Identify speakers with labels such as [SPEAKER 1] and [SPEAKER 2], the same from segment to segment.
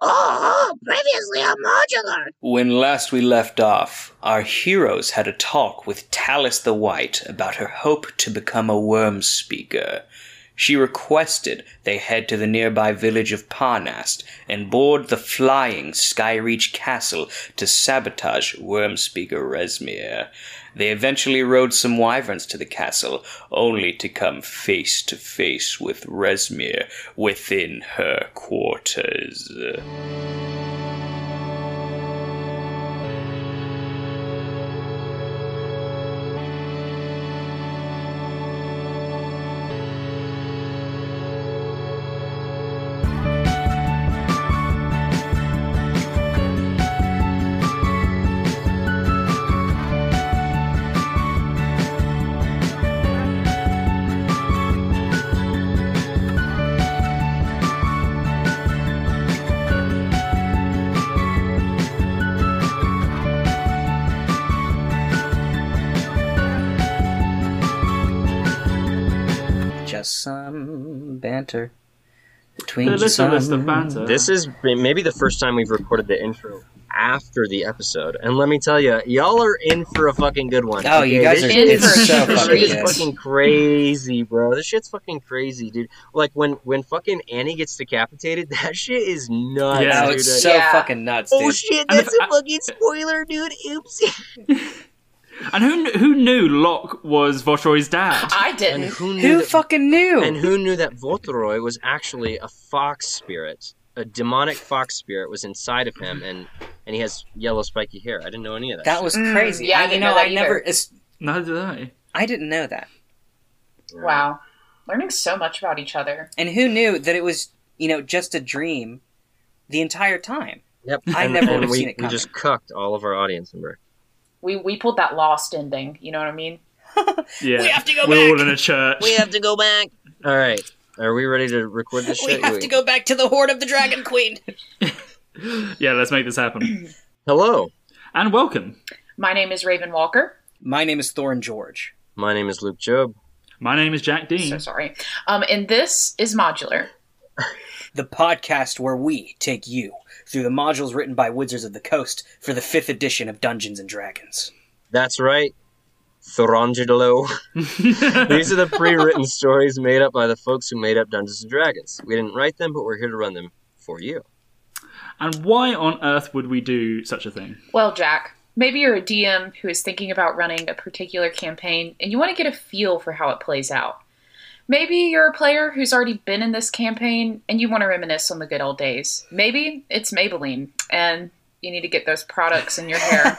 [SPEAKER 1] Oh, previously on Modular.
[SPEAKER 2] When last we left off, our heroes had a talk with Talis the White about her hope to become a worm speaker. She requested they head to the nearby village of Parnast and board the flying Skyreach Castle to sabotage worm speaker Resmir. They eventually rode some wyverns to the castle, only to come face to face with Resmir within her quarters. Just some banter between
[SPEAKER 3] Hey, listen, it's the
[SPEAKER 2] some-
[SPEAKER 3] banter.
[SPEAKER 4] This is maybe the first time we've recorded the intro after the episode, and let me tell you, y'all are in for a fucking good one.
[SPEAKER 2] Oh, you
[SPEAKER 4] Okay,
[SPEAKER 2] guys
[SPEAKER 4] this
[SPEAKER 2] are-
[SPEAKER 4] shit
[SPEAKER 2] it's
[SPEAKER 4] is-
[SPEAKER 2] so
[SPEAKER 4] this
[SPEAKER 2] fucking
[SPEAKER 4] shit is
[SPEAKER 2] good.
[SPEAKER 4] fucking crazy, bro. This shit's fucking crazy, dude. Like when when fucking Annie gets decapitated, that shit is nuts.
[SPEAKER 3] Yeah,
[SPEAKER 2] Oh,
[SPEAKER 4] dude.
[SPEAKER 2] it's so
[SPEAKER 1] Yeah.
[SPEAKER 2] fucking nuts, dude.
[SPEAKER 4] oh shit,
[SPEAKER 3] And
[SPEAKER 4] that's
[SPEAKER 3] if-
[SPEAKER 4] a fucking spoiler, dude. Oops.
[SPEAKER 3] and who kn- who knew Locke was Voshroy's dad?
[SPEAKER 2] Ah.
[SPEAKER 1] I
[SPEAKER 4] And
[SPEAKER 1] didn't.
[SPEAKER 4] who knew?
[SPEAKER 2] Who
[SPEAKER 4] that-
[SPEAKER 2] fucking knew?
[SPEAKER 4] And who knew that Voltoroy was actually a fox spirit? A demonic fox spirit was inside of him, and and he has yellow spiky hair. I didn't know any of that.
[SPEAKER 2] that was
[SPEAKER 1] Mm,
[SPEAKER 2] crazy.
[SPEAKER 1] yeah, I
[SPEAKER 2] I, you
[SPEAKER 1] didn't
[SPEAKER 2] know,
[SPEAKER 1] know that
[SPEAKER 2] I never.
[SPEAKER 1] either.
[SPEAKER 2] It's,
[SPEAKER 3] Neither did I.
[SPEAKER 2] I didn't know that.
[SPEAKER 4] shit.
[SPEAKER 1] Wow. Learning so much about each other.
[SPEAKER 2] And who knew that it was, you know, just a dream, the entire time?
[SPEAKER 4] Yep.
[SPEAKER 2] I
[SPEAKER 4] and,
[SPEAKER 2] never
[SPEAKER 4] and
[SPEAKER 2] would've
[SPEAKER 4] we,
[SPEAKER 2] seen it
[SPEAKER 4] We just cucked all of our audience member.
[SPEAKER 1] We we pulled that lost ending, you know what I mean?
[SPEAKER 3] Yeah,
[SPEAKER 2] We have to go
[SPEAKER 3] We're
[SPEAKER 2] back.
[SPEAKER 3] all in a church.
[SPEAKER 4] have to go back. All right. Are we ready to record this shit?
[SPEAKER 2] go back to the horde of the Dragon Queen.
[SPEAKER 3] yeah, let's make this happen.
[SPEAKER 4] Hello.
[SPEAKER 3] and welcome.
[SPEAKER 1] My name is Raven Walker.
[SPEAKER 2] My name is Thorin George.
[SPEAKER 4] My name is Luke Job.
[SPEAKER 3] My name is Jack Dean.
[SPEAKER 1] So sorry. Um, and this is Modular.
[SPEAKER 2] the podcast where we take you through the modules written by Wizards of the Coast for the fifth edition of Dungeons and Dragons.
[SPEAKER 4] That's right. Thorangelo. These are the pre-written stories made up by the folks who made up Dungeons and Dragons. We didn't write them, but we're here to run them for you.
[SPEAKER 3] and why on earth would we do such a thing?
[SPEAKER 1] Well, Jack, maybe you're a DM who is thinking about running a particular campaign and you want to get a feel for how it plays out. Maybe you're a player who's already been in this campaign and you want to reminisce on the good old days. Maybe it's Maybelline and you need to get those products in your hair.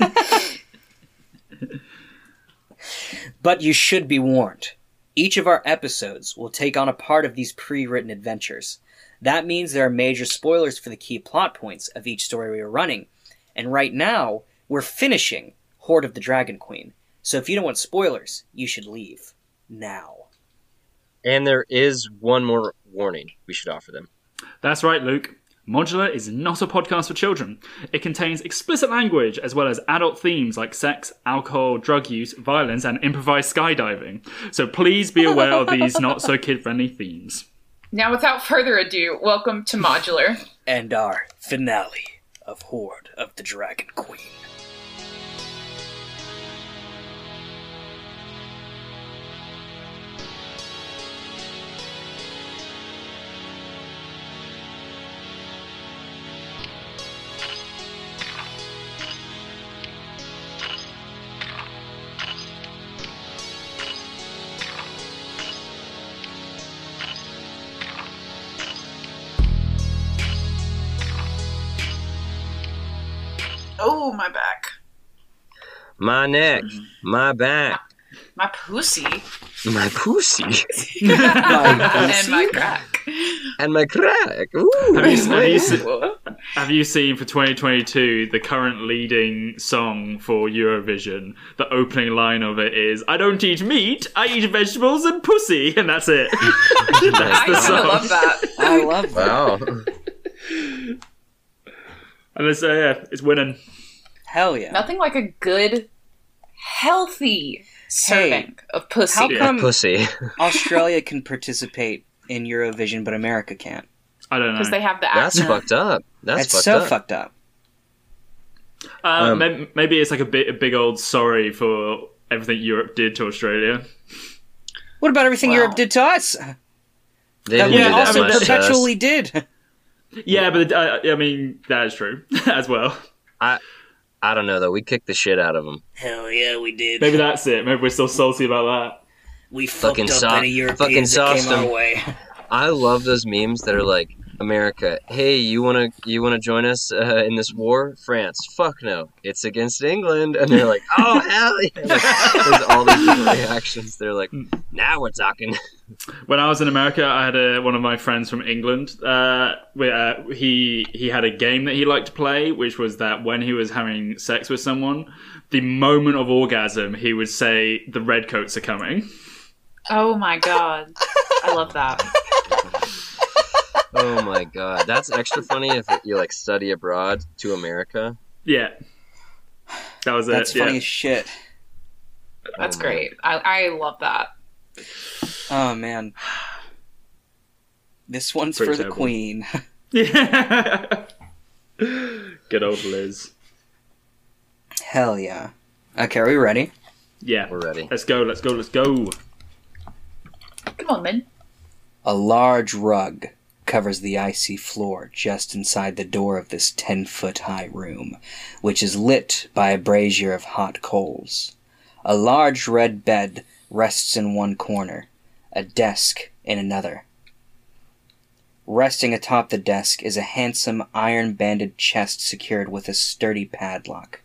[SPEAKER 2] But you should be warned. Each of our episodes will take on a part of these pre written adventures. That means there are major spoilers for the key plot points of each story we are running. And right now, we're finishing Horde of the Dragon Queen. So if you don't want spoilers, you should leave. Now.
[SPEAKER 4] And there is one more warning we should offer them.
[SPEAKER 3] That's right, Luke. Modular is not a podcast for children. It contains explicit language as well as adult themes like sex, alcohol, drug use, violence, and improvised skydiving. So please be aware of these not so kid friendly themes.
[SPEAKER 1] now, without further ado, welcome to Modular.
[SPEAKER 2] And our finale of Horde of the Dragon Queen.
[SPEAKER 1] Oh, my back.
[SPEAKER 4] My neck, my back,
[SPEAKER 1] My pussy
[SPEAKER 4] my pussy,
[SPEAKER 1] and my crack.
[SPEAKER 4] and my crack. Ooh,
[SPEAKER 3] Have you, have, you se-
[SPEAKER 1] Whoa.
[SPEAKER 3] have you seen for 2022 the current leading song for Eurovision? The opening line of it is I don't eat meat, I eat vegetables and pussy, and that's it. that's
[SPEAKER 1] I
[SPEAKER 3] the
[SPEAKER 1] kind of
[SPEAKER 3] song.
[SPEAKER 1] love that.
[SPEAKER 2] I love that.
[SPEAKER 4] wow.
[SPEAKER 3] And it's, uh, yeah, it's winning.
[SPEAKER 2] Hell yeah.
[SPEAKER 1] Nothing like a good, healthy serving of pussy.
[SPEAKER 2] How
[SPEAKER 3] Yeah.
[SPEAKER 2] come
[SPEAKER 4] Pussy.
[SPEAKER 2] Australia can participate in Eurovision, but America can't.
[SPEAKER 3] I don't know.
[SPEAKER 1] because they have the
[SPEAKER 4] That's
[SPEAKER 1] accent.
[SPEAKER 4] fucked up. That's,
[SPEAKER 5] That's
[SPEAKER 4] fucked
[SPEAKER 5] so
[SPEAKER 4] up.
[SPEAKER 5] fucked up.
[SPEAKER 3] Uh,
[SPEAKER 4] Um,
[SPEAKER 3] may- maybe it's like a, bit, a big old sorry for everything Europe did to Australia.
[SPEAKER 5] What about everything
[SPEAKER 1] Wow.
[SPEAKER 5] Europe did to us?
[SPEAKER 4] They
[SPEAKER 5] That
[SPEAKER 4] didn't
[SPEAKER 5] we
[SPEAKER 3] Yeah,
[SPEAKER 4] do that
[SPEAKER 5] also
[SPEAKER 4] much uh, to us.
[SPEAKER 5] perpetually did.
[SPEAKER 3] Yeah, but uh, I mean that is true as well.
[SPEAKER 4] I don't know though. We kicked the shit out of them.
[SPEAKER 6] Hell yeah, we did.
[SPEAKER 3] Maybe that's it. Maybe we're still salty about
[SPEAKER 6] we
[SPEAKER 4] Fucking
[SPEAKER 6] fucked up
[SPEAKER 4] sau-
[SPEAKER 6] any Europeans
[SPEAKER 4] fucking
[SPEAKER 6] that
[SPEAKER 4] sauced
[SPEAKER 6] came our
[SPEAKER 4] them.
[SPEAKER 6] way.
[SPEAKER 4] I love those memes that are like America. Hey, you wanna you wanna join us uh, in this war? France? Fuck no! It's against England. And they're like, oh hell! Yeah. Like, there's all these different reactions. They're like, now we're talking.
[SPEAKER 3] that. When I was in America, I had a, one of my friends from England. Uh, where, uh, he he had a game that he liked to play, which was that when he was having sex with someone, the moment of orgasm, he would say, "The redcoats are coming."
[SPEAKER 1] Oh my god, I love that.
[SPEAKER 4] Oh my god, that's extra funny if you like study abroad to America.
[SPEAKER 3] Yeah, that was
[SPEAKER 5] That's
[SPEAKER 3] it. yeah.
[SPEAKER 5] funny as shit.
[SPEAKER 1] That's
[SPEAKER 4] Oh my-
[SPEAKER 1] great. I, I love that.
[SPEAKER 5] Oh man. This one's
[SPEAKER 3] Pretty
[SPEAKER 5] for the
[SPEAKER 3] terrible.
[SPEAKER 5] queen.
[SPEAKER 3] Yeah. Good old Liz.
[SPEAKER 5] Hell yeah. Okay, are we ready?
[SPEAKER 3] Yeah.
[SPEAKER 4] We're ready.
[SPEAKER 3] Let's go, let's go, let's go.
[SPEAKER 1] Come on, man.
[SPEAKER 5] A large rug covers the icy floor just inside the door of this 10 foot high room, which is lit by a brazier of hot coals. A large red bed rests in one corner, a desk in another. Resting atop the desk is a handsome iron banded chest secured with a sturdy padlock.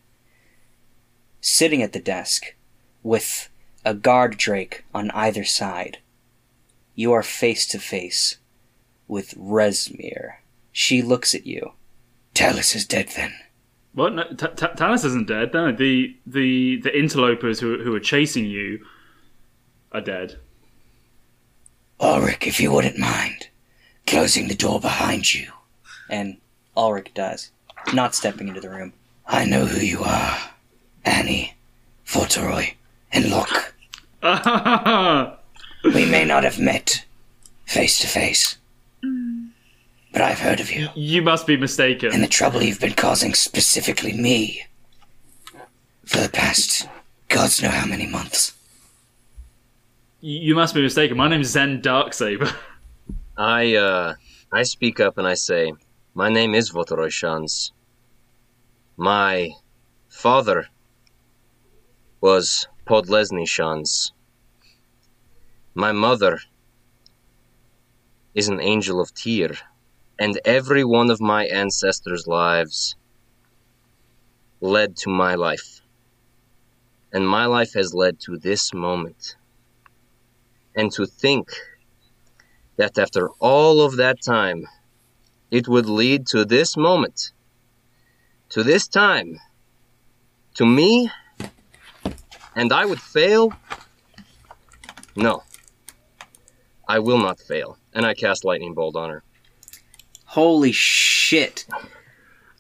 [SPEAKER 5] Sitting at the desk, with a guard drake on either side, you are face to face with Resmir. She looks at you. Talus is dead then.
[SPEAKER 3] What? No, Ta- Ta- Talos isn't dead. No, the the the interlopers who who are chasing you are dead.
[SPEAKER 5] Ulrich, if you wouldn't mind closing the door behind you. And Ulrich does, not stepping into the room. I know who you are Annie, Forteroy, and Locke. We may not have met face to face, but I've heard of you.
[SPEAKER 3] you must be
[SPEAKER 5] and
[SPEAKER 3] mistaken.
[SPEAKER 5] the trouble you've been causing specifically me for the past gods know how many months.
[SPEAKER 3] You must be mistaken. My name's Zen Darksaber.
[SPEAKER 4] I uh, I speak up and I say, my name is Votoroy Shans. My father was Podlesny Shans. My mother is an angel of Tyr, and every one of my ancestors' lives led to my life. And my life has led to this moment. And to think that after all of that time, it would lead to this moment, to this time, to me, and I would fail? No. I will not fail. And I cast Lightning Bolt on her.
[SPEAKER 5] Holy shit.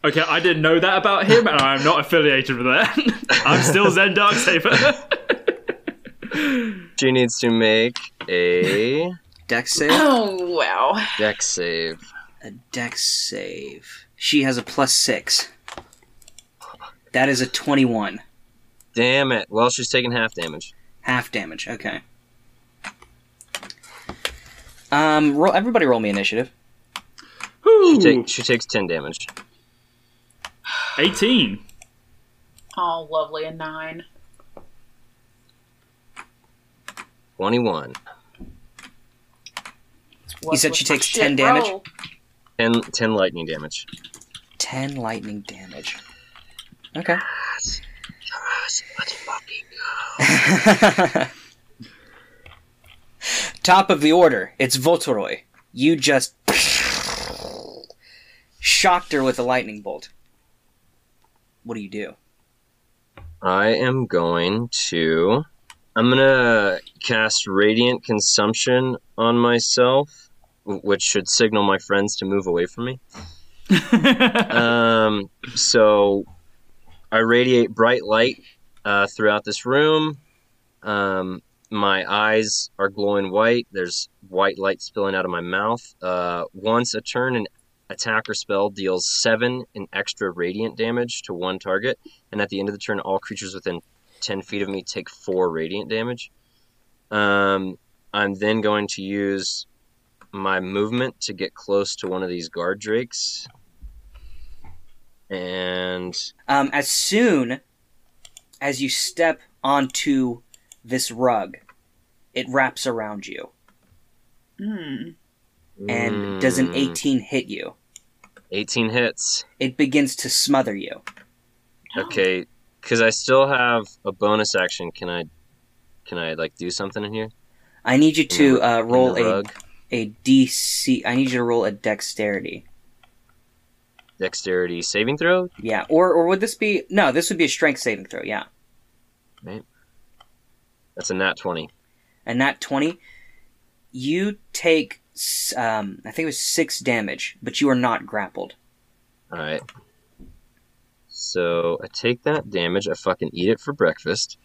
[SPEAKER 3] Okay, I didn't know that about him, and I'm not affiliated with that. I'm still Zen Darksaber.
[SPEAKER 4] She needs to make a
[SPEAKER 5] Dex save?
[SPEAKER 1] Oh wow.
[SPEAKER 4] deck save.
[SPEAKER 5] A dex save. She has a plus six. That is a 21.
[SPEAKER 4] Damn it. Well, she's taking half damage.
[SPEAKER 5] Half damage, okay. Um, roll, everybody roll me initiative.
[SPEAKER 4] She,
[SPEAKER 3] Whew.
[SPEAKER 4] take, she takes 10 damage.
[SPEAKER 3] Eighteen.
[SPEAKER 1] Oh, lovely. A nine.
[SPEAKER 4] 21.
[SPEAKER 1] What's
[SPEAKER 5] said
[SPEAKER 1] with
[SPEAKER 5] she
[SPEAKER 1] my
[SPEAKER 5] takes
[SPEAKER 1] shit
[SPEAKER 5] 10 damage?
[SPEAKER 1] roll?
[SPEAKER 4] 10, 10 lightning damage.
[SPEAKER 5] 10 lightning damage. Okay. Top of the order, it's Voltoroy. You just shocked her with a lightning bolt. What do you do?
[SPEAKER 4] I am going to. I'm gonna cast Radiant Consumption on myself, wh- which should signal my friends to move away from me. um, so I radiate bright light uh, throughout this room, um, my eyes are glowing white. There's white light spilling out of my mouth. Uh, once a turn, an attacker spell deals seven in extra radiant damage to one target, and at the end of the turn, all creatures within ten feet of me take four radiant damage. Um, I'm then going to use my movement to get close to one of these guard drakes, and
[SPEAKER 5] Um, as soon as you step onto this rug, it wraps around you.
[SPEAKER 1] Mm.
[SPEAKER 5] And does an
[SPEAKER 4] Mm,
[SPEAKER 5] 18 hit you?
[SPEAKER 4] 18 hits.
[SPEAKER 5] It begins to smother you.
[SPEAKER 4] Okay, because I still have a bonus action. Can I, can I like do something in here?
[SPEAKER 5] I need you
[SPEAKER 4] In
[SPEAKER 5] to
[SPEAKER 4] the-
[SPEAKER 5] uh, roll
[SPEAKER 4] in the
[SPEAKER 5] a,
[SPEAKER 4] rug?
[SPEAKER 5] a DC. I need you to roll a dexterity.
[SPEAKER 4] dexterity saving throw.
[SPEAKER 5] Yeah. Or, or would this be. No, this would be a strength saving throw. Yeah.
[SPEAKER 4] That's a nat twenty.
[SPEAKER 5] and not 20 you take s- um, i think it was 6 damage but you are not grappled
[SPEAKER 4] All right. So I take that damage. I fucking eat it for breakfast,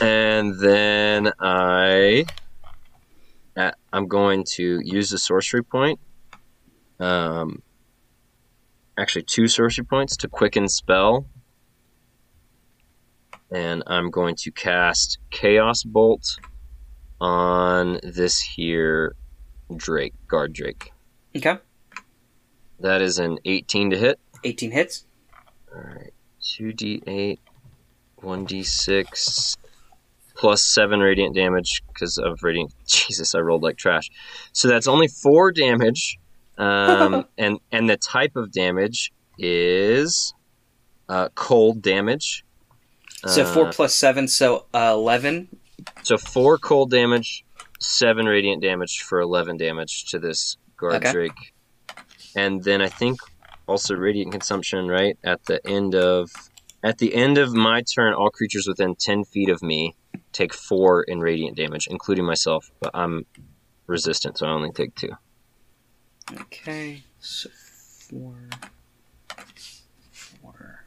[SPEAKER 4] and then I, uh, I'm going to use the sorcery point. Um, actually, two sorcery points to quicken spell. And I'm going to cast Chaos Bolt on this here Drake, guard Drake.
[SPEAKER 5] okay
[SPEAKER 4] That is an 18 to hit.
[SPEAKER 5] 18 hits
[SPEAKER 4] Alright. 2d8, 1d6, plus 7 radiant damage because of radiant. Jesus, I rolled like trash. So that's only 4 damage. Um, and, and the type of damage is uh, cold damage.
[SPEAKER 5] so
[SPEAKER 4] Uh,
[SPEAKER 5] 4 plus 7 so uh, 11
[SPEAKER 4] so 4 cold damage, 7 radiant damage for 11 damage to this guard
[SPEAKER 5] Okay.
[SPEAKER 4] drake. And then I think also radiant consumption, right? At the end of at the end of my turn, all creatures within 10 feet of me take 4 in radiant damage, including myself, but I'm resistant, so I only take 2.
[SPEAKER 5] okay so 4 4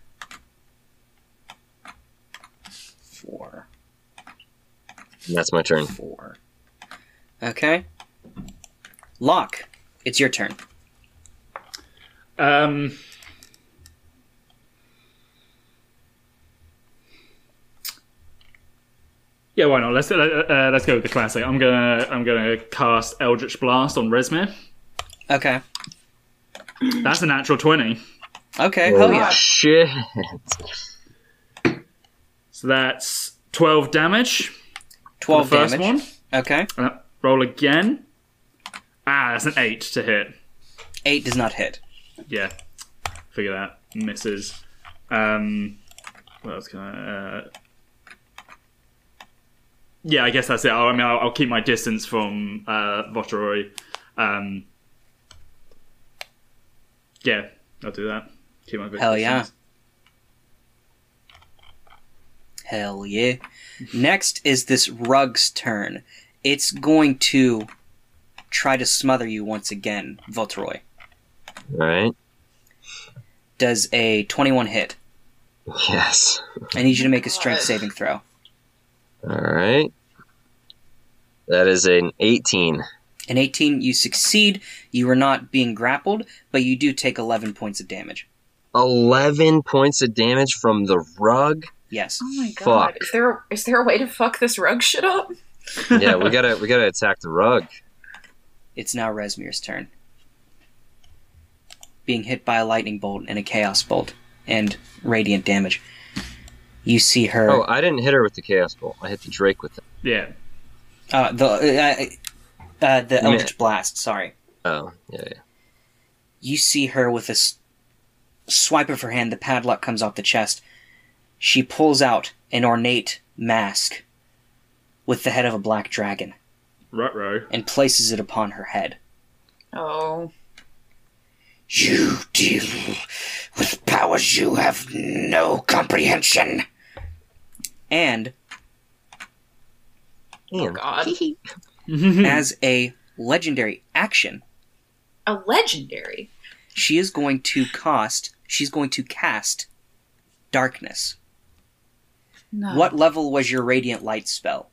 [SPEAKER 5] 4
[SPEAKER 4] And that's my turn.
[SPEAKER 5] 4 okay lock it's your turn
[SPEAKER 3] Um, yeah, why not? Let's uh, uh, let's go with the classic. I'm gonna I'm gonna cast Eldritch Blast on Resmir.
[SPEAKER 5] okay
[SPEAKER 3] That's a natural twenty,
[SPEAKER 5] okay hell yeah
[SPEAKER 4] shit.
[SPEAKER 3] so that's twelve damage. for
[SPEAKER 5] 12
[SPEAKER 3] the first
[SPEAKER 5] damage okay
[SPEAKER 3] one. Uh, roll again. Ah, that's an eight to hit.
[SPEAKER 5] 8 does not hit
[SPEAKER 3] Yeah, figure that misses. Um, what else can I? Uh, yeah, I guess that's it. I'll, I mean, I'll, I'll keep my distance from uh, Votaroi. Um, yeah, I'll do that. Keep my
[SPEAKER 5] Hell yeah.
[SPEAKER 3] distance.
[SPEAKER 5] Hell yeah. Next is this rug's turn. It's going to try to smother you once again, Voltroy.
[SPEAKER 4] Alright.
[SPEAKER 5] Does a 21 hit.
[SPEAKER 4] Yes.
[SPEAKER 5] I need you to make a strength saving throw.
[SPEAKER 4] Alright. That is an 18.
[SPEAKER 5] An 18, you succeed. You are not being grappled, but you do take 11 points of damage.
[SPEAKER 4] 11 points of damage from the rug.
[SPEAKER 5] Yes.
[SPEAKER 1] Oh my god.
[SPEAKER 4] Fuck.
[SPEAKER 1] Is there is there a way to fuck this rug shit up?
[SPEAKER 4] yeah, we gotta we gotta attack the rug.
[SPEAKER 5] It's now Resmir's turn. Being hit by a lightning bolt and a chaos bolt and radiant damage. You see her.
[SPEAKER 4] Oh, I didn't hit her with the chaos bolt. I hit the Drake with it.
[SPEAKER 3] Yeah.
[SPEAKER 5] Uh, the uh, uh, the
[SPEAKER 4] Yeah.
[SPEAKER 5] Eldritch Blast. Sorry,
[SPEAKER 4] Oh, yeah, yeah.
[SPEAKER 5] you see her with a s- swipe of her hand. The padlock comes off the chest. She pulls out an ornate mask with the head of a black dragon
[SPEAKER 3] Rutro.
[SPEAKER 5] and places it upon her head.
[SPEAKER 1] Oh.
[SPEAKER 5] You deal with powers you have no comprehension. And
[SPEAKER 4] Damn.
[SPEAKER 1] Oh, God.
[SPEAKER 5] as a legendary action,
[SPEAKER 1] a legendary.
[SPEAKER 5] she is going to cost. She's going to cast darkness.
[SPEAKER 1] No.
[SPEAKER 5] Ah. What level was your radiant light spell?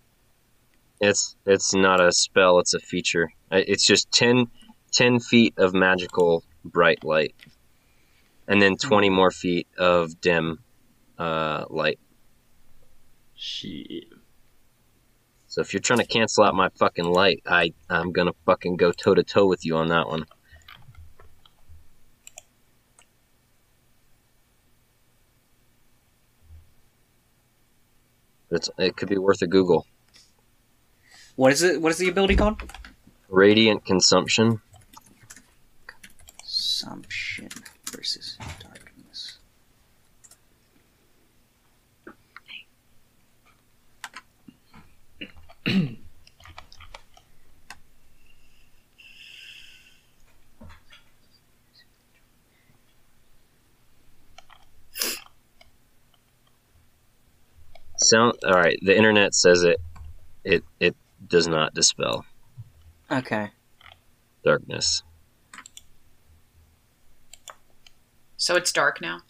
[SPEAKER 4] It's it's not a spell. It's a feature. I- It's just 10, 10 feet of magical bright light, and then twenty more feet of dim uh, light.
[SPEAKER 3] Shit.
[SPEAKER 4] So if you're trying to cancel out my fucking light, I I'm gonna fucking go toe to toe with you on that one. It's, it could be worth a Google.
[SPEAKER 5] What is it? What is the ability called?
[SPEAKER 4] Radiant consumption.
[SPEAKER 5] Assumption versus darkness.
[SPEAKER 4] Sound all right. The internet says it. It it does not dispel
[SPEAKER 5] Okay.
[SPEAKER 4] darkness.
[SPEAKER 1] So it's dark now.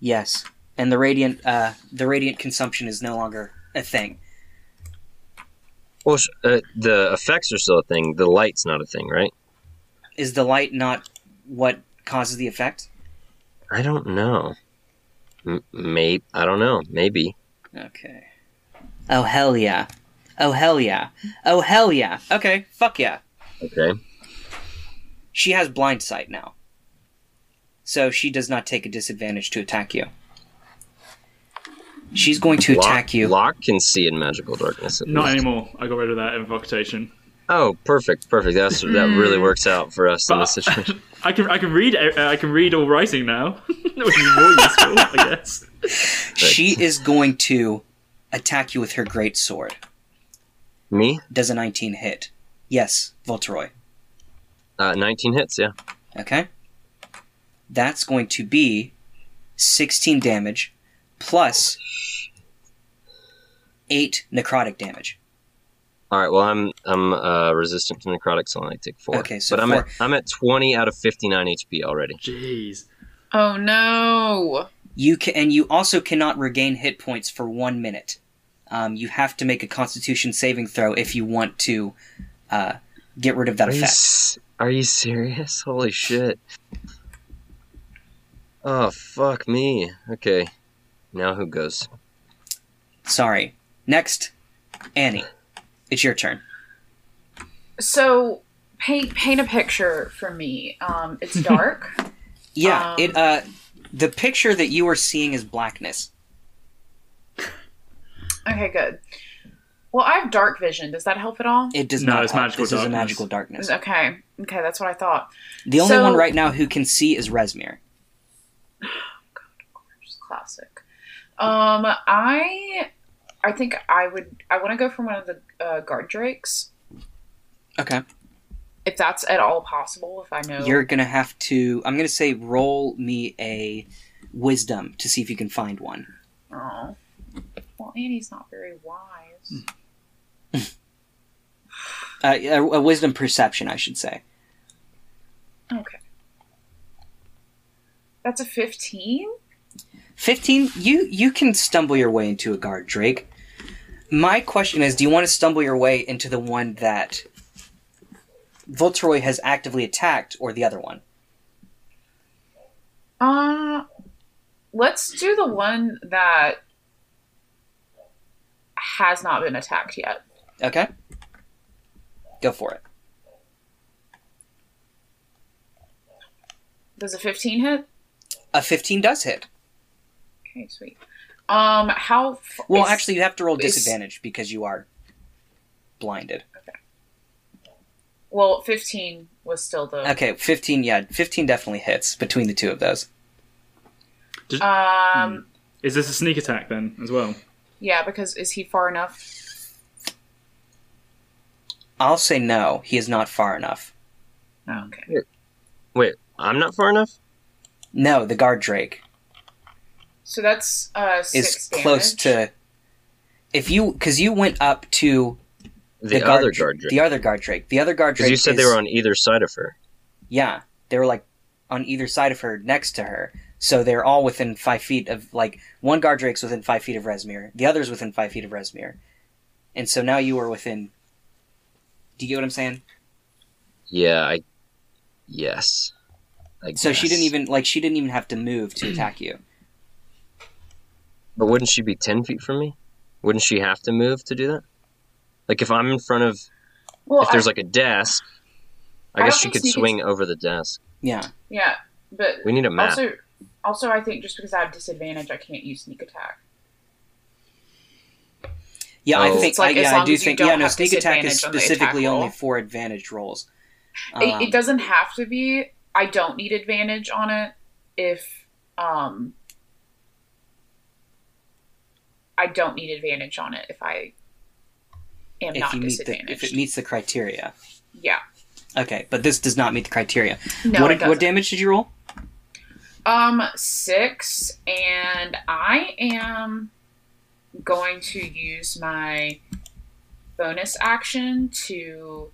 [SPEAKER 5] Yes. And the radiant uh the radiant consumption is no longer a thing.
[SPEAKER 4] Well, sh- uh, the effects are still a thing. The light's not a thing, right?
[SPEAKER 5] Is the light not what causes the effect?
[SPEAKER 4] I don't know. M- may I don't know. Maybe.
[SPEAKER 5] Okay. Oh hell yeah. Oh hell yeah. Oh hell yeah. Okay, fuck yeah.
[SPEAKER 4] Okay.
[SPEAKER 5] She has blind sight now. So she does not take a disadvantage to attack you. She's going to
[SPEAKER 4] Locke-
[SPEAKER 5] attack you.
[SPEAKER 4] Locke can see in magical darkness. at
[SPEAKER 3] Not
[SPEAKER 4] least.
[SPEAKER 3] anymore. I got rid of that invocation.
[SPEAKER 4] Oh, perfect, perfect. That's that really works out for us in this
[SPEAKER 3] Mm. But-
[SPEAKER 4] situation.
[SPEAKER 3] I can I can read uh, I can read all writing now, which is more useful, I guess.
[SPEAKER 5] She is going to attack you with her great sword.
[SPEAKER 4] Me,
[SPEAKER 5] Does a 19 hit? Yes, Volteroy.
[SPEAKER 4] uh, nineteen hits. Yeah.
[SPEAKER 5] Okay? That's going to be 16 damage plus 8 necrotic damage.
[SPEAKER 4] All right. Well, I'm I'm uh, resistant to necrotic, so I only take four.
[SPEAKER 5] Okay, so
[SPEAKER 4] but I'm
[SPEAKER 5] four.
[SPEAKER 4] at I'm at twenty out of fifty nine HP already.
[SPEAKER 3] Jeez.
[SPEAKER 1] Oh no!
[SPEAKER 5] You can, and you also cannot regain hit points for one minute. Um, you have to make a Constitution saving throw if you want to uh, get rid of that
[SPEAKER 4] Are you,
[SPEAKER 5] effect.
[SPEAKER 4] s- are you serious? Holy shit. Oh, fuck me. Okay. Now who goes?
[SPEAKER 5] Sorry. Next, Annie, it's your turn.
[SPEAKER 1] So paint paint a picture for me. Um, it's dark.
[SPEAKER 5] Yeah,
[SPEAKER 1] Um,
[SPEAKER 5] it. Uh, the picture that you are seeing is blackness.
[SPEAKER 1] okay, good. Well, I have dark vision. Does that help at all?
[SPEAKER 5] It does
[SPEAKER 3] No,
[SPEAKER 5] not.
[SPEAKER 3] it's
[SPEAKER 5] help.
[SPEAKER 3] magical
[SPEAKER 5] this is a
[SPEAKER 3] darkness.
[SPEAKER 5] magical darkness.
[SPEAKER 1] Okay, okay, that's what I thought.
[SPEAKER 5] The only
[SPEAKER 1] So-
[SPEAKER 5] one right now who can see is Resmir.
[SPEAKER 1] Just classic. Um, I I think I would I want to go for one of the uh, guard drakes
[SPEAKER 5] Okay.
[SPEAKER 1] if that's at all possible. If I know
[SPEAKER 5] You're gonna have to. I'm gonna say roll me a wisdom to see if you can find one.
[SPEAKER 1] Oh. Well, Annie's not very wise.
[SPEAKER 5] Uh, a, a wisdom perception, I should say.
[SPEAKER 1] Okay. That's a 15?
[SPEAKER 5] 15 you you can stumble your way into a guard drake my question is do you want to stumble your way into the one that voltroy has actively attacked or the other one
[SPEAKER 1] Uh, let's do the one that has not been attacked yet.
[SPEAKER 5] okay go for it
[SPEAKER 1] Does a 15 hit?
[SPEAKER 5] a 15 does hit
[SPEAKER 1] Okay, sweet. Um, how. f-
[SPEAKER 5] well
[SPEAKER 1] is-
[SPEAKER 5] actually you have to roll
[SPEAKER 1] it's-
[SPEAKER 5] disadvantage because you are blinded
[SPEAKER 1] Well, 15 was still the.
[SPEAKER 5] okay 15 yeah 15 definitely hits between the two of those Hmm.
[SPEAKER 1] Um,
[SPEAKER 3] Is this a sneak attack then as well?
[SPEAKER 1] yeah, because is he far enough?
[SPEAKER 5] i'll say no he is not far enough
[SPEAKER 1] Oh, okay.
[SPEAKER 4] Wait, I'm not far enough?
[SPEAKER 5] no the guard drake
[SPEAKER 1] So that's uh, six
[SPEAKER 5] is close
[SPEAKER 1] damage.
[SPEAKER 5] to if you because you went up to
[SPEAKER 4] The,
[SPEAKER 5] guard
[SPEAKER 4] other
[SPEAKER 5] dra-
[SPEAKER 4] guard drake.
[SPEAKER 5] The other guard Drake. The other guard Drake.
[SPEAKER 4] Because you said they
[SPEAKER 5] is-
[SPEAKER 4] were on either side of her.
[SPEAKER 5] Yeah, they were like on either side of her, next to her. So they're all within five feet of like one guard Drake's within five feet of Resmir. The other's within five feet of Resmir. And so now you are within. Do you get what I'm saying?
[SPEAKER 4] Yeah, I. Yes. I
[SPEAKER 5] So she
[SPEAKER 4] guess.
[SPEAKER 5] didn't even like she didn't even have to move to attack you.
[SPEAKER 4] But wouldn't she be 10 feet from me? Wouldn't she have to move to do that? Like, if I'm in front of.
[SPEAKER 1] Well,
[SPEAKER 4] if
[SPEAKER 1] I-
[SPEAKER 4] there's like a desk, I,
[SPEAKER 1] I
[SPEAKER 4] guess she
[SPEAKER 1] don't think
[SPEAKER 4] could
[SPEAKER 1] she could-
[SPEAKER 4] swing over the desk.
[SPEAKER 5] Yeah.
[SPEAKER 1] yeah, but
[SPEAKER 4] We need a map.
[SPEAKER 1] also, also, I think just because I have disadvantage, I can't use sneak attack.
[SPEAKER 5] Yeah, I
[SPEAKER 4] So-
[SPEAKER 5] think
[SPEAKER 1] It's like
[SPEAKER 5] I,
[SPEAKER 1] as
[SPEAKER 5] yeah, I
[SPEAKER 1] long
[SPEAKER 5] do
[SPEAKER 1] as you
[SPEAKER 5] think
[SPEAKER 1] don't
[SPEAKER 5] yeah, no
[SPEAKER 1] have
[SPEAKER 5] sneak attack is
[SPEAKER 1] disadvantage on the attack
[SPEAKER 5] specifically
[SPEAKER 1] roll.
[SPEAKER 5] only for advantage rolls.
[SPEAKER 1] it,
[SPEAKER 5] Um,
[SPEAKER 1] it doesn't have to be. I don't need advantage on it if um I don't need advantage on it if I am
[SPEAKER 5] if
[SPEAKER 1] not
[SPEAKER 5] you meet the,
[SPEAKER 1] disadvantaged.
[SPEAKER 5] if it meets the criteria.
[SPEAKER 1] yeah.
[SPEAKER 5] Okay, but this does not meet the criteria.
[SPEAKER 1] No,
[SPEAKER 5] what
[SPEAKER 1] it doesn't.
[SPEAKER 5] what damage did you roll?
[SPEAKER 1] Um, six, and I am going to use my bonus action to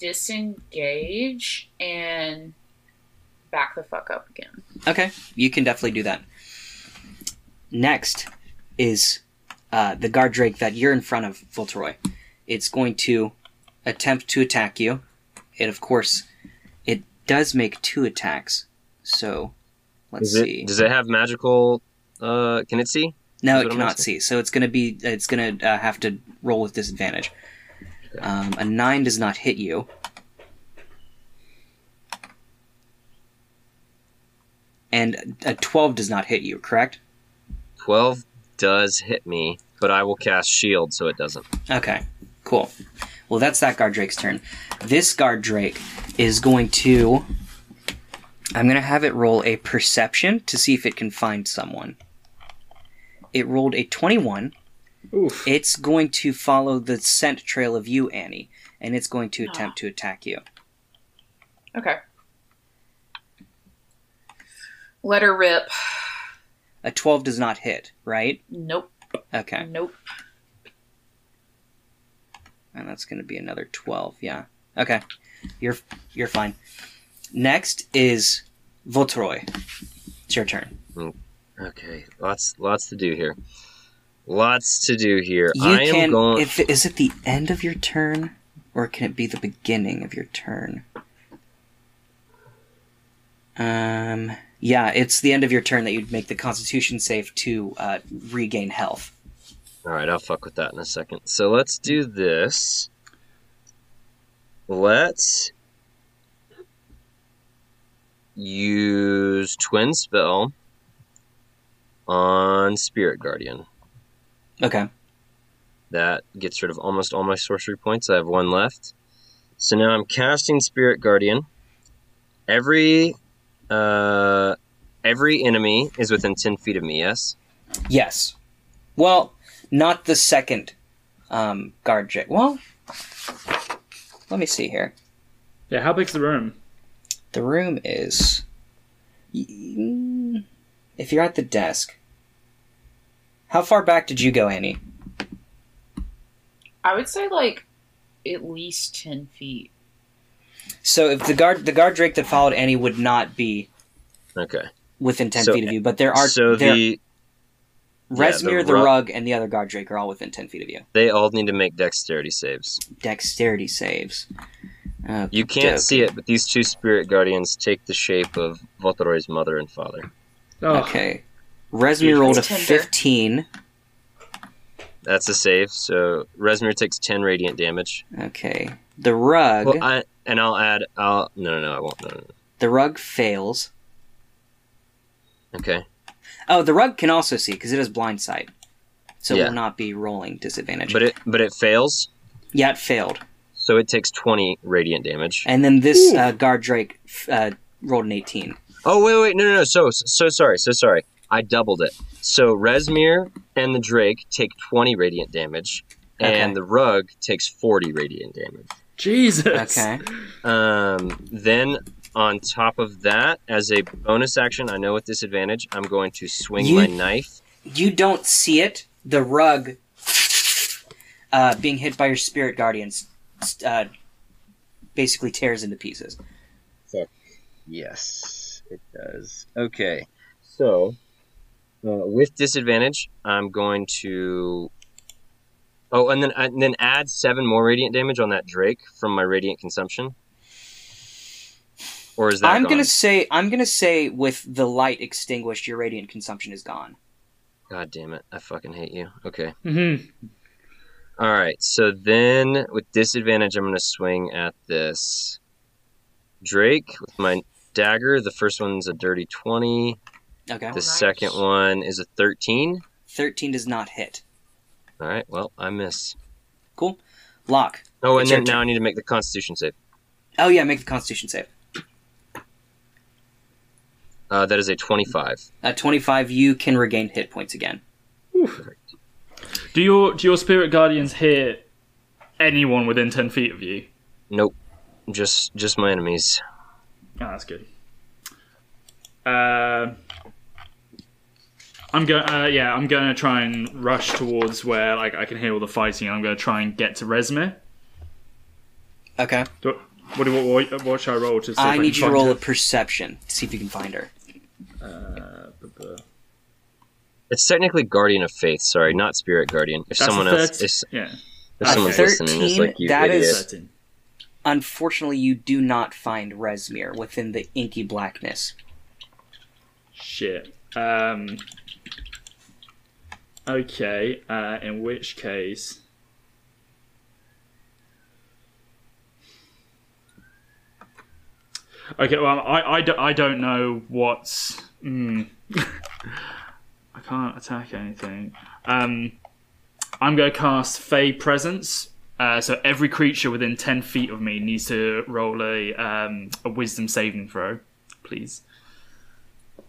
[SPEAKER 1] disengage and back the fuck up again.
[SPEAKER 5] Okay, you can definitely do that. Next is uh, the guard drake that you're in front of, Voltroy. It's going to attempt to attack you. It, of course, it does make two attacks. So, let's
[SPEAKER 4] Is it,
[SPEAKER 5] see.
[SPEAKER 4] does it have magical. Uh, can it see?
[SPEAKER 5] No,
[SPEAKER 4] is
[SPEAKER 5] it
[SPEAKER 4] it a
[SPEAKER 5] cannot
[SPEAKER 4] miss?
[SPEAKER 5] see. So it's gonna be. It's gonna uh, have to roll with disadvantage. Um, a nine does not hit you. And a twelve does not hit you, correct?
[SPEAKER 4] 12 does hit me, but I will cast shield so it doesn't.
[SPEAKER 5] Okay, cool. Well, that's that guard drake's turn. This guard drake is going to. I'm going to have it roll a perception to see if it can find someone. It rolled a 21.
[SPEAKER 3] Oof.
[SPEAKER 5] It's going to follow the scent trail of you, Annie, and it's going to attempt to attack you.
[SPEAKER 1] Okay. Let her rip.
[SPEAKER 5] A 12 does not hit, right?
[SPEAKER 1] Nope.
[SPEAKER 5] Okay.
[SPEAKER 1] Nope.
[SPEAKER 5] And that's going to be another 12. Yeah. Okay. You're you're fine. Next is Voltroy. It's your turn.
[SPEAKER 4] Okay, lots lots to do here. Lots to do here.
[SPEAKER 5] You
[SPEAKER 4] I
[SPEAKER 5] can.
[SPEAKER 4] am going.
[SPEAKER 5] If is it the end of your turn, or can it be the beginning of your turn? Um. Yeah, it's the end of your turn that you'd make the Constitution save to uh, regain health.
[SPEAKER 4] All right, I'll fuck with that in a second. So let's do this. Let's use twin spell on spirit guardian.
[SPEAKER 5] Okay.
[SPEAKER 4] That gets rid of almost all my sorcery points. I have one left. So now I'm casting Spirit Guardian. Every uh, every enemy is within ten feet of me. Yes.
[SPEAKER 5] Yes. Well, not the second um, guard jet. Well, let me see here.
[SPEAKER 3] Yeah, how big's the room?
[SPEAKER 5] The room is. If you're at the desk, how far back did you go, Annie?
[SPEAKER 1] I would say like at least ten feet.
[SPEAKER 5] So if the guard the guard drake that followed Annie would not be
[SPEAKER 4] Okay.
[SPEAKER 5] within ten
[SPEAKER 4] So-
[SPEAKER 5] feet of you, but there are
[SPEAKER 4] so
[SPEAKER 5] there,
[SPEAKER 4] the
[SPEAKER 5] Resmir,
[SPEAKER 4] yeah, the
[SPEAKER 5] the,
[SPEAKER 4] rug-
[SPEAKER 5] rug, and the other guard drake are all within ten feet of you.
[SPEAKER 4] they all need to make dexterity saves.
[SPEAKER 5] Dexterity saves. Uh,
[SPEAKER 4] You can't
[SPEAKER 5] Dope.
[SPEAKER 4] see it, but these two Spirit Guardians take the shape of Voltoroy's mother and father.
[SPEAKER 3] Oh,
[SPEAKER 5] okay. Resmir rolled a
[SPEAKER 1] Tinder.
[SPEAKER 5] fifteen.
[SPEAKER 4] That's a save. So Resmir takes ten radiant damage.
[SPEAKER 5] Okay. The rug
[SPEAKER 4] Well, I, and I'll add. I'll no no no I won't no no. no.
[SPEAKER 5] the rug fails.
[SPEAKER 4] Okay.
[SPEAKER 5] Oh, the rug can also see because it has blind sight, so
[SPEAKER 4] Yeah.
[SPEAKER 5] it will not be rolling disadvantage.
[SPEAKER 4] But it but it fails.
[SPEAKER 5] yeah, it failed.
[SPEAKER 4] So it takes 20 radiant damage.
[SPEAKER 5] And then this uh, guard drake f- uh, rolled an eighteen.
[SPEAKER 4] Oh, wait, wait, no, no, no. So, so sorry, so sorry. I doubled it. So Resmir and the Drake take 20 radiant damage,
[SPEAKER 5] Okay.
[SPEAKER 4] and the Rug takes 40 radiant damage.
[SPEAKER 3] Jesus.
[SPEAKER 5] Okay.
[SPEAKER 4] Um, then, on top of that, as a bonus action, I know with disadvantage, I'm going to swing
[SPEAKER 5] You-
[SPEAKER 4] my knife.
[SPEAKER 5] you don't see it. The rug uh, being hit by your spirit guardians uh, basically tears into pieces.
[SPEAKER 4] Yes, it does. Okay. So, uh, with disadvantage, I'm going to Oh, and then and then add seven more radiant damage on that Drake from my radiant consumption. Or is that?
[SPEAKER 5] I'm
[SPEAKER 4] gone?
[SPEAKER 5] gonna say I'm gonna say with the light extinguished, your radiant consumption is gone.
[SPEAKER 4] God damn it! I fucking hate you. Okay.
[SPEAKER 3] Mm-hmm.
[SPEAKER 4] All right. So then, with disadvantage, I'm gonna swing at this Drake with my dagger. The first one's a dirty twenty.
[SPEAKER 5] Okay.
[SPEAKER 4] The
[SPEAKER 1] nice.
[SPEAKER 4] second one is a thirteen.
[SPEAKER 5] Thirteen does not hit.
[SPEAKER 4] All right. Well, I miss.
[SPEAKER 5] Cool. Lock.
[SPEAKER 4] Oh,
[SPEAKER 5] It's
[SPEAKER 4] and then
[SPEAKER 5] your
[SPEAKER 4] now I need to make the Constitution save.
[SPEAKER 5] Oh yeah, make the Constitution save.
[SPEAKER 4] Uh, that is a twenty-five.
[SPEAKER 5] At 25, you can regain hit points again.
[SPEAKER 3] Do your do your spirit guardians hear anyone within ten feet of you?
[SPEAKER 4] Nope. Just just my enemies.
[SPEAKER 3] Ah, that's good. Uh, I'm going. Uh, yeah, I'm going to try and rush towards where like I can hear all the fighting. and I'm going to try and get to Resmir.
[SPEAKER 5] Okay.
[SPEAKER 3] Do, what do what, what, what should I roll to? See
[SPEAKER 5] Uh, I
[SPEAKER 3] if can
[SPEAKER 5] need you to
[SPEAKER 3] find
[SPEAKER 5] roll
[SPEAKER 3] her?
[SPEAKER 5] a perception to see if you can find her.
[SPEAKER 3] Uh, bu- bu-
[SPEAKER 4] It's technically Guardian of Faith. Sorry, not Spirit Guardian. If
[SPEAKER 3] That's
[SPEAKER 4] someone
[SPEAKER 3] a
[SPEAKER 4] else,
[SPEAKER 3] 13
[SPEAKER 4] if,
[SPEAKER 3] yeah,
[SPEAKER 4] if
[SPEAKER 3] Okay.
[SPEAKER 4] someone's listening, is
[SPEAKER 5] 13,
[SPEAKER 4] like you
[SPEAKER 5] that
[SPEAKER 4] idiot.
[SPEAKER 5] is-
[SPEAKER 3] thirteen.
[SPEAKER 5] Unfortunately, you do not find Resmir within the inky blackness.
[SPEAKER 3] Shit. Um. Okay. Uh, in which case. Okay. Well, I I, do, I don't know what's. Mm. I can't attack anything. Um, I'm going to cast Fey Presence. Uh, so every creature within ten feet of me needs to roll a um, a Wisdom saving throw, please. I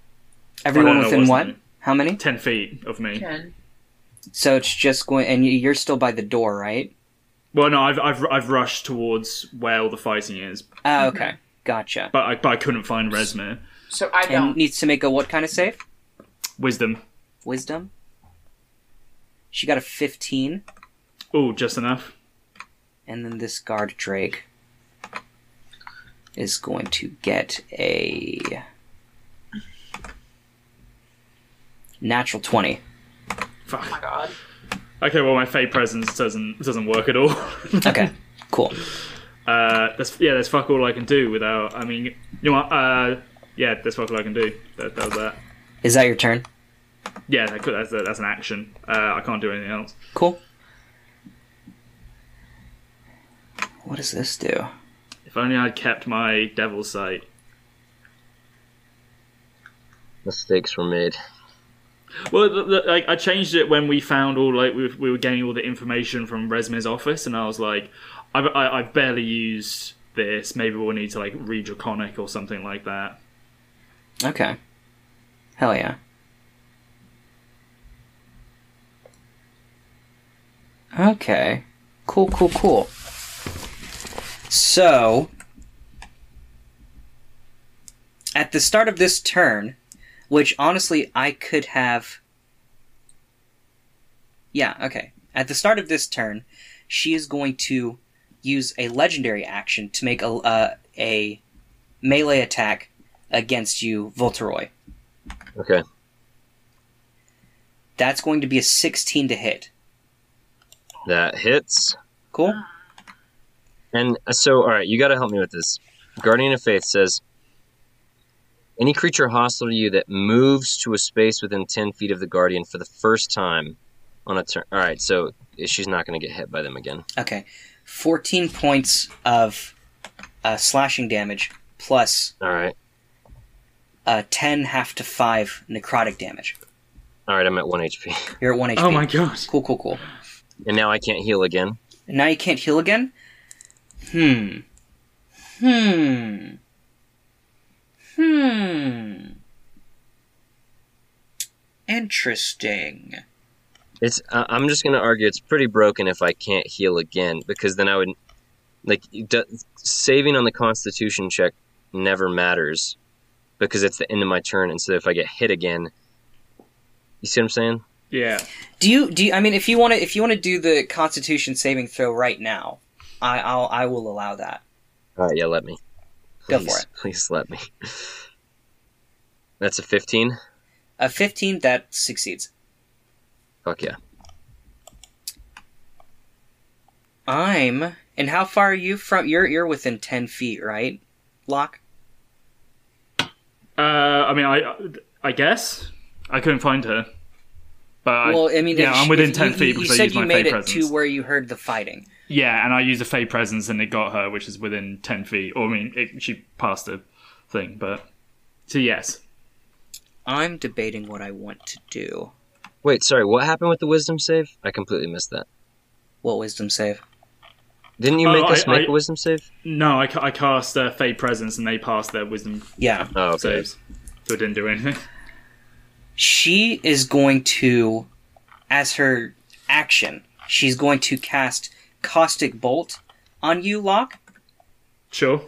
[SPEAKER 5] Everyone
[SPEAKER 3] don't know
[SPEAKER 5] within
[SPEAKER 3] what's
[SPEAKER 5] what?
[SPEAKER 3] name.
[SPEAKER 5] How many?
[SPEAKER 3] Ten feet of
[SPEAKER 5] Mm-hmm.
[SPEAKER 3] me.
[SPEAKER 1] Ten.
[SPEAKER 5] So it's just going, and you- you're still by the door, right?
[SPEAKER 3] Well, no, I've, I've I've rushed towards where all the fighting is,
[SPEAKER 5] Oh, okay. Gotcha.
[SPEAKER 3] but I, but I couldn't find Resmir.
[SPEAKER 1] So I
[SPEAKER 5] And
[SPEAKER 1] don't.
[SPEAKER 5] needs to make a what kind of save?
[SPEAKER 3] Wisdom.
[SPEAKER 5] Wisdom? She got a 15,
[SPEAKER 3] Oh, just enough.
[SPEAKER 5] and then this guard Drake is going to get a natural 20.
[SPEAKER 1] Oh my
[SPEAKER 3] Fuck.
[SPEAKER 1] god.
[SPEAKER 3] Okay, well, my fate presence doesn't doesn't work at all.
[SPEAKER 5] Okay, cool.
[SPEAKER 3] Uh, that's yeah, that's fuck all I can do without. I mean, you know, what, uh, yeah, that's fuck all I can do. That, that was that.
[SPEAKER 5] Is that your turn?
[SPEAKER 3] Yeah, that could, that's that's an action. Uh, I can't do anything else.
[SPEAKER 5] Cool. What does this do?
[SPEAKER 3] If only I'd kept my devil sight.
[SPEAKER 4] Mistakes were made.
[SPEAKER 3] Well, the, the, like I changed it when we found all like we, we were getting all the information from Resmir's office, and I was like, I, I, I barely used this. Maybe we'll need to like read Draconic or something like that.
[SPEAKER 5] Okay. Hell yeah. Okay. Cool, cool, cool. So, at the start of this turn, which honestly I could have. Yeah, okay. At the start of this turn, she is going to use a legendary action to make a, uh, a melee attack against you, Volteroy.
[SPEAKER 4] Okay.
[SPEAKER 5] That's going to be a 16 to hit.
[SPEAKER 4] That hits.
[SPEAKER 5] Cool?
[SPEAKER 3] Ah.
[SPEAKER 4] And uh, so, all right, you got to help me with this. Guardian of Faith says any creature hostile to you that moves to a space within 10 feet of the Guardian for the first time on a turn. All right, so she's not going to get hit by them again.
[SPEAKER 5] Okay. 14 points of uh, slashing damage plus
[SPEAKER 4] All right.
[SPEAKER 5] uh, 10 half to 5 necrotic damage.
[SPEAKER 4] All right, I'm at 1 HP.
[SPEAKER 5] You're at 1 HP.
[SPEAKER 3] Oh my god!
[SPEAKER 5] Cool, cool, cool.
[SPEAKER 4] And now I can't heal again.
[SPEAKER 5] And now you can't heal again? Hmm. Hmm. Hmm. Interesting.
[SPEAKER 4] It's. I I'm just gonna argue it's pretty broken if I can't heal again because then I would, like, it do, saving on the Constitution check never matters because it's the end of my turn, and so if I get hit again, you see what I'm saying?
[SPEAKER 3] Yeah,
[SPEAKER 5] Do you do you, I mean if you want to if you want to do the Constitution saving throw right now, I I'll, I will allow that.
[SPEAKER 4] All right, yeah, let me.
[SPEAKER 5] Go
[SPEAKER 4] Please,
[SPEAKER 5] for it.
[SPEAKER 4] Please let me. That's a 15.
[SPEAKER 5] A fifteen that succeeds.
[SPEAKER 4] Fuck yeah.
[SPEAKER 5] I'm. And how far are you from? You're you're within ten feet, right? Locke.
[SPEAKER 3] Uh, I mean, I I guess I couldn't find her, but
[SPEAKER 5] well, I mean,
[SPEAKER 3] yeah,
[SPEAKER 5] if-
[SPEAKER 3] I'm within
[SPEAKER 5] if
[SPEAKER 3] ten
[SPEAKER 5] you,
[SPEAKER 3] feet
[SPEAKER 5] you-
[SPEAKER 3] because
[SPEAKER 5] you
[SPEAKER 3] I
[SPEAKER 5] said
[SPEAKER 3] used
[SPEAKER 5] you
[SPEAKER 3] my
[SPEAKER 5] made
[SPEAKER 3] fey
[SPEAKER 5] it
[SPEAKER 3] presence.
[SPEAKER 5] to where you heard the fighting.
[SPEAKER 3] Yeah, and I used a fey presence, and it got her, which is within ten feet. Or I mean, it, she passed the thing, but so yes,
[SPEAKER 5] I'm debating what I want to do.
[SPEAKER 4] Wait, sorry, what happened with the wisdom save? I completely missed that.
[SPEAKER 5] What wisdom save?
[SPEAKER 4] Didn't you
[SPEAKER 3] Oh,
[SPEAKER 4] make us
[SPEAKER 3] I-
[SPEAKER 4] make
[SPEAKER 3] I-
[SPEAKER 4] a wisdom save?
[SPEAKER 3] no, I, ca- I cast uh, fey presence, and they passed their wisdom
[SPEAKER 5] Yeah.
[SPEAKER 4] Oh, okay.
[SPEAKER 3] saves, so it didn't do anything.
[SPEAKER 5] she is going to, as her action, she's going to cast Caustic Bolt on you, Locke.
[SPEAKER 3] Sure.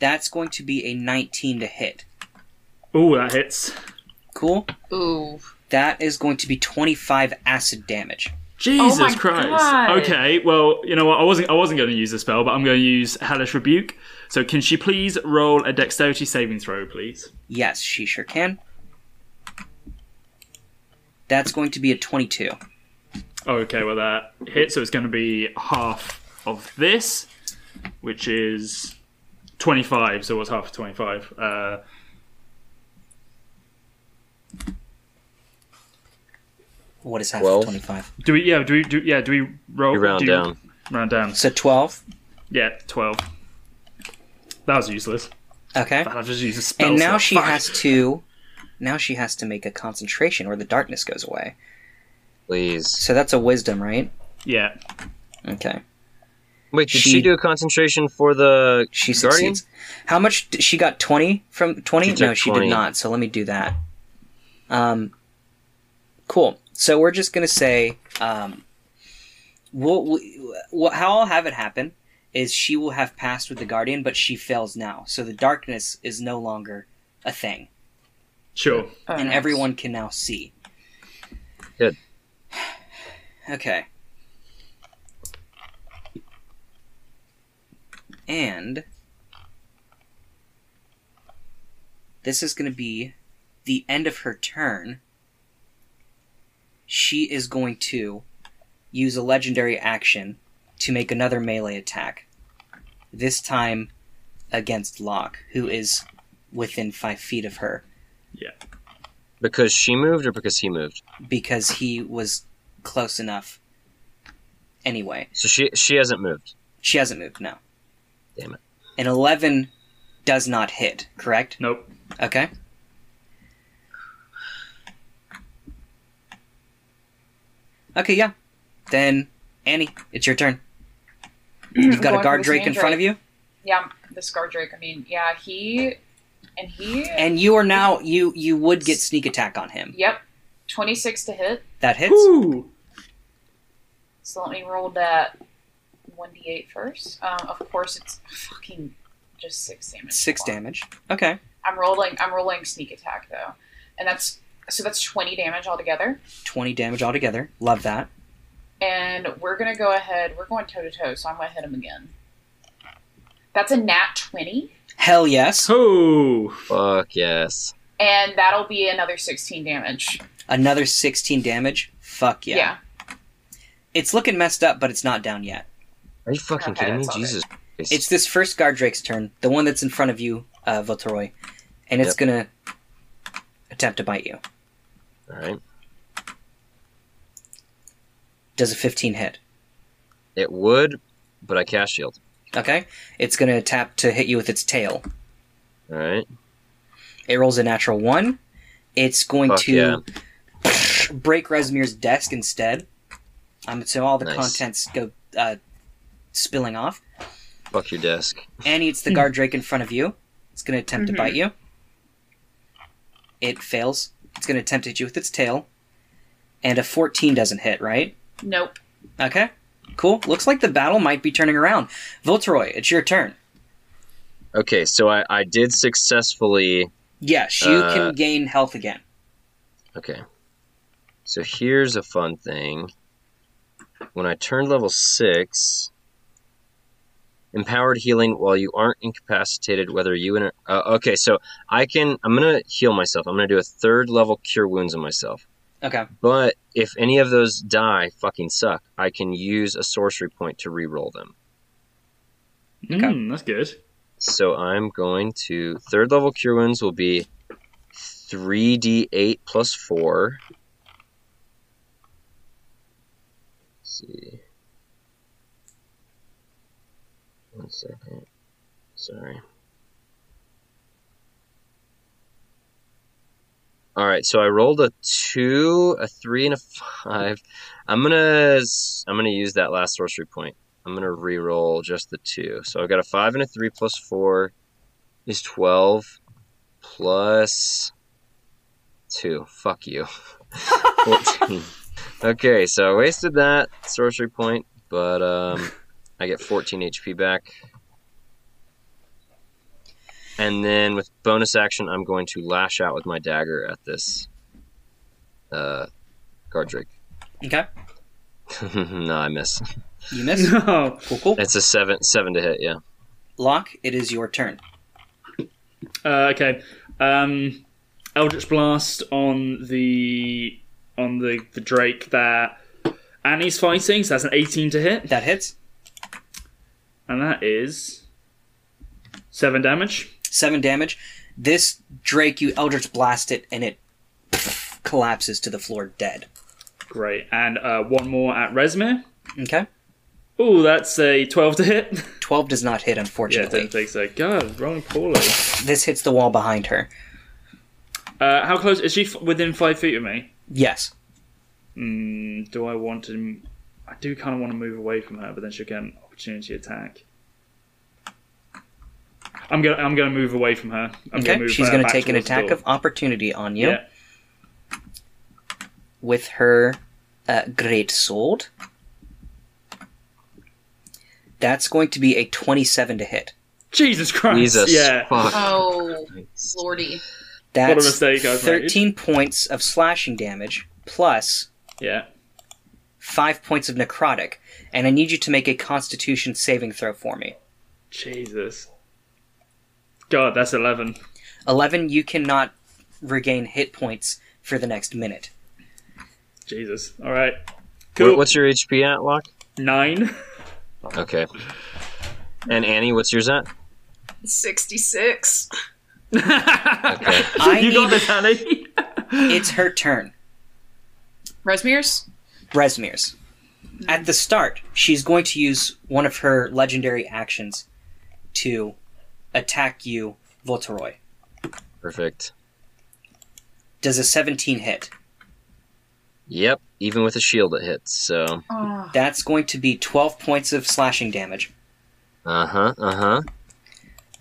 [SPEAKER 5] That's going to be a 19 to hit.
[SPEAKER 3] Ooh, that hits.
[SPEAKER 5] Cool?
[SPEAKER 1] Ooh.
[SPEAKER 5] That is going to be 25 acid damage.
[SPEAKER 3] Jesus
[SPEAKER 5] Oh
[SPEAKER 1] my
[SPEAKER 3] Christ.
[SPEAKER 1] God.
[SPEAKER 3] Okay, well, you know what? I wasn't I wasn't going to use the spell, but I'm going to use Hellish Rebuke. So can she please roll a dexterity saving throw, please?
[SPEAKER 5] Yes, she sure can. That's going to be a 22.
[SPEAKER 3] Okay, well that hit, so it's going to be half of this, which is 25. So what's half of 25? Uh
[SPEAKER 5] What is half
[SPEAKER 4] Twelve.
[SPEAKER 5] of 25?
[SPEAKER 3] do we yeah, do we do yeah, do we roll
[SPEAKER 4] You round
[SPEAKER 3] do,
[SPEAKER 4] down.
[SPEAKER 3] Round down.
[SPEAKER 5] So 12.
[SPEAKER 3] Yeah, 12. That was useless.
[SPEAKER 5] Okay.
[SPEAKER 3] I'll just use a spell.
[SPEAKER 5] And now
[SPEAKER 3] slot.
[SPEAKER 5] she
[SPEAKER 3] Fuck.
[SPEAKER 5] has to. Now she has to make a concentration or the darkness goes away.
[SPEAKER 4] Please.
[SPEAKER 5] So that's a wisdom, right?
[SPEAKER 3] Yeah.
[SPEAKER 5] Okay.
[SPEAKER 4] Wait, did she,
[SPEAKER 5] She-
[SPEAKER 4] do a concentration for the
[SPEAKER 5] She
[SPEAKER 4] Guardian?
[SPEAKER 5] succeeds. How much? d- She got twenty from twenty.
[SPEAKER 4] She took
[SPEAKER 5] No, she
[SPEAKER 4] 20.
[SPEAKER 5] did not. So let me do that. Um, cool. So we're just gonna say, um, we'll, we, will how I'll have it happen is she will have passed with the guardian, but she fails now. So the darkness is no longer a thing,
[SPEAKER 3] Sure.
[SPEAKER 1] Oh,
[SPEAKER 5] and
[SPEAKER 1] nice.
[SPEAKER 5] everyone can now see.
[SPEAKER 4] Good.
[SPEAKER 5] Okay. And this is going to be the end of her turn. She is going to use a legendary action to make another melee attack. This time against Locke, who is within five feet of her,
[SPEAKER 4] Because she moved or because he moved?
[SPEAKER 5] because he was close enough. Anyway,
[SPEAKER 4] So she she hasn't moved.
[SPEAKER 5] She hasn't moved, no.
[SPEAKER 4] Damn it.
[SPEAKER 5] An 11 does not hit, correct?
[SPEAKER 3] Nope.
[SPEAKER 5] Okay. Okay, yeah. Then, Annie, it's your turn. You've got
[SPEAKER 1] Going
[SPEAKER 5] a
[SPEAKER 1] for
[SPEAKER 5] guard
[SPEAKER 1] this
[SPEAKER 5] drake in
[SPEAKER 1] main
[SPEAKER 5] front of you,
[SPEAKER 1] Yeah, the Scar Drake. I mean, yeah, he and he.
[SPEAKER 5] and you are now you you would get sneak attack on him.
[SPEAKER 1] yep, twenty six to hit.
[SPEAKER 5] That hits.
[SPEAKER 3] Ooh.
[SPEAKER 1] So let me roll that 1d8 first. Um, of course, it's fucking just six damage.
[SPEAKER 5] Six
[SPEAKER 1] Hold on.
[SPEAKER 5] damage. Okay,
[SPEAKER 1] I'm rolling. I'm rolling sneak attack though, and that's so that's 20 damage altogether.
[SPEAKER 5] twenty damage altogether. Love that.
[SPEAKER 1] And we're gonna go ahead. We're going toe to toe, so I'm gonna hit him again. That's a nat 20,
[SPEAKER 5] Hell yes.
[SPEAKER 3] Oh.
[SPEAKER 4] Fuck yes.
[SPEAKER 1] and that'll be another 16 damage.
[SPEAKER 5] Another sixteen damage. Fuck yeah. It's looking messed up, but it's not down yet.
[SPEAKER 4] Are you fucking
[SPEAKER 1] Okay,
[SPEAKER 4] kidding me?
[SPEAKER 1] that's all
[SPEAKER 4] Jesus Christ.
[SPEAKER 5] It's this first guard Drake's turn, the one that's in front of you, uh, Voteroy, and it's
[SPEAKER 4] Yep.
[SPEAKER 5] gonna attempt to bite you.
[SPEAKER 4] Alright.
[SPEAKER 5] Does a 15 hit?
[SPEAKER 4] It would, but I cast shield.
[SPEAKER 5] Okay, it's gonna attempt to hit you with its tail.
[SPEAKER 4] Alright.
[SPEAKER 5] It rolls a natural one. It's going
[SPEAKER 4] Fuck
[SPEAKER 5] to
[SPEAKER 4] yeah.
[SPEAKER 5] break Resimir's desk instead. Um, so all the
[SPEAKER 4] Nice.
[SPEAKER 5] contents go uh, spilling off.
[SPEAKER 4] Fuck your desk.
[SPEAKER 5] And it's the guard Drake in front of you. It's gonna attempt
[SPEAKER 1] Mhm.
[SPEAKER 5] to bite you. It fails. It's gonna attempt to hit you with its tail, and a 14 doesn't hit, right?
[SPEAKER 1] Nope.
[SPEAKER 5] Okay. Cool. Looks like the battle might be turning around. Voltroy, it's your turn.
[SPEAKER 4] Okay, so I, I did successfully
[SPEAKER 5] Yes, you
[SPEAKER 4] Uh,
[SPEAKER 5] can gain health again.
[SPEAKER 4] Okay. So here's a fun thing. When I turned level 6, empowered healing while you aren't incapacitated, whether you and. Uh, okay, so I can. I'm going to heal myself. I'm going to do a third level cure wounds on myself.
[SPEAKER 5] Okay.
[SPEAKER 4] But if any of those die fucking suck, I can use a sorcery point to reroll them.
[SPEAKER 3] Mm, that's good.
[SPEAKER 4] So I'm going to third level cure wounds will be 3d8 plus 4. Let's see. One second. Sorry. All right, so I rolled a 2, a 3 and a 5. I'm going to I'm going to use that last sorcery point. I'm going to re-roll just the 2. So I've got a 5 and a 3 plus 4 is 12 plus 2. Fuck you. 14. Okay, so I wasted that sorcery point, but um, I get 14 HP back. And then with bonus action, I'm going to lash out with my dagger at this uh, Gardrig.
[SPEAKER 5] Okay.
[SPEAKER 4] no, I miss.
[SPEAKER 5] You miss.
[SPEAKER 3] No.
[SPEAKER 5] cool, cool.
[SPEAKER 4] It's a seven, seven to hit. Yeah.
[SPEAKER 5] Locke, it is your turn.
[SPEAKER 3] Uh, okay. Um, Eldritch Blast on the on the the Drake that Annie's fighting. So that's an eighteen to hit,
[SPEAKER 5] That hits.
[SPEAKER 3] and that is seven damage.
[SPEAKER 5] Seven damage. This Drake, you Eldritch blast it, and it pff, collapses to the floor dead.
[SPEAKER 3] Great. And uh, one more at Resmir.
[SPEAKER 5] Okay.
[SPEAKER 3] Ooh, that's a twelve to hit.
[SPEAKER 5] 12 does not hit,
[SPEAKER 3] yeah,
[SPEAKER 5] unfortunately.
[SPEAKER 3] don't think so. God, rolling poorly.
[SPEAKER 5] this hits the wall behind her.
[SPEAKER 3] Uh, how close is she? F- within five feet of me.
[SPEAKER 5] Yes.
[SPEAKER 3] Mm, do I want to? m- I do kind of want to move away from her, but then she'll get an opportunity attack. I'm gonna I'm gonna move away from her. I'm
[SPEAKER 5] Okay.
[SPEAKER 3] Gonna move
[SPEAKER 5] She's
[SPEAKER 3] uh,
[SPEAKER 5] going to
[SPEAKER 3] back
[SPEAKER 5] take an
[SPEAKER 3] towards the
[SPEAKER 5] attack
[SPEAKER 3] door.
[SPEAKER 5] of opportunity on you
[SPEAKER 3] Yeah.
[SPEAKER 5] with her uh, great sword. That's going to be a 27 to hit.
[SPEAKER 3] Jesus Christ.
[SPEAKER 4] Jesus.
[SPEAKER 3] Yeah.
[SPEAKER 4] Fuck.
[SPEAKER 1] Oh, lordy.
[SPEAKER 5] That's
[SPEAKER 3] What a mistake I've made.
[SPEAKER 5] 13 points of slashing damage plus
[SPEAKER 3] Yeah.
[SPEAKER 5] 5 points of necrotic, and I need you to make a constitution saving throw for me.
[SPEAKER 3] Jesus. God, that's eleven.
[SPEAKER 5] 11, you cannot regain hit points for the next minute.
[SPEAKER 3] Jesus. All right.
[SPEAKER 4] What-
[SPEAKER 3] Cool.
[SPEAKER 4] what's your HP at, Locke?
[SPEAKER 3] nine?
[SPEAKER 4] Okay. And Annie, what's yours at?
[SPEAKER 1] 66.
[SPEAKER 4] Okay.
[SPEAKER 5] I
[SPEAKER 3] you got
[SPEAKER 5] need-
[SPEAKER 3] this, Annie.
[SPEAKER 5] It's her turn.
[SPEAKER 1] Resmir's?
[SPEAKER 5] Resmir's. At the start, she's going to use one of her legendary actions to attack you, Voltoroy.
[SPEAKER 4] Perfect.
[SPEAKER 5] Does a 17 hit?
[SPEAKER 4] Yep. Even with a shield, it hits. So.
[SPEAKER 1] Oh,
[SPEAKER 5] That's going to be 12 points of slashing damage.
[SPEAKER 4] Uh huh. Uh huh.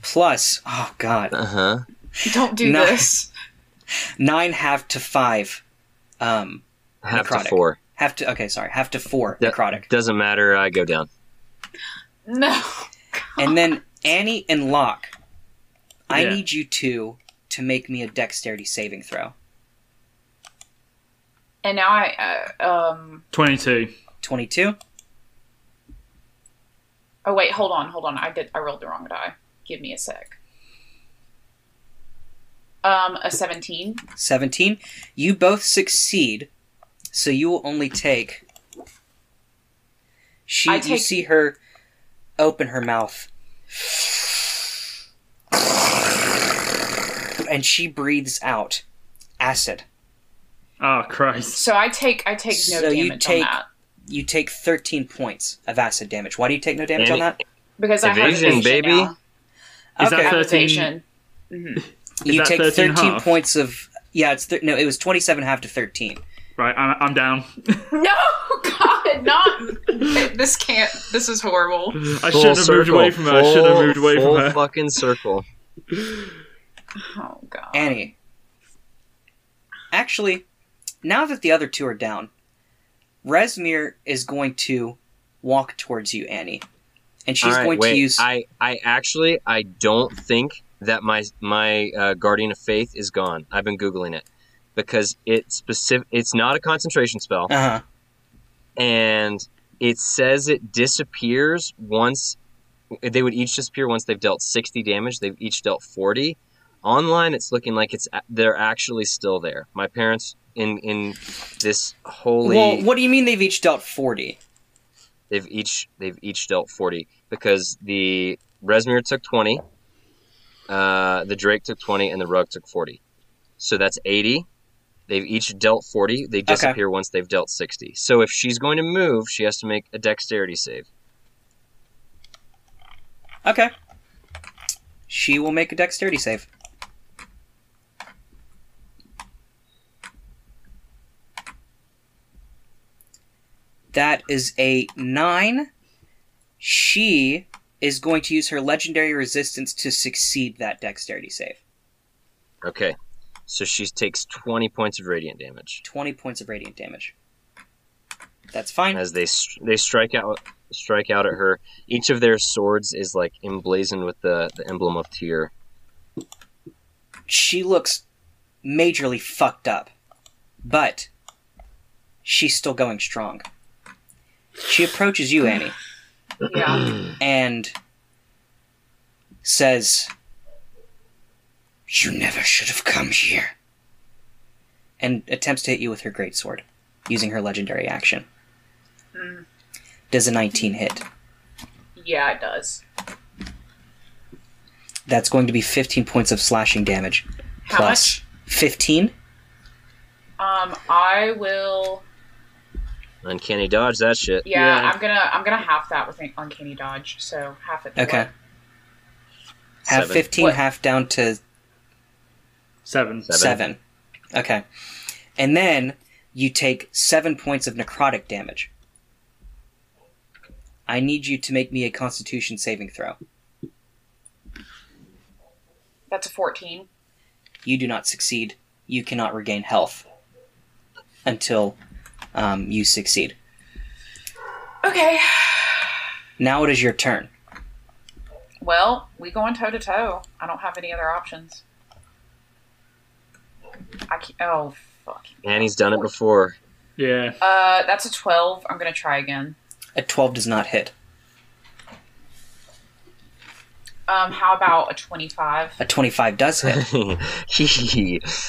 [SPEAKER 5] Plus, oh god,
[SPEAKER 4] Uh huh.
[SPEAKER 1] don't do
[SPEAKER 5] No.
[SPEAKER 1] this.
[SPEAKER 5] nine half to five um
[SPEAKER 4] Half
[SPEAKER 5] Necrotic.
[SPEAKER 4] to four.
[SPEAKER 5] half to okay sorry half to four
[SPEAKER 4] Yeah.
[SPEAKER 5] necrotic
[SPEAKER 4] Doesn't matter. I go down.
[SPEAKER 1] No.
[SPEAKER 5] and then annie and locke i
[SPEAKER 3] Yeah.
[SPEAKER 5] need you two to make me a dexterity saving throw
[SPEAKER 1] And now I, uh, um,
[SPEAKER 3] Twenty-two.
[SPEAKER 5] 22
[SPEAKER 1] oh wait, hold on, hold on. I did, I rolled the wrong die. Give me a sec. Um, a 17.
[SPEAKER 5] 17 you both succeed so you will only take she
[SPEAKER 1] I
[SPEAKER 5] you
[SPEAKER 1] take-
[SPEAKER 5] see her open her mouth and she breathes out acid
[SPEAKER 3] Oh Christ.
[SPEAKER 1] So I take, I take no
[SPEAKER 5] So you
[SPEAKER 1] damage
[SPEAKER 5] take-
[SPEAKER 1] on that.
[SPEAKER 5] you take 13 points of acid damage. Why do you take no damage on
[SPEAKER 4] Annie-
[SPEAKER 5] that?
[SPEAKER 1] Because I have
[SPEAKER 4] Evasion,
[SPEAKER 1] evasion
[SPEAKER 4] baby.
[SPEAKER 1] now.
[SPEAKER 3] Is that
[SPEAKER 1] I
[SPEAKER 5] Okay.
[SPEAKER 1] have
[SPEAKER 3] 13?
[SPEAKER 1] evasion.
[SPEAKER 5] You
[SPEAKER 3] that
[SPEAKER 5] take
[SPEAKER 3] 13
[SPEAKER 5] 13
[SPEAKER 3] half?
[SPEAKER 5] points of yeah, it's th- no, it was 27 half to 13.
[SPEAKER 3] Right, I'm, I'm down.
[SPEAKER 1] No, God, not this. Can't. This is horrible.
[SPEAKER 3] I shouldn't have moved away from her. I should have
[SPEAKER 4] Full-
[SPEAKER 3] moved away from
[SPEAKER 4] full
[SPEAKER 3] her.
[SPEAKER 4] fucking circle.
[SPEAKER 1] Oh God.
[SPEAKER 5] Annie. Actually, now that the other two are down, Resmir is going to walk towards you, Annie. And she's
[SPEAKER 4] All right,
[SPEAKER 5] going
[SPEAKER 4] wait.
[SPEAKER 5] to use
[SPEAKER 4] I, I actually, I don't think that my my uh, guardian of faith is gone. I've been googling it because it's specific. It's not a concentration spell,
[SPEAKER 5] uh-huh.
[SPEAKER 4] and it says it disappears once they would each disappear once they've dealt sixty damage. They've each dealt forty. Online, it's looking like it's a- they're actually still there. My parents in in this holy.
[SPEAKER 5] Well, what do you mean they've each dealt 40?
[SPEAKER 4] They've each they've each dealt forty because the Resmir took twenty, uh, the Drake took twenty, and the Rug took forty. So that's eighty. They've each dealt forty. They disappear once they've dealt sixty. So if she's going to move, she has to make a dexterity save.
[SPEAKER 5] Okay. She will make a dexterity save. That is a 9. She is going to use her legendary resistance to succeed that dexterity save.
[SPEAKER 4] Okay, so she takes twenty points of radiant damage
[SPEAKER 5] 20 points of radiant damage. That's fine.
[SPEAKER 4] as they str- they strike out strike out at her. Each of their swords is like emblazoned with the the emblem of tear.
[SPEAKER 5] She looks majorly fucked up, but she's still going strong. She approaches you, Annie.
[SPEAKER 1] Yeah.
[SPEAKER 5] and says, You never should have come here. And attempts to hit you with her greatsword, using her legendary action.
[SPEAKER 1] Mm.
[SPEAKER 5] Does a 19 hit.
[SPEAKER 1] Yeah, it does.
[SPEAKER 5] That's going to be 15 points of slashing damage.
[SPEAKER 1] How
[SPEAKER 5] plus 15?
[SPEAKER 1] Um, I will.
[SPEAKER 4] Uncanny dodge that shit.
[SPEAKER 1] Yeah,
[SPEAKER 3] Yeah.
[SPEAKER 1] I'm gonna I'm gonna half that with an uncanny dodge. So half it. to
[SPEAKER 5] Okay.
[SPEAKER 1] what?
[SPEAKER 5] Half
[SPEAKER 4] Seven.
[SPEAKER 5] 15,
[SPEAKER 1] What?
[SPEAKER 5] half down to
[SPEAKER 3] Seven.
[SPEAKER 4] Seven.
[SPEAKER 5] seven. Okay. And then you take seven points of necrotic damage. I need you to make me a constitution saving throw.
[SPEAKER 1] That's a 14.
[SPEAKER 5] You do not succeed. You cannot regain health until um, you succeed.
[SPEAKER 1] Okay.
[SPEAKER 5] Now it is your turn.
[SPEAKER 1] Well, we going toe to toe. I don't have any other options. I can't, oh fuck.
[SPEAKER 4] Annie's done it before.
[SPEAKER 3] Yeah.
[SPEAKER 1] Uh, that's a 12. I'm gonna try again.
[SPEAKER 5] A 12 does not hit.
[SPEAKER 1] Um, how about a 25?
[SPEAKER 5] A 25 does hit.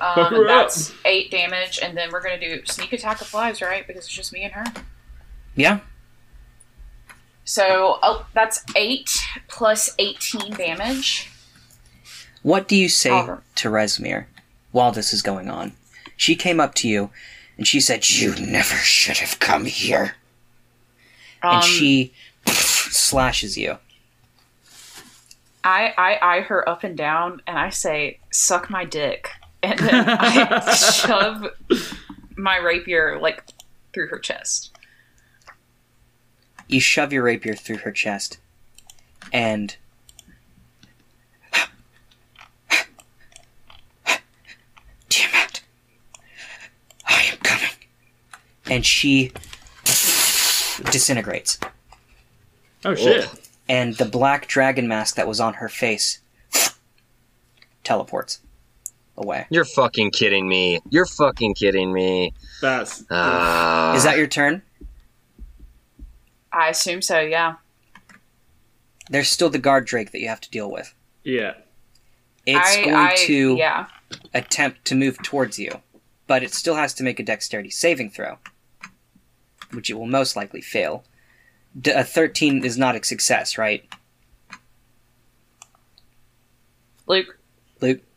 [SPEAKER 1] Um,
[SPEAKER 3] Fuck her
[SPEAKER 1] and
[SPEAKER 3] up.
[SPEAKER 1] Um, that's eight damage, and then we're gonna do sneak attack of flies, right? Because it's just me and her.
[SPEAKER 5] yeah?
[SPEAKER 1] So oh, that's eight plus 18 damage.
[SPEAKER 5] What do you say
[SPEAKER 1] Oliver.
[SPEAKER 5] to Resmir while this is going on? She came up to you and she said, You never should have come here.
[SPEAKER 1] Um,
[SPEAKER 5] and she slashes you.
[SPEAKER 1] I, I eye her up and down, and I say, "Suck my dick," and then I shove my rapier like through her chest.
[SPEAKER 5] You shove your rapier through her chest, and Tiamat, I am coming. And she disintegrates,
[SPEAKER 3] Oh shit.
[SPEAKER 5] and the black dragon mask that was on her face teleports away.
[SPEAKER 4] You're fucking kidding me. You're fucking kidding me.
[SPEAKER 3] That's.
[SPEAKER 4] Ah.
[SPEAKER 5] Is that your turn?
[SPEAKER 1] I assume so. Yeah.
[SPEAKER 5] There's still the guard drake that you have to deal with.
[SPEAKER 3] yeah.
[SPEAKER 5] It's
[SPEAKER 1] I,
[SPEAKER 5] going
[SPEAKER 1] I,
[SPEAKER 5] to
[SPEAKER 1] Yeah.
[SPEAKER 5] attempt to move towards you, but it still has to make a dexterity saving throw, which it will most likely fail. D- a 13 is not a success, right?
[SPEAKER 1] Luke.
[SPEAKER 5] Luke?
[SPEAKER 4] Oh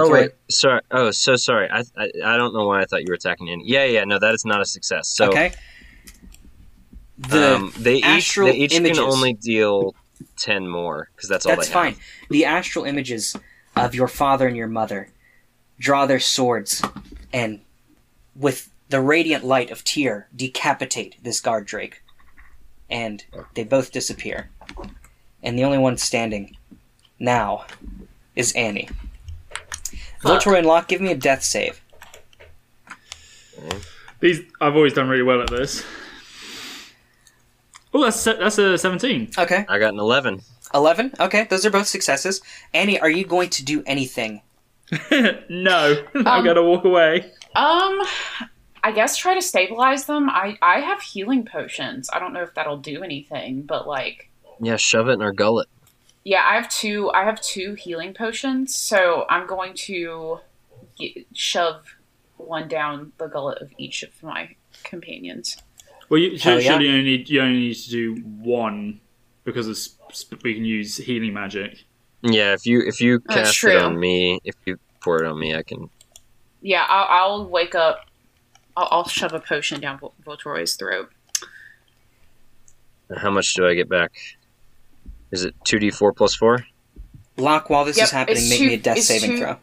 [SPEAKER 5] That's
[SPEAKER 4] wait,
[SPEAKER 5] right.
[SPEAKER 4] sorry. Oh, so sorry. I, I I don't know why I thought you were attacking Annie. Yeah, yeah. No, that is not a success. So
[SPEAKER 5] okay. The
[SPEAKER 4] um, they each
[SPEAKER 5] astral
[SPEAKER 4] they each
[SPEAKER 5] images.
[SPEAKER 4] can only deal ten more because that's all
[SPEAKER 5] That's
[SPEAKER 4] they
[SPEAKER 5] fine.
[SPEAKER 4] have.
[SPEAKER 5] The astral images of your father and your mother draw their swords and, with the radiant light of Tyr, decapitate this guard drake. And they both disappear. And the only one standing now is Annie.
[SPEAKER 1] Fuck.
[SPEAKER 5] Voltor and Locke, give me a death save.
[SPEAKER 3] These I've always done really well at this. Oh, that's se- that's a seventeen.
[SPEAKER 5] Okay.
[SPEAKER 4] I got an eleven.
[SPEAKER 5] 11? Okay, those are both successes. Annie, are you going to do anything?
[SPEAKER 3] no, I'm
[SPEAKER 1] Um,
[SPEAKER 3] gonna walk away.
[SPEAKER 1] Um, I guess try to stabilize them. I I have healing potions. I don't know if that'll do anything, but like,
[SPEAKER 4] Yeah, shove it in her gullet.
[SPEAKER 1] yeah, I have two. I have two healing potions, so I'm going to y- shove one down the gullet of each of my companions.
[SPEAKER 3] Well, you,
[SPEAKER 2] Hell
[SPEAKER 3] surely
[SPEAKER 2] yeah.
[SPEAKER 3] you, only need, you only need to do one because of sp- sp- we can use healing magic.
[SPEAKER 4] Yeah, if you if you
[SPEAKER 1] That's
[SPEAKER 4] cast
[SPEAKER 1] true.
[SPEAKER 4] it on me, if you pour it on me, I can.
[SPEAKER 1] Yeah, I'll, I'll wake up. I'll, I'll shove a potion down Vol- Voltoroy's throat.
[SPEAKER 4] How much do I get back? Is it two d four plus four?
[SPEAKER 2] Block while this
[SPEAKER 1] Yep,
[SPEAKER 2] is happening.
[SPEAKER 1] it's
[SPEAKER 2] Make
[SPEAKER 1] two-
[SPEAKER 2] me a death
[SPEAKER 1] it's
[SPEAKER 2] saving
[SPEAKER 1] two-
[SPEAKER 2] throw.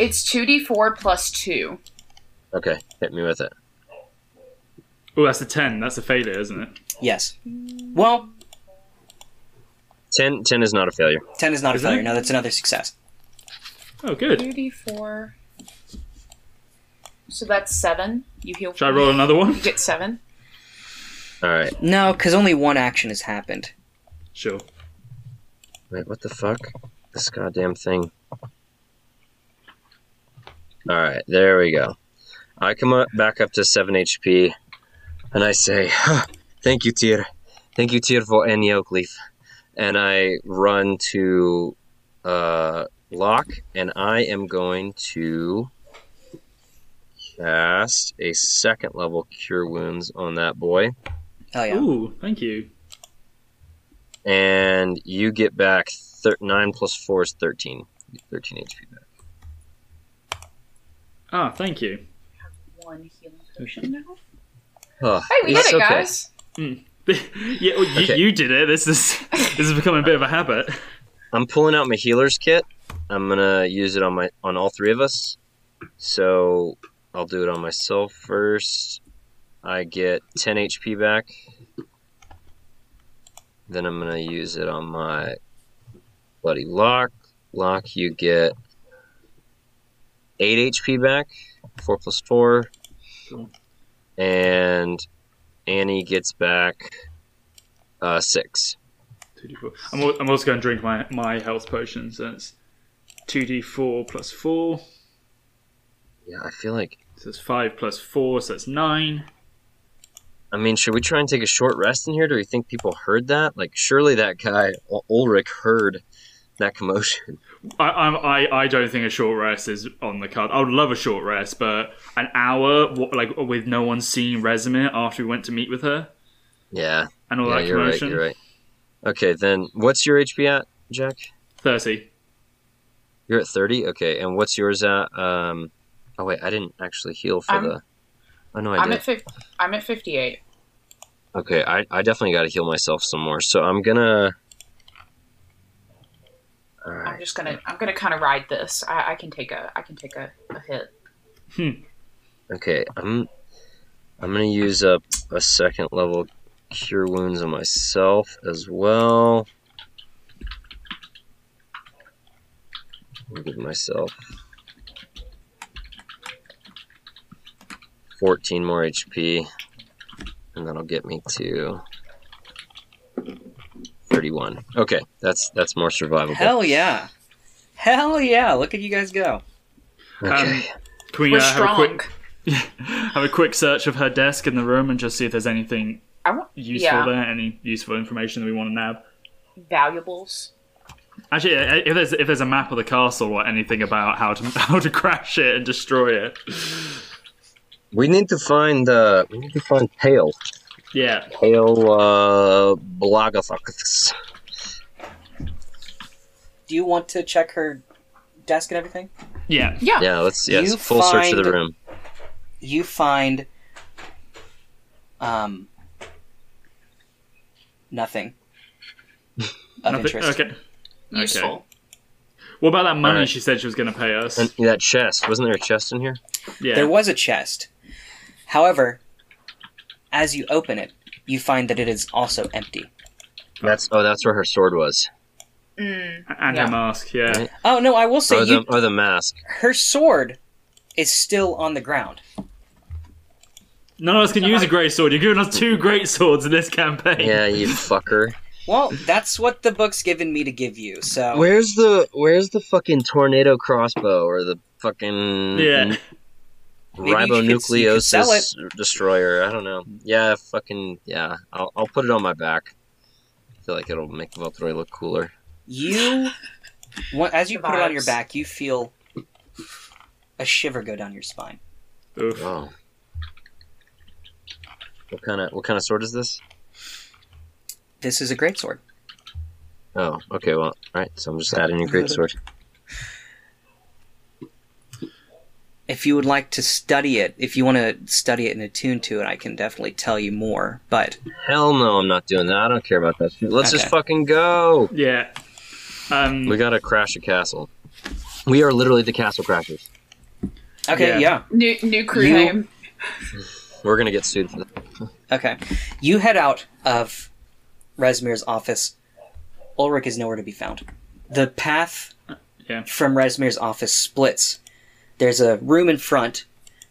[SPEAKER 1] It's 2d4 plus 2.
[SPEAKER 4] Okay, hit me with it.
[SPEAKER 3] Oh, that's a 10. That's a failure, isn't it?
[SPEAKER 2] Yes. Well,
[SPEAKER 4] 10, 10 is not a failure.
[SPEAKER 2] ten is not a
[SPEAKER 3] Isn't
[SPEAKER 2] failure.
[SPEAKER 3] it?
[SPEAKER 2] No, that's another success.
[SPEAKER 3] Oh, good.
[SPEAKER 1] 2d4. So that's 7. You heal.
[SPEAKER 3] Should I roll another one?
[SPEAKER 1] You get 7.
[SPEAKER 4] All right.
[SPEAKER 2] No, because only one action has happened.
[SPEAKER 3] Sure.
[SPEAKER 4] Wait, what the fuck? This goddamn thing. All right, there we go. I come up, back up to seven HP, and I say, "Huh, "Thank you, Tyr. Thank you, Tyr, for any oak leaf." And I run to uh, Locke, and I am going to cast a second level Cure Wounds on that boy,
[SPEAKER 2] Hell yeah.
[SPEAKER 3] Ooh, thank you.
[SPEAKER 4] and you get back thir- nine plus four is thirteen. You get Thirteen HP back.
[SPEAKER 3] Ah, thank you.
[SPEAKER 1] One healing potion now.
[SPEAKER 4] Oh,
[SPEAKER 1] Hey, we
[SPEAKER 4] it's
[SPEAKER 1] did it,
[SPEAKER 4] okay.
[SPEAKER 1] guys.
[SPEAKER 3] yeah, well, you,
[SPEAKER 4] Okay.
[SPEAKER 3] you did it. This is this is becoming a bit of a habit.
[SPEAKER 4] I'm pulling out my healer's kit. I'm gonna use it on my on all three of us. So I'll do it on myself first. I get 10 HP back. Then I'm gonna use it on my buddy Lock. Lock, you get 8 HP back. 4 plus 4.
[SPEAKER 3] Cool.
[SPEAKER 4] And Annie gets back uh, 6.
[SPEAKER 3] Two D four. I'm, al- I'm also going to drink my my health potion. So it's two D four plus four.
[SPEAKER 4] Yeah, I feel like.
[SPEAKER 3] So it's five plus four. So it's nine.
[SPEAKER 4] I mean, should we try and take a short rest in here? Do we think people heard that? Like, surely that guy Ul- Ulrich heard that commotion.
[SPEAKER 3] I, I'm- I I don't think a short rest is on the card. I would love a short rest, but an hour wha- like with no one seeing Resume after we went to meet with her
[SPEAKER 4] Yeah,
[SPEAKER 3] and all
[SPEAKER 4] yeah,
[SPEAKER 3] that
[SPEAKER 4] you're right.
[SPEAKER 3] commotion.
[SPEAKER 4] You're right. Okay, then what's your HP at, Jack?
[SPEAKER 3] Thirty.
[SPEAKER 4] You're at thirty. Okay, and what's yours at? Um, oh wait, I didn't actually heal for
[SPEAKER 1] I'm-
[SPEAKER 4] the. Oh no, I
[SPEAKER 1] I'm
[SPEAKER 4] did.
[SPEAKER 1] at, fif- I'm at 58.
[SPEAKER 4] Okay, I, I definitely got to heal myself some more. So I'm gonna. All
[SPEAKER 1] I'm
[SPEAKER 4] right.
[SPEAKER 1] just gonna I'm gonna kind of ride this. I, I can take a I can take a, a hit.
[SPEAKER 4] Okay, I'm I'm gonna use up a second level cure wounds on myself as well. I'll give myself 14 more HP, and that'll get me to 31. Okay, that's that's more survivable.
[SPEAKER 2] Hell yeah. Hell yeah. Look at you guys go.
[SPEAKER 4] okay.
[SPEAKER 3] Can we
[SPEAKER 1] We're
[SPEAKER 3] uh, have a
[SPEAKER 1] strong.
[SPEAKER 3] quick have a quick search of her desk in the room and just see if there's anything
[SPEAKER 1] I want
[SPEAKER 3] useful
[SPEAKER 1] yeah
[SPEAKER 3] there, any useful information that we want to nab.
[SPEAKER 1] valuables.
[SPEAKER 3] Actually, uh, if there's if there's a map of the castle or anything about how to how to crash it and destroy it,
[SPEAKER 4] we need to find uh we need to find Pale.
[SPEAKER 3] yeah,
[SPEAKER 4] Pale uh Blagathakths.
[SPEAKER 2] Do you want to check her desk and everything?
[SPEAKER 3] yeah,
[SPEAKER 1] Yeah.
[SPEAKER 4] Yeah, let's yes,
[SPEAKER 2] You
[SPEAKER 4] full search of the
[SPEAKER 2] find-
[SPEAKER 4] room.
[SPEAKER 2] you find um nothing of
[SPEAKER 3] Nothing-
[SPEAKER 2] interest.
[SPEAKER 3] okay.
[SPEAKER 1] Useful.
[SPEAKER 3] What about that money
[SPEAKER 4] Alright.
[SPEAKER 3] she said she was going to pay us?
[SPEAKER 4] And that chest, wasn't there a chest in here?
[SPEAKER 3] yeah,
[SPEAKER 2] There was a chest. However, as you open it, you find that it is also empty.
[SPEAKER 4] That's oh, that's where her sword was.
[SPEAKER 1] Mm,
[SPEAKER 3] and
[SPEAKER 1] Yeah.
[SPEAKER 3] her mask. Yeah,
[SPEAKER 4] Right.
[SPEAKER 2] Oh no, I will say
[SPEAKER 4] oh,
[SPEAKER 2] you,
[SPEAKER 4] the, oh, the mask.
[SPEAKER 2] her sword is still on the ground.
[SPEAKER 3] none of us can use a great sword. You're giving us two great swords in this campaign.
[SPEAKER 4] Yeah, you fucker.
[SPEAKER 2] Well, that's what the book's given me to give you. So
[SPEAKER 4] Where's the where's the fucking tornado crossbow or the fucking
[SPEAKER 3] yeah.
[SPEAKER 4] n-
[SPEAKER 2] Maybe you could- you could sell
[SPEAKER 4] ribonucleosis destroyer? I don't know. Yeah, fucking yeah. I'll I'll put it on my back. I feel like it'll make Valtroy look cooler.
[SPEAKER 2] you, wa- as you
[SPEAKER 1] The
[SPEAKER 2] put it on
[SPEAKER 1] vibes.
[SPEAKER 2] your back, you feel
[SPEAKER 5] a shiver go down your spine.
[SPEAKER 3] Oof.
[SPEAKER 4] Oh. What kind of what kind of sword is this?
[SPEAKER 5] This is a greatsword.
[SPEAKER 4] Oh, okay. Well, all right. So I'm just adding a great sword.
[SPEAKER 5] If you would like to study it, if you want to study it and attune to it, I can definitely tell you more. But
[SPEAKER 4] Hell no, I'm not doing that. I don't care about that. shit. Let's just
[SPEAKER 5] Okay.
[SPEAKER 4] fucking go.
[SPEAKER 3] Yeah. Um,
[SPEAKER 4] We gotta crash a castle. We are literally the castle crashers.
[SPEAKER 5] okay,
[SPEAKER 3] Yeah.
[SPEAKER 5] yeah.
[SPEAKER 1] New new crew
[SPEAKER 5] You-
[SPEAKER 1] name.
[SPEAKER 4] We're gonna get sued for that.
[SPEAKER 5] Okay. You head out of Resmir's office. Ulrich is nowhere to be found. The path
[SPEAKER 3] Yeah.
[SPEAKER 5] from Resmir's office splits. There's a room in front.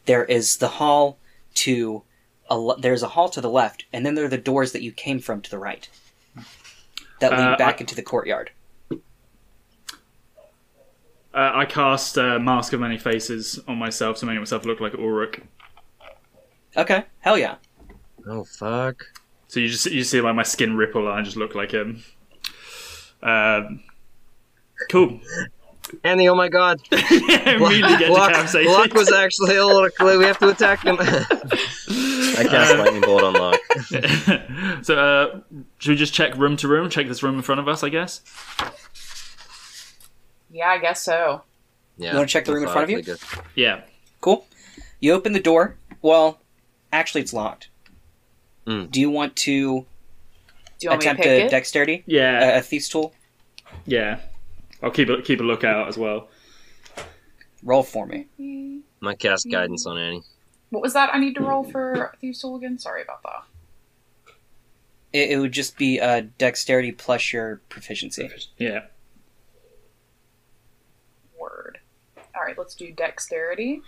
[SPEAKER 5] There is the hall to a le- there's a hall to the left, and then there are the doors that you came from to the right that lead
[SPEAKER 3] Uh,
[SPEAKER 5] back into the courtyard.
[SPEAKER 3] uh, I cast uh, Mask of Many Faces on myself to make myself look like Ulrich.
[SPEAKER 5] Okay, hell yeah.
[SPEAKER 4] Oh fuck.
[SPEAKER 3] So you just you see like my skin ripple and I just look like him. Um, cool.
[SPEAKER 4] And the oh my god.
[SPEAKER 3] Immediately get
[SPEAKER 4] Luck,
[SPEAKER 3] decapitated.
[SPEAKER 4] Luck was actually a little clue. We have to attack him. I
[SPEAKER 3] Uh,
[SPEAKER 4] cast lightning bolt on Locke.
[SPEAKER 3] so uh, should we just check room to room? Check this room in front of us, I guess.
[SPEAKER 1] Yeah, I guess so.
[SPEAKER 4] Yeah,
[SPEAKER 5] You wanna check the room in front of you?
[SPEAKER 4] methodically
[SPEAKER 3] Yeah.
[SPEAKER 5] Cool. You open the door. Well, actually, it's locked.
[SPEAKER 4] Mm.
[SPEAKER 5] Do you want to
[SPEAKER 1] Do you want
[SPEAKER 5] attempt
[SPEAKER 1] me to pick
[SPEAKER 5] a
[SPEAKER 1] it?
[SPEAKER 5] dexterity?
[SPEAKER 3] Yeah.
[SPEAKER 4] Uh,
[SPEAKER 5] A, a thieves' tool?
[SPEAKER 3] yeah. I'll keep a keep a lookout as well.
[SPEAKER 5] Roll for me.
[SPEAKER 4] good. Might cast guidance on Annie.
[SPEAKER 1] what was that? I need to roll for Thieves' Tool again. Sorry about that.
[SPEAKER 5] It, it would just be uh, dexterity plus your proficiency.
[SPEAKER 3] Yeah.
[SPEAKER 1] Word. All right, let's do dexterity.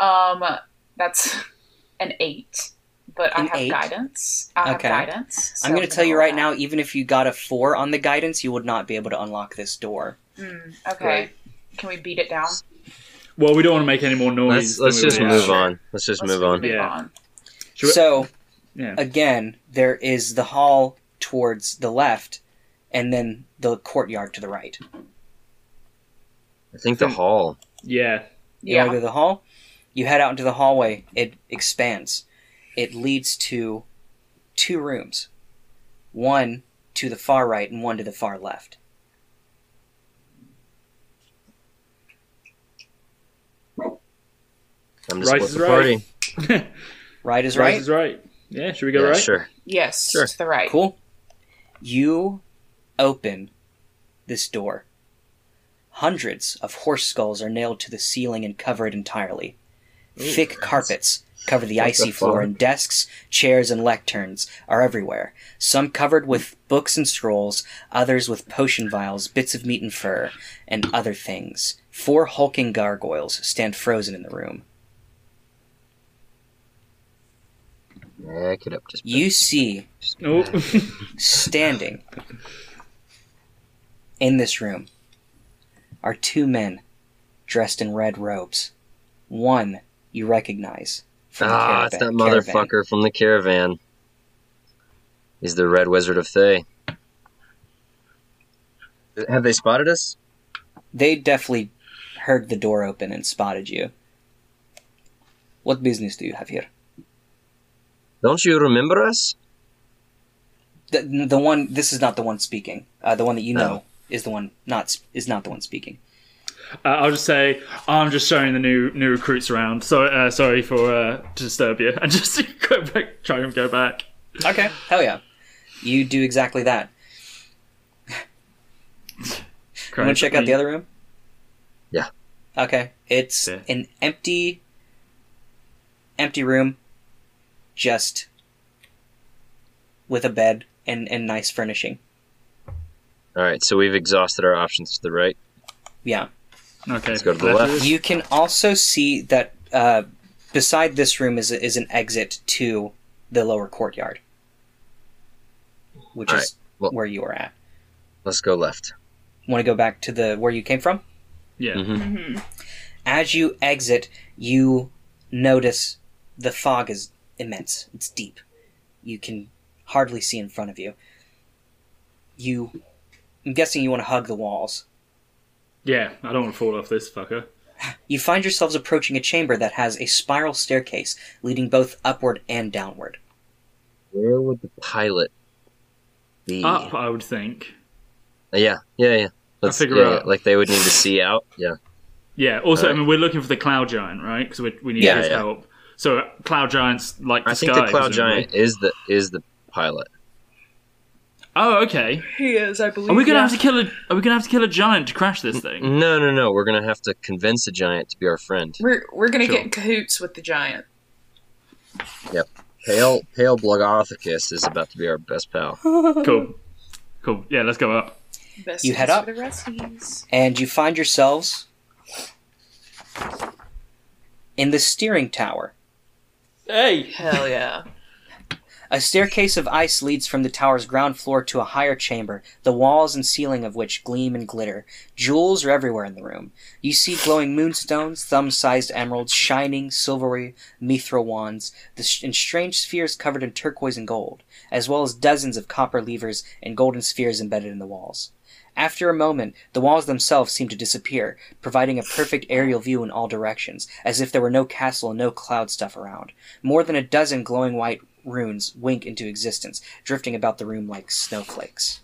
[SPEAKER 1] Um, that's an eight, but I
[SPEAKER 5] An
[SPEAKER 1] have
[SPEAKER 5] eight?
[SPEAKER 1] guidance. I
[SPEAKER 5] Okay.
[SPEAKER 1] have guidance. so
[SPEAKER 5] I'm going to
[SPEAKER 1] gonna
[SPEAKER 5] tell you
[SPEAKER 1] roll
[SPEAKER 5] right
[SPEAKER 1] that.
[SPEAKER 5] now, even if you got a four on the guidance, you would not be able to unlock this door.
[SPEAKER 1] Mm, okay.
[SPEAKER 4] Right.
[SPEAKER 1] Can we beat it down?
[SPEAKER 3] Well, we don't want to make any more noise.
[SPEAKER 4] Let's let's
[SPEAKER 3] than we already
[SPEAKER 4] just move
[SPEAKER 1] Yeah.
[SPEAKER 3] have.
[SPEAKER 4] on. Let's just
[SPEAKER 1] Let's
[SPEAKER 4] move on.
[SPEAKER 3] Yeah. Should we-
[SPEAKER 5] So,
[SPEAKER 3] Yeah.
[SPEAKER 5] again, there is the hall towards the left, and then the courtyard to the right.
[SPEAKER 4] I think the hall.
[SPEAKER 3] Yeah.
[SPEAKER 5] You
[SPEAKER 1] Yeah.
[SPEAKER 5] want to go to the hall? You head out into the hallway. It expands. It leads to two rooms one to the far right and one to the far left.
[SPEAKER 4] I'm just
[SPEAKER 3] Right
[SPEAKER 4] with
[SPEAKER 3] is
[SPEAKER 4] the
[SPEAKER 3] right.
[SPEAKER 4] party.
[SPEAKER 5] Right is right.
[SPEAKER 3] is right. Yeah. Should we go
[SPEAKER 4] yeah,
[SPEAKER 3] right?
[SPEAKER 4] sure.
[SPEAKER 1] Yes,
[SPEAKER 4] Sure.
[SPEAKER 1] to the right.
[SPEAKER 5] Cool. You open this door. Hundreds of horse skulls are nailed to the ceiling and covered entirely. Thick carpets cover the
[SPEAKER 4] What
[SPEAKER 5] icy
[SPEAKER 4] the
[SPEAKER 5] floor,
[SPEAKER 4] fuck?
[SPEAKER 5] and desks, chairs, and lecterns are everywhere. Some covered with books and scrolls, others with potion vials, bits of meat and fur, and other things. Four hulking gargoyles stand frozen in the room.
[SPEAKER 4] Back it up just a bit.
[SPEAKER 5] You see
[SPEAKER 3] Oh.
[SPEAKER 5] standing in this room are two men dressed in red robes. One you recognize from the
[SPEAKER 4] Ah, it's that
[SPEAKER 5] caravan-
[SPEAKER 4] motherfucker
[SPEAKER 5] caravan.
[SPEAKER 4] from the caravan. He's the Red Wizard of Thay. Have they spotted us?
[SPEAKER 5] They definitely heard the door open and spotted you. What business do you have here?
[SPEAKER 4] Don't you remember us?
[SPEAKER 5] The, the one. This is not the one speaking. Uh, the one that you know is the one not sp- is not the one speaking.
[SPEAKER 3] Uh, I'll just say I'm just showing the new new recruits around. So uh, sorry for uh, to disturb you, and just go back, try and go back.
[SPEAKER 5] Okay, hell yeah, you do exactly that. You want to check out
[SPEAKER 3] Mm.
[SPEAKER 5] the other room?
[SPEAKER 4] Yeah.
[SPEAKER 5] Okay. It's
[SPEAKER 3] Yeah.
[SPEAKER 5] an empty, empty room, just with a bed and and nice furnishing.
[SPEAKER 4] All right, so we've exhausted our options to the right.
[SPEAKER 5] Yeah.
[SPEAKER 3] Okay,
[SPEAKER 4] Let's go to the left.
[SPEAKER 5] You can also see that uh, beside this room is is an exit to the lower courtyard, which
[SPEAKER 4] All
[SPEAKER 5] is
[SPEAKER 4] well-
[SPEAKER 5] where you are at.
[SPEAKER 4] Let's go left.
[SPEAKER 5] Want to go back to the where you came from?
[SPEAKER 3] Yeah.
[SPEAKER 4] Mhm.
[SPEAKER 1] hmm
[SPEAKER 5] As you exit, you notice the fog is immense. It's deep. You can hardly see in front of you. You. I'm guessing you want to hug the walls.
[SPEAKER 3] Yeah, I don't want to fall off this fucker.
[SPEAKER 5] You find yourselves approaching a chamber that has a spiral staircase leading both upward and downward.
[SPEAKER 4] Where would the pilot be?
[SPEAKER 3] Up, I would think.
[SPEAKER 4] Uh, Yeah, yeah, yeah. Let's
[SPEAKER 3] figure
[SPEAKER 4] yeah,
[SPEAKER 3] out.
[SPEAKER 4] yeah, Like they would need to see out. Yeah.
[SPEAKER 3] Yeah. Also, I
[SPEAKER 4] Alright.
[SPEAKER 3] mean, we're looking for the cloud giant, right? Because we, we need
[SPEAKER 4] Yeah,
[SPEAKER 3] his
[SPEAKER 4] yeah.
[SPEAKER 3] help. So cloud giants like the
[SPEAKER 4] I think
[SPEAKER 3] sky,
[SPEAKER 4] the cloud
[SPEAKER 3] presumably.
[SPEAKER 4] giant is the is the pilot.
[SPEAKER 3] Oh, okay.
[SPEAKER 1] He is, I believe.
[SPEAKER 3] Are we gonna
[SPEAKER 1] yeah.
[SPEAKER 3] have to kill a? Are we gonna have to kill a giant to crash this thing?
[SPEAKER 4] No, no, no. We're gonna have to convince a giant to be our friend.
[SPEAKER 1] We're we're gonna
[SPEAKER 3] Sure.
[SPEAKER 1] get in cahoots with the giant.
[SPEAKER 4] Pale Pale Blogothicus is about to be our best pal.
[SPEAKER 3] Cool. Cool. Yeah, let's go up.
[SPEAKER 1] Best
[SPEAKER 5] You head
[SPEAKER 1] is
[SPEAKER 5] up.
[SPEAKER 1] for the resties.
[SPEAKER 5] And you find yourselves in the steering tower.
[SPEAKER 3] Hey.
[SPEAKER 1] Hell yeah!
[SPEAKER 5] A staircase of ice leads from the tower's ground floor to a higher chamber, the walls and ceiling of which gleam and glitter. Jewels are everywhere in the room. You see glowing moonstones, thumb sized emeralds, shining, silvery mithril wands, the sh- and strange spheres covered in turquoise and gold, as well as dozens of copper levers and golden spheres embedded in the walls. After a moment, the walls themselves seem to disappear, providing a perfect aerial view in all directions, as if there were no castle and no cloud stuff around. More than a dozen glowing white runes wink into existence, drifting about the room like snowflakes.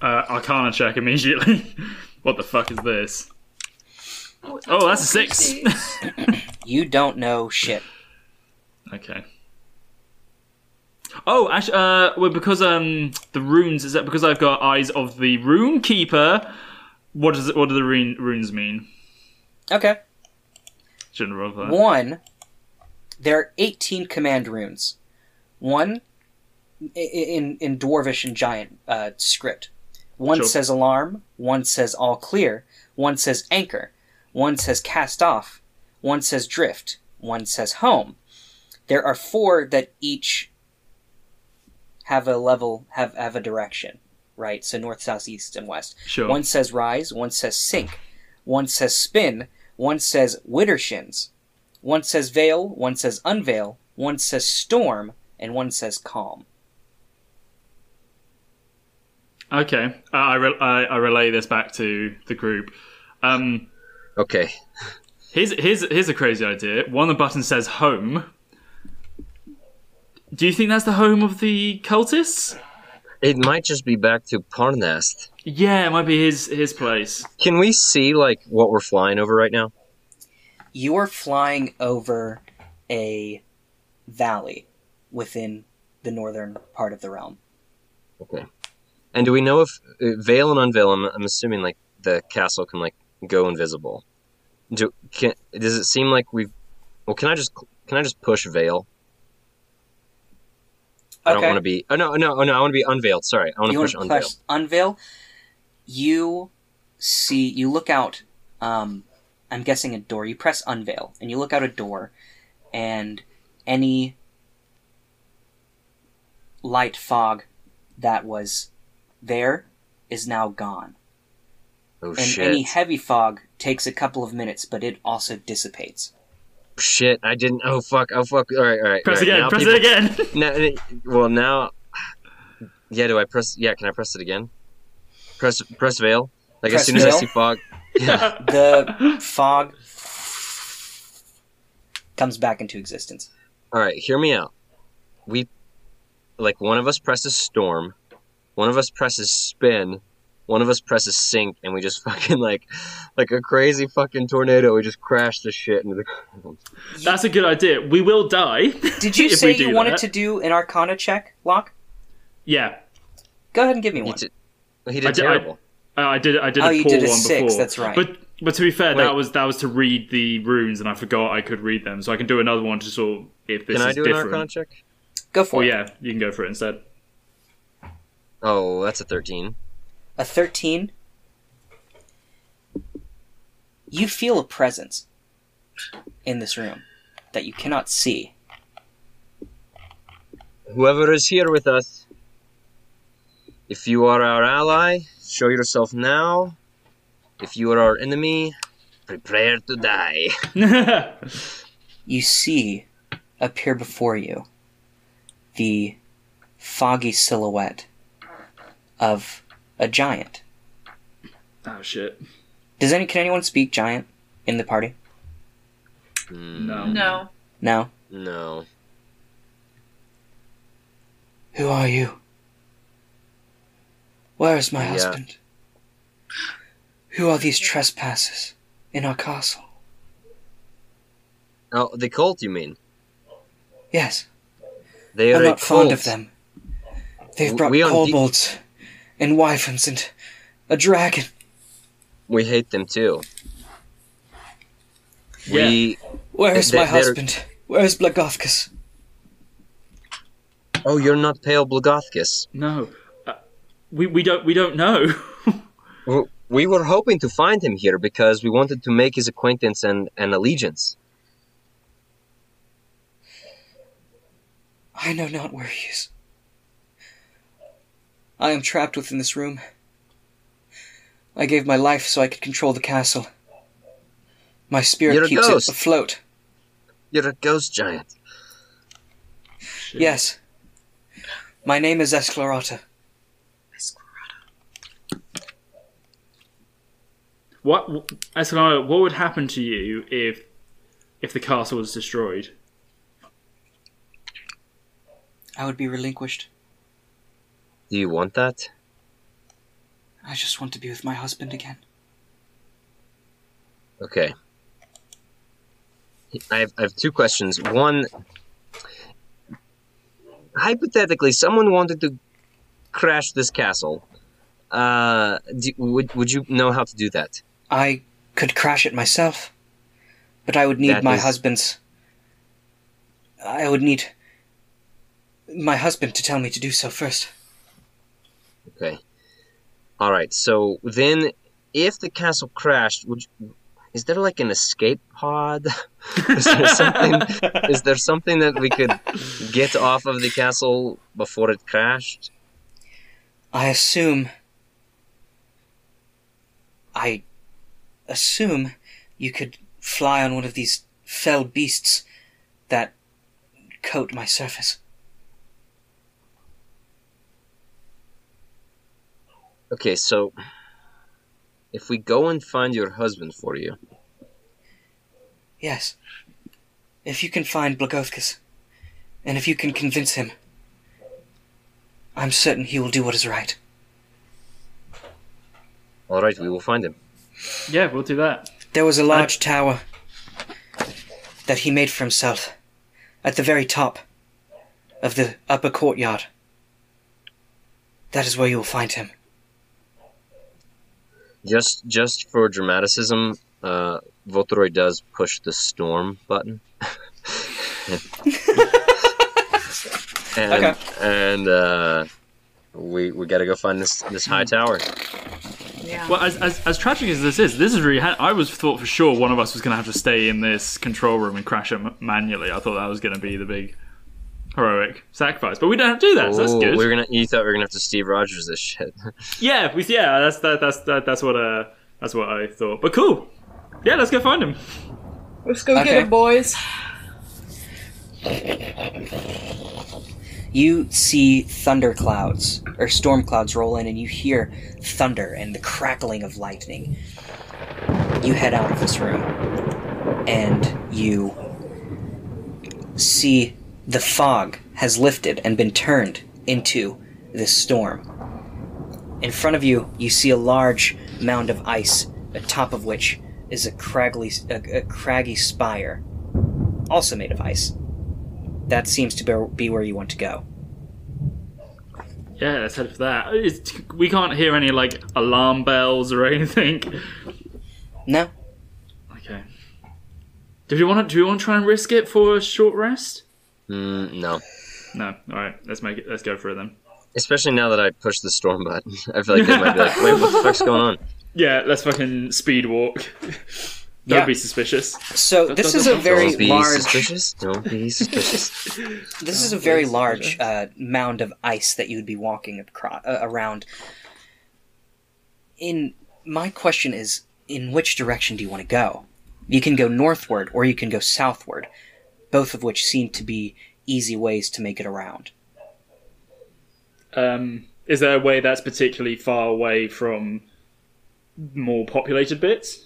[SPEAKER 3] Uh, Arcana check immediately. what the fuck is this? Oh, that's a six.
[SPEAKER 5] You don't know shit.
[SPEAKER 3] okay. Oh, actually, uh, well, because um, the runes is that because I've got eyes of the rune keeper. What does what do the rune, runes mean?
[SPEAKER 5] Okay.
[SPEAKER 3] Shouldn't roll that.
[SPEAKER 5] One, there are 18 command runes. One i- i- in, in Dwarvish and Giant uh, script. One
[SPEAKER 3] Sure.
[SPEAKER 5] says alarm, one says all clear, one says anchor, one says cast off, one says drift, one says home. There are four that each have a level, have, have a direction, right? So north, south, east, and west.
[SPEAKER 3] Sure.
[SPEAKER 5] One says rise, one says sink, one says spin, one says widdershins, one says veil, one says unveil, one says storm, and one says calm.
[SPEAKER 3] Okay, uh, I, re- I I relay this back to the group. Um,
[SPEAKER 4] Okay.
[SPEAKER 3] here's here's here's a crazy idea. One of the buttons says home. Do you think that's the home of the cultists?
[SPEAKER 4] It might just be back to Parnast.
[SPEAKER 3] Yeah, it might be his his place.
[SPEAKER 4] Can we see like what we're flying over right now?
[SPEAKER 5] You are flying over a valley within the northern part of the realm.
[SPEAKER 4] Okay. And do we know if uh, veil and unveil? I'm, I'm assuming like the castle can like go invisible. Do can does it seem like we've? Well, can I just can I just push veil? I don't
[SPEAKER 5] Okay.
[SPEAKER 4] want to be. Oh no, no, oh no! I want to be unveiled. Sorry, I want to
[SPEAKER 5] you
[SPEAKER 4] push
[SPEAKER 5] wanna
[SPEAKER 4] unveil.
[SPEAKER 5] press unveil. You see, you look out. Um, I'm guessing a door. You press unveil, and you look out a door, and any light fog that was there is now gone,
[SPEAKER 4] Oh
[SPEAKER 5] and
[SPEAKER 4] shit!
[SPEAKER 5] any heavy fog takes a couple of minutes, but it also dissipates.
[SPEAKER 4] Shit! I didn't. Oh fuck! Oh fuck! All right, all right.
[SPEAKER 3] Press
[SPEAKER 4] all right.
[SPEAKER 3] again.
[SPEAKER 4] Now
[SPEAKER 3] Press
[SPEAKER 4] people-
[SPEAKER 3] it again.
[SPEAKER 4] Now, it- well, now, yeah. Do I press? Yeah, can I press it again? Press, press veil. Like
[SPEAKER 5] Press
[SPEAKER 4] as soon as I
[SPEAKER 5] veil.
[SPEAKER 4] see fog. Yeah.
[SPEAKER 5] The fog comes back into existence.
[SPEAKER 4] All right, hear me out. We, like, one of us presses storm, one of us presses spin, one of us presses sink, and we just fucking like, like a crazy fucking tornado. We just crash this shit into the ground.
[SPEAKER 3] That's a good idea. We will die.
[SPEAKER 5] Did you
[SPEAKER 3] if
[SPEAKER 5] say
[SPEAKER 3] we do
[SPEAKER 5] you wanted
[SPEAKER 3] that.
[SPEAKER 5] to do an Arcana check, Locke?
[SPEAKER 3] Yeah,
[SPEAKER 5] Go ahead and give me
[SPEAKER 4] He
[SPEAKER 5] one.
[SPEAKER 4] did, he
[SPEAKER 3] I
[SPEAKER 4] did
[SPEAKER 3] did- I-
[SPEAKER 4] terrible.
[SPEAKER 3] uh, I did. I did
[SPEAKER 5] Oh,
[SPEAKER 3] a
[SPEAKER 5] you
[SPEAKER 3] poor
[SPEAKER 5] did a
[SPEAKER 3] one
[SPEAKER 5] six,
[SPEAKER 3] before.
[SPEAKER 5] that's right.
[SPEAKER 3] But but to be fair,
[SPEAKER 4] Wait.
[SPEAKER 3] that was that was to read the runes, and I forgot I could read them. So I can do another one to sort of if this
[SPEAKER 4] Can I
[SPEAKER 3] is
[SPEAKER 4] do
[SPEAKER 3] different.
[SPEAKER 4] an arcana check?
[SPEAKER 5] Go for
[SPEAKER 3] Well,
[SPEAKER 5] it.
[SPEAKER 3] oh, yeah, you can go for it instead.
[SPEAKER 4] Oh, that's a thirteen.
[SPEAKER 5] A 13. You feel a presence in this room that you cannot see.
[SPEAKER 4] Whoever is here with us, if you are our ally, show yourself now. If you are our enemy, prepare to die.
[SPEAKER 5] You see appear before you the foggy silhouette of a giant.
[SPEAKER 3] oh shit.
[SPEAKER 5] Does any can anyone speak giant in the party?
[SPEAKER 4] Mm,
[SPEAKER 3] No.
[SPEAKER 1] No.
[SPEAKER 5] No.
[SPEAKER 4] No.
[SPEAKER 5] Who are you? Where is my
[SPEAKER 4] Yeah.
[SPEAKER 5] husband? Who are these trespassers in our castle?
[SPEAKER 4] Oh, the cult, you mean?
[SPEAKER 5] Yes,
[SPEAKER 4] They are
[SPEAKER 5] I'm
[SPEAKER 4] a
[SPEAKER 5] not fond of
[SPEAKER 4] cult.
[SPEAKER 5] them. They've
[SPEAKER 4] W-
[SPEAKER 5] brought
[SPEAKER 4] we are de-
[SPEAKER 5] kobolds and wyverns and a dragon.
[SPEAKER 4] We hate them too.
[SPEAKER 3] Yeah.
[SPEAKER 4] We.
[SPEAKER 5] Where
[SPEAKER 4] Th-
[SPEAKER 5] is my
[SPEAKER 4] th- they're-
[SPEAKER 5] husband? Where is Blagovkus?
[SPEAKER 4] Oh, you're not Pale Blagothkis.
[SPEAKER 3] No. Uh, we, we don't we don't know.
[SPEAKER 4] W- We were hoping to find him here because we wanted to make his acquaintance and, and allegiance.
[SPEAKER 5] I know not where he is. I am trapped within this room. I gave my life so I could control the castle. My
[SPEAKER 4] You're
[SPEAKER 5] spirit
[SPEAKER 4] a
[SPEAKER 5] keeps
[SPEAKER 4] ghost.
[SPEAKER 5] it afloat.
[SPEAKER 4] You're a ghost giant.
[SPEAKER 3] Shit.
[SPEAKER 5] Yes. My name is Esclarata.
[SPEAKER 3] What Escalado, what would happen to you if if the castle was destroyed?
[SPEAKER 5] I would be relinquished.
[SPEAKER 4] Do you want that?
[SPEAKER 5] I just want to be with my husband again.
[SPEAKER 4] Okay. I have, I have two questions. One, hypothetically, someone wanted to crash this castle. Uh, do, would would you know how to do that?
[SPEAKER 5] I could crash it myself, but I would need
[SPEAKER 4] That
[SPEAKER 5] my
[SPEAKER 4] is-
[SPEAKER 5] husband's. I would need my husband to tell me to do so first.
[SPEAKER 4] Okay. All right. So then, if the castle crashed, would you, is there like an escape pod? is there something? is there something that we could get off of the castle before it crashed?
[SPEAKER 5] I assume. I assume you could fly on one of these fell beasts that coat my surface.
[SPEAKER 4] Okay. So, if we go and find your husband for you,
[SPEAKER 5] Yes. If you can find Blagovkus, and if you can convince him, I'm certain he will do what is right.
[SPEAKER 4] all right, we will find him.
[SPEAKER 3] Yeah, we'll do that.
[SPEAKER 5] There was a large tower that he made for himself at the very top of the upper courtyard. That is where you will find him.
[SPEAKER 4] Just just for dramaticism, uh, Voltoroy does push the storm button. and
[SPEAKER 5] Okay.
[SPEAKER 4] and uh, we we gotta go find this this high tower.
[SPEAKER 1] Yeah.
[SPEAKER 3] Well, as, as, as tragic as this is, this is really. Ha- I was thought for sure one of us was going to have to stay in this control room and crash it m- manually. I thought that was going to be the big heroic sacrifice, but we don't have to do that. so that's
[SPEAKER 4] Ooh,
[SPEAKER 3] good.
[SPEAKER 4] We are gonna you thought we were gonna have to Steve Rogers this shit.
[SPEAKER 3] Yeah, we, yeah. That's that, that's that, that's what uh that's what I thought. But cool. Yeah, let's go find him.
[SPEAKER 1] Let's go
[SPEAKER 5] Okay.
[SPEAKER 1] get it, boys.
[SPEAKER 5] You see thunder clouds or storm clouds roll in, and you hear thunder and the crackling of lightning. You head out of this room, and you see the fog has lifted and been turned into this storm. In front of you, you see a large mound of ice, atop of which is a craggy, a, a craggy spire, also made of ice. That seems to be- be where you want to go.
[SPEAKER 3] Yeah, let's head for that. Uh, It's, we can't hear any like alarm bells or anything.
[SPEAKER 5] No,
[SPEAKER 3] Okay. Do we want to do we want to try and risk it for a short rest?
[SPEAKER 4] Mm, no,
[SPEAKER 3] No. All right. Let's make it. Let's go for it then.
[SPEAKER 4] especially now that I pushed the storm button, I feel like they might be like, wait, what the fuck's going on?
[SPEAKER 3] Yeah. Let's fucking speed walk. Don't
[SPEAKER 5] Yeah.
[SPEAKER 3] be suspicious.
[SPEAKER 5] So this is a very
[SPEAKER 4] Don't be
[SPEAKER 5] large.
[SPEAKER 4] suspicious. Don't be suspicious.
[SPEAKER 5] This is a very large uh, mound of ice that you would be walking across, uh, around. In my question is, in which direction do you want to go? You can go northward or you can go southward, both of which seem to be easy ways to make it around.
[SPEAKER 3] Um, is there a way that's particularly far away from more populated bits?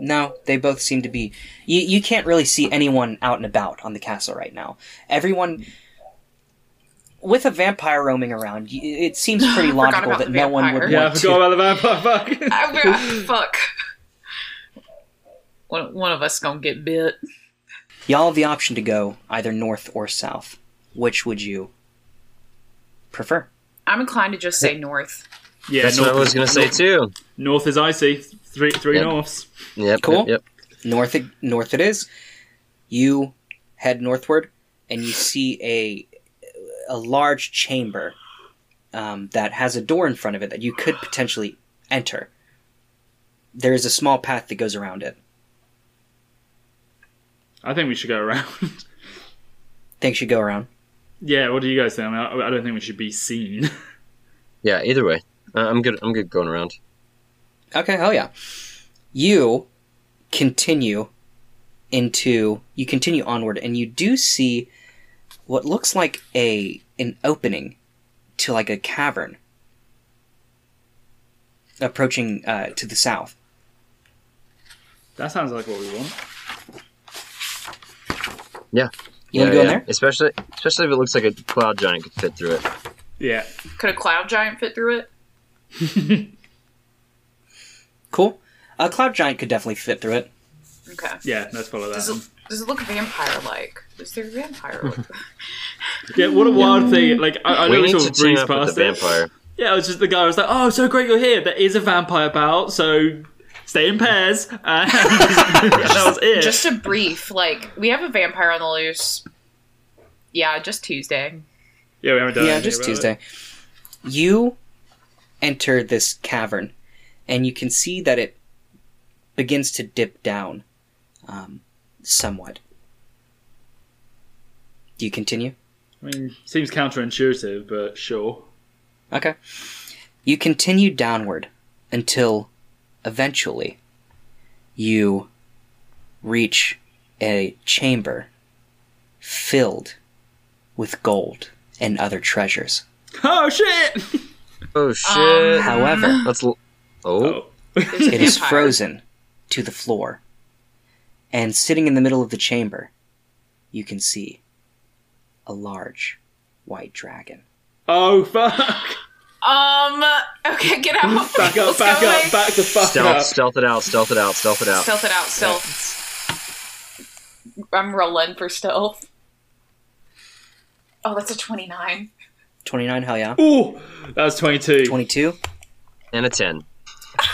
[SPEAKER 5] No, they both seem to be. You, you can't really see anyone out and about on the castle right now. Everyone. With a vampire roaming around, y- it seems pretty
[SPEAKER 1] Forgot
[SPEAKER 5] logical
[SPEAKER 1] about
[SPEAKER 5] that
[SPEAKER 1] the
[SPEAKER 5] no one would
[SPEAKER 1] vampire.
[SPEAKER 5] want
[SPEAKER 3] Yeah, I
[SPEAKER 5] to.
[SPEAKER 3] forgot about the vampire. Fuck.
[SPEAKER 1] I- I- fuck. One, one of us gonna get bit.
[SPEAKER 5] Y'all have the option to go either north or south. Which would you prefer?
[SPEAKER 1] I'm inclined to just say north.
[SPEAKER 3] yeah,
[SPEAKER 4] That's what I was going to say
[SPEAKER 3] north,
[SPEAKER 4] too.
[SPEAKER 3] North is icy. Three, three
[SPEAKER 4] Yep.
[SPEAKER 3] norths.
[SPEAKER 4] Yep. Yep.
[SPEAKER 5] Cool.
[SPEAKER 4] yep.
[SPEAKER 5] North, it, north it is. You head northward, and you see a a large chamber um, that has a door in front of it that you could potentially enter. There is a small path that goes around it.
[SPEAKER 3] I think we should go around.
[SPEAKER 5] Think you go around.
[SPEAKER 3] yeah, what do you guys think? I, mean, I, I don't think we should be seen.
[SPEAKER 4] Yeah. Either way, uh, I'm good. I'm good going around.
[SPEAKER 5] Okay, hell yeah. You continue into you continue onward and you do see what looks like a an opening to like a cavern approaching uh, to the south.
[SPEAKER 3] that sounds like what we want.
[SPEAKER 4] Yeah. yeah,
[SPEAKER 5] You wanna go in
[SPEAKER 4] yeah.
[SPEAKER 5] there?
[SPEAKER 4] Especially, especially if it looks like a cloud giant could fit through it.
[SPEAKER 3] Yeah.
[SPEAKER 1] Could a cloud giant fit through it?
[SPEAKER 5] Cool. A cloud giant could definitely fit through it.
[SPEAKER 1] Okay.
[SPEAKER 3] Yeah, let's follow that.
[SPEAKER 1] Does
[SPEAKER 3] then.
[SPEAKER 1] it,
[SPEAKER 4] Um.
[SPEAKER 1] does it look vampire like? Is there a vampire? look?
[SPEAKER 3] Yeah, what a wild thing. Like, I, I
[SPEAKER 4] we
[SPEAKER 3] know we
[SPEAKER 4] need
[SPEAKER 3] sort
[SPEAKER 4] to
[SPEAKER 3] of
[SPEAKER 4] team
[SPEAKER 3] breezed
[SPEAKER 4] up with the
[SPEAKER 3] past it.
[SPEAKER 4] vampire.
[SPEAKER 3] Yeah, it was just the guy was like, "Oh, so great you're here. There is a vampire bout, so stay in pairs." And that was it.
[SPEAKER 1] just a brief, like we have a vampire on the loose. Yeah, just Tuesday.
[SPEAKER 3] yeah, we haven't done
[SPEAKER 5] yeah,
[SPEAKER 3] anything
[SPEAKER 5] just
[SPEAKER 3] about it.
[SPEAKER 5] Tuesday. You enter this cavern, and you can see that it begins to dip down um, somewhat. Do you continue?
[SPEAKER 3] I mean, seems counterintuitive, but sure.
[SPEAKER 5] Okay. You continue downward until eventually you reach a chamber filled with gold and other treasures.
[SPEAKER 3] Oh shit!
[SPEAKER 4] Oh shit!
[SPEAKER 5] Um, However,
[SPEAKER 4] Let's. L- oh,
[SPEAKER 3] Oh.
[SPEAKER 1] There's a
[SPEAKER 5] It is
[SPEAKER 1] vampire.
[SPEAKER 5] frozen to the floor. And sitting in the middle of the chamber, you can see a large white dragon.
[SPEAKER 3] Oh fuck!
[SPEAKER 1] Um. Okay, get out.
[SPEAKER 3] Back up!
[SPEAKER 1] Let's
[SPEAKER 3] Back
[SPEAKER 1] go
[SPEAKER 3] up!
[SPEAKER 1] away.
[SPEAKER 3] Back the fuck
[SPEAKER 4] stealth,
[SPEAKER 3] up!
[SPEAKER 4] stealth it out, stealth it out, stealth it out.
[SPEAKER 1] Stealth it out. Stealth. I'm rolling for stealth. Oh, that's a twenty-nine.
[SPEAKER 5] 29, hell yeah.
[SPEAKER 3] Ooh, that was twenty-two.
[SPEAKER 5] 22?
[SPEAKER 4] And a ten.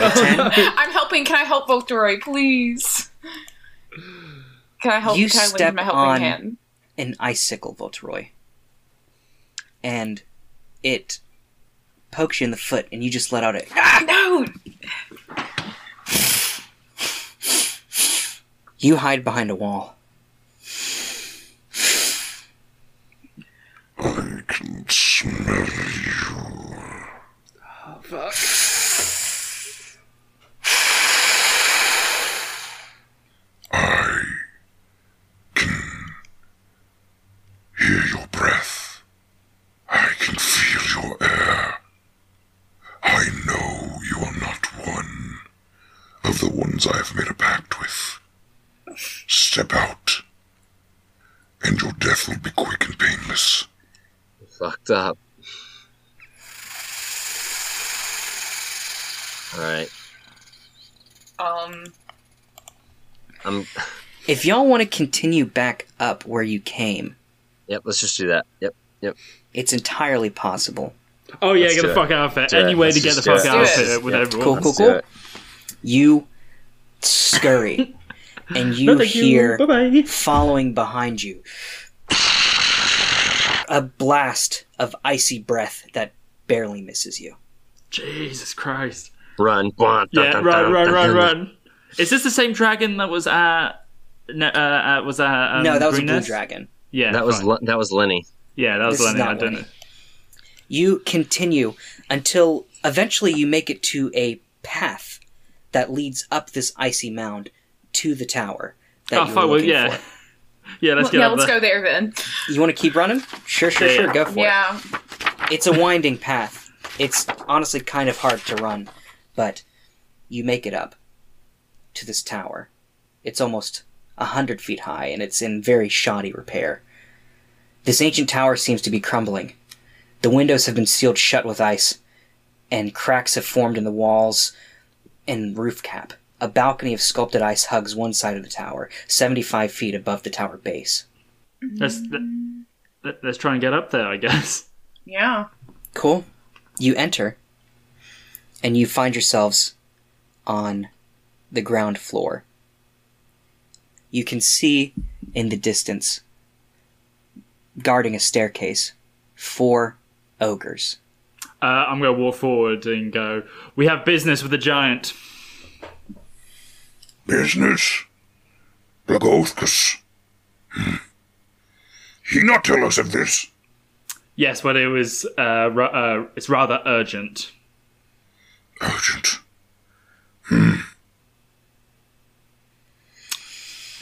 [SPEAKER 1] I'm helping. Can I help Voltoroy, please? Can I help?
[SPEAKER 5] You
[SPEAKER 1] can I
[SPEAKER 5] step
[SPEAKER 1] lend my helping
[SPEAKER 5] on-
[SPEAKER 1] hand?
[SPEAKER 5] An icicle, Voltoroy. And it pokes you in the foot, and you just let out a
[SPEAKER 1] No.
[SPEAKER 5] You hide behind a wall.
[SPEAKER 7] hear your breath. I can feel your air. I know you are not one of the ones I have made a pact with. Step out, and your death will be quick and painless.
[SPEAKER 4] Fucked up. All right.
[SPEAKER 1] Um.
[SPEAKER 4] I'm.
[SPEAKER 5] If y'all want to continue back up where you came,
[SPEAKER 4] Yep. Let's just do that. Yep. Yep.
[SPEAKER 5] it's entirely possible.
[SPEAKER 3] Oh yeah,
[SPEAKER 4] Let's
[SPEAKER 3] get
[SPEAKER 4] do
[SPEAKER 3] the
[SPEAKER 4] it.
[SPEAKER 3] fuck out of it.
[SPEAKER 4] Do it.
[SPEAKER 3] Any way
[SPEAKER 4] Let's
[SPEAKER 3] to get the
[SPEAKER 4] just
[SPEAKER 3] fuck
[SPEAKER 4] do
[SPEAKER 3] out
[SPEAKER 4] it.
[SPEAKER 1] Let's
[SPEAKER 3] of
[SPEAKER 1] do
[SPEAKER 3] it with
[SPEAKER 4] Yeah.
[SPEAKER 5] Cool,
[SPEAKER 3] everyone.
[SPEAKER 5] cool,
[SPEAKER 4] Let's do
[SPEAKER 5] cool.
[SPEAKER 4] it.
[SPEAKER 5] You scurry, and you hear.
[SPEAKER 3] Bye bye.
[SPEAKER 5] following behind you. A blast of icy breath that barely misses you.
[SPEAKER 3] Jesus Christ.
[SPEAKER 4] Run. Blah, dun,
[SPEAKER 3] Yeah,
[SPEAKER 4] dun,
[SPEAKER 3] run,
[SPEAKER 4] dun,
[SPEAKER 3] run,
[SPEAKER 4] dun,
[SPEAKER 3] run,
[SPEAKER 4] dun.
[SPEAKER 3] run. Is this the same dragon that was at? No, uh, uh, was at? Um,
[SPEAKER 5] no, that was a blue
[SPEAKER 3] Greenest?
[SPEAKER 5] dragon.
[SPEAKER 3] Yeah,
[SPEAKER 4] That was
[SPEAKER 3] fine.
[SPEAKER 4] Len- that was Lenny.
[SPEAKER 3] yeah, that Oh, was
[SPEAKER 5] this is
[SPEAKER 3] Lenny. I
[SPEAKER 5] not
[SPEAKER 3] don't
[SPEAKER 5] Lenny.
[SPEAKER 3] know.
[SPEAKER 5] You continue until eventually you make it to a path that leads up this icy mound to the tower.
[SPEAKER 3] Oh
[SPEAKER 5] That you were
[SPEAKER 3] fuck! Well,
[SPEAKER 5] looking
[SPEAKER 3] yeah, yeah. Let's
[SPEAKER 1] Well,
[SPEAKER 3] get
[SPEAKER 1] yeah,
[SPEAKER 3] out
[SPEAKER 1] let's
[SPEAKER 3] there.
[SPEAKER 1] go there then.
[SPEAKER 5] for. You want to keep running? Sure, sure,
[SPEAKER 3] Yeah,
[SPEAKER 5] sure.
[SPEAKER 3] yeah.
[SPEAKER 5] Go for it.
[SPEAKER 1] Yeah.
[SPEAKER 5] It's a winding path. It's honestly kind of hard to run, but You make it up to this tower. It's almost a hundred feet high, and it's in very shoddy repair. This ancient tower seems to be crumbling. The windows have been sealed shut with ice, and cracks have formed in the walls and roof cap. A balcony of sculpted ice hugs one side of the tower, 75 feet above the tower base.
[SPEAKER 3] Let's let, let's try and get up there, I guess.
[SPEAKER 1] Yeah.
[SPEAKER 5] Cool. You enter, and you find yourselves on the ground floor. You can see in the distance, guarding a staircase, four ogres.
[SPEAKER 3] Uh, I'm going to walk forward and go. We have business with the giant.
[SPEAKER 7] Business? Blagothkus. hmm, He not tell us of this.
[SPEAKER 3] Yes, but it was. Uh, ra- uh, it's rather urgent.
[SPEAKER 7] Urgent.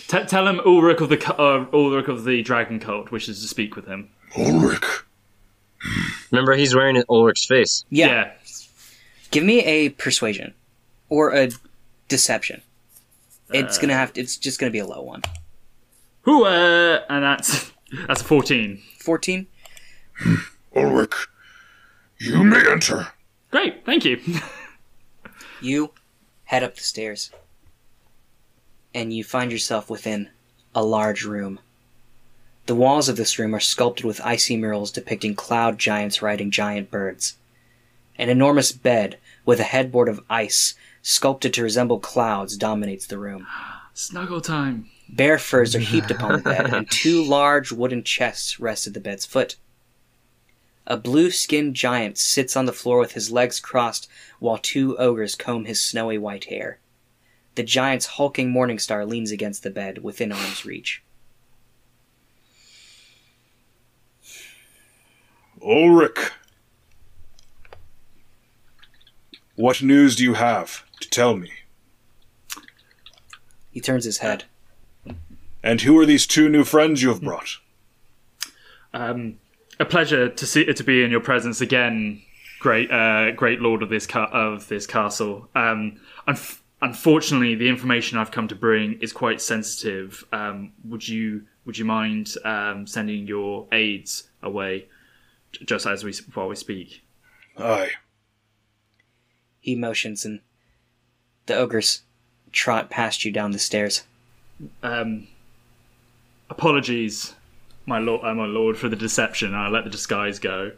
[SPEAKER 3] T- tell him Ulrich of the cu- uh, Ulrich of the Dragon Cult wishes to speak with him.
[SPEAKER 7] Ulrich.
[SPEAKER 4] Remember, he's wearing an Ulrich's face.
[SPEAKER 5] Yeah. Give me a persuasion or a deception. It's gonna have to, it's just gonna be a low one.
[SPEAKER 3] Who? Uh, and that's that's 14.
[SPEAKER 5] 14?
[SPEAKER 7] Ulrich. You may enter.
[SPEAKER 3] Great, thank you.
[SPEAKER 5] You head up the stairs, and you find yourself within a large room. The walls of this room are sculpted with icy murals depicting cloud giants riding giant birds. An enormous bed with a headboard of ice sculpted to resemble clouds dominates the room.
[SPEAKER 3] Snuggle time.
[SPEAKER 5] Bear furs are heaped upon the bed, and two large wooden chests rest at the bed's foot. A blue skinned giant sits on the floor with his legs crossed while two ogres comb his snowy white hair. The giant's hulking morning star leans against the bed within arm's reach.
[SPEAKER 8] Ulrich. What news do you have to tell me?
[SPEAKER 5] He turns his head.
[SPEAKER 8] And who are these two new friends you have brought?
[SPEAKER 3] Um, a pleasure to see to be in your presence again, great uh, great lord of this ca- of this castle. Um, unf- unfortunately, the information I've come to bring is quite sensitive. Um, would you would you mind um, sending your aides away j- just as we s- while we speak?
[SPEAKER 8] Aye.
[SPEAKER 5] He motions, and the ogres trot past you down the stairs.
[SPEAKER 3] Um, apologies, my lord, uh, my lord, for the deception. I let the disguise go.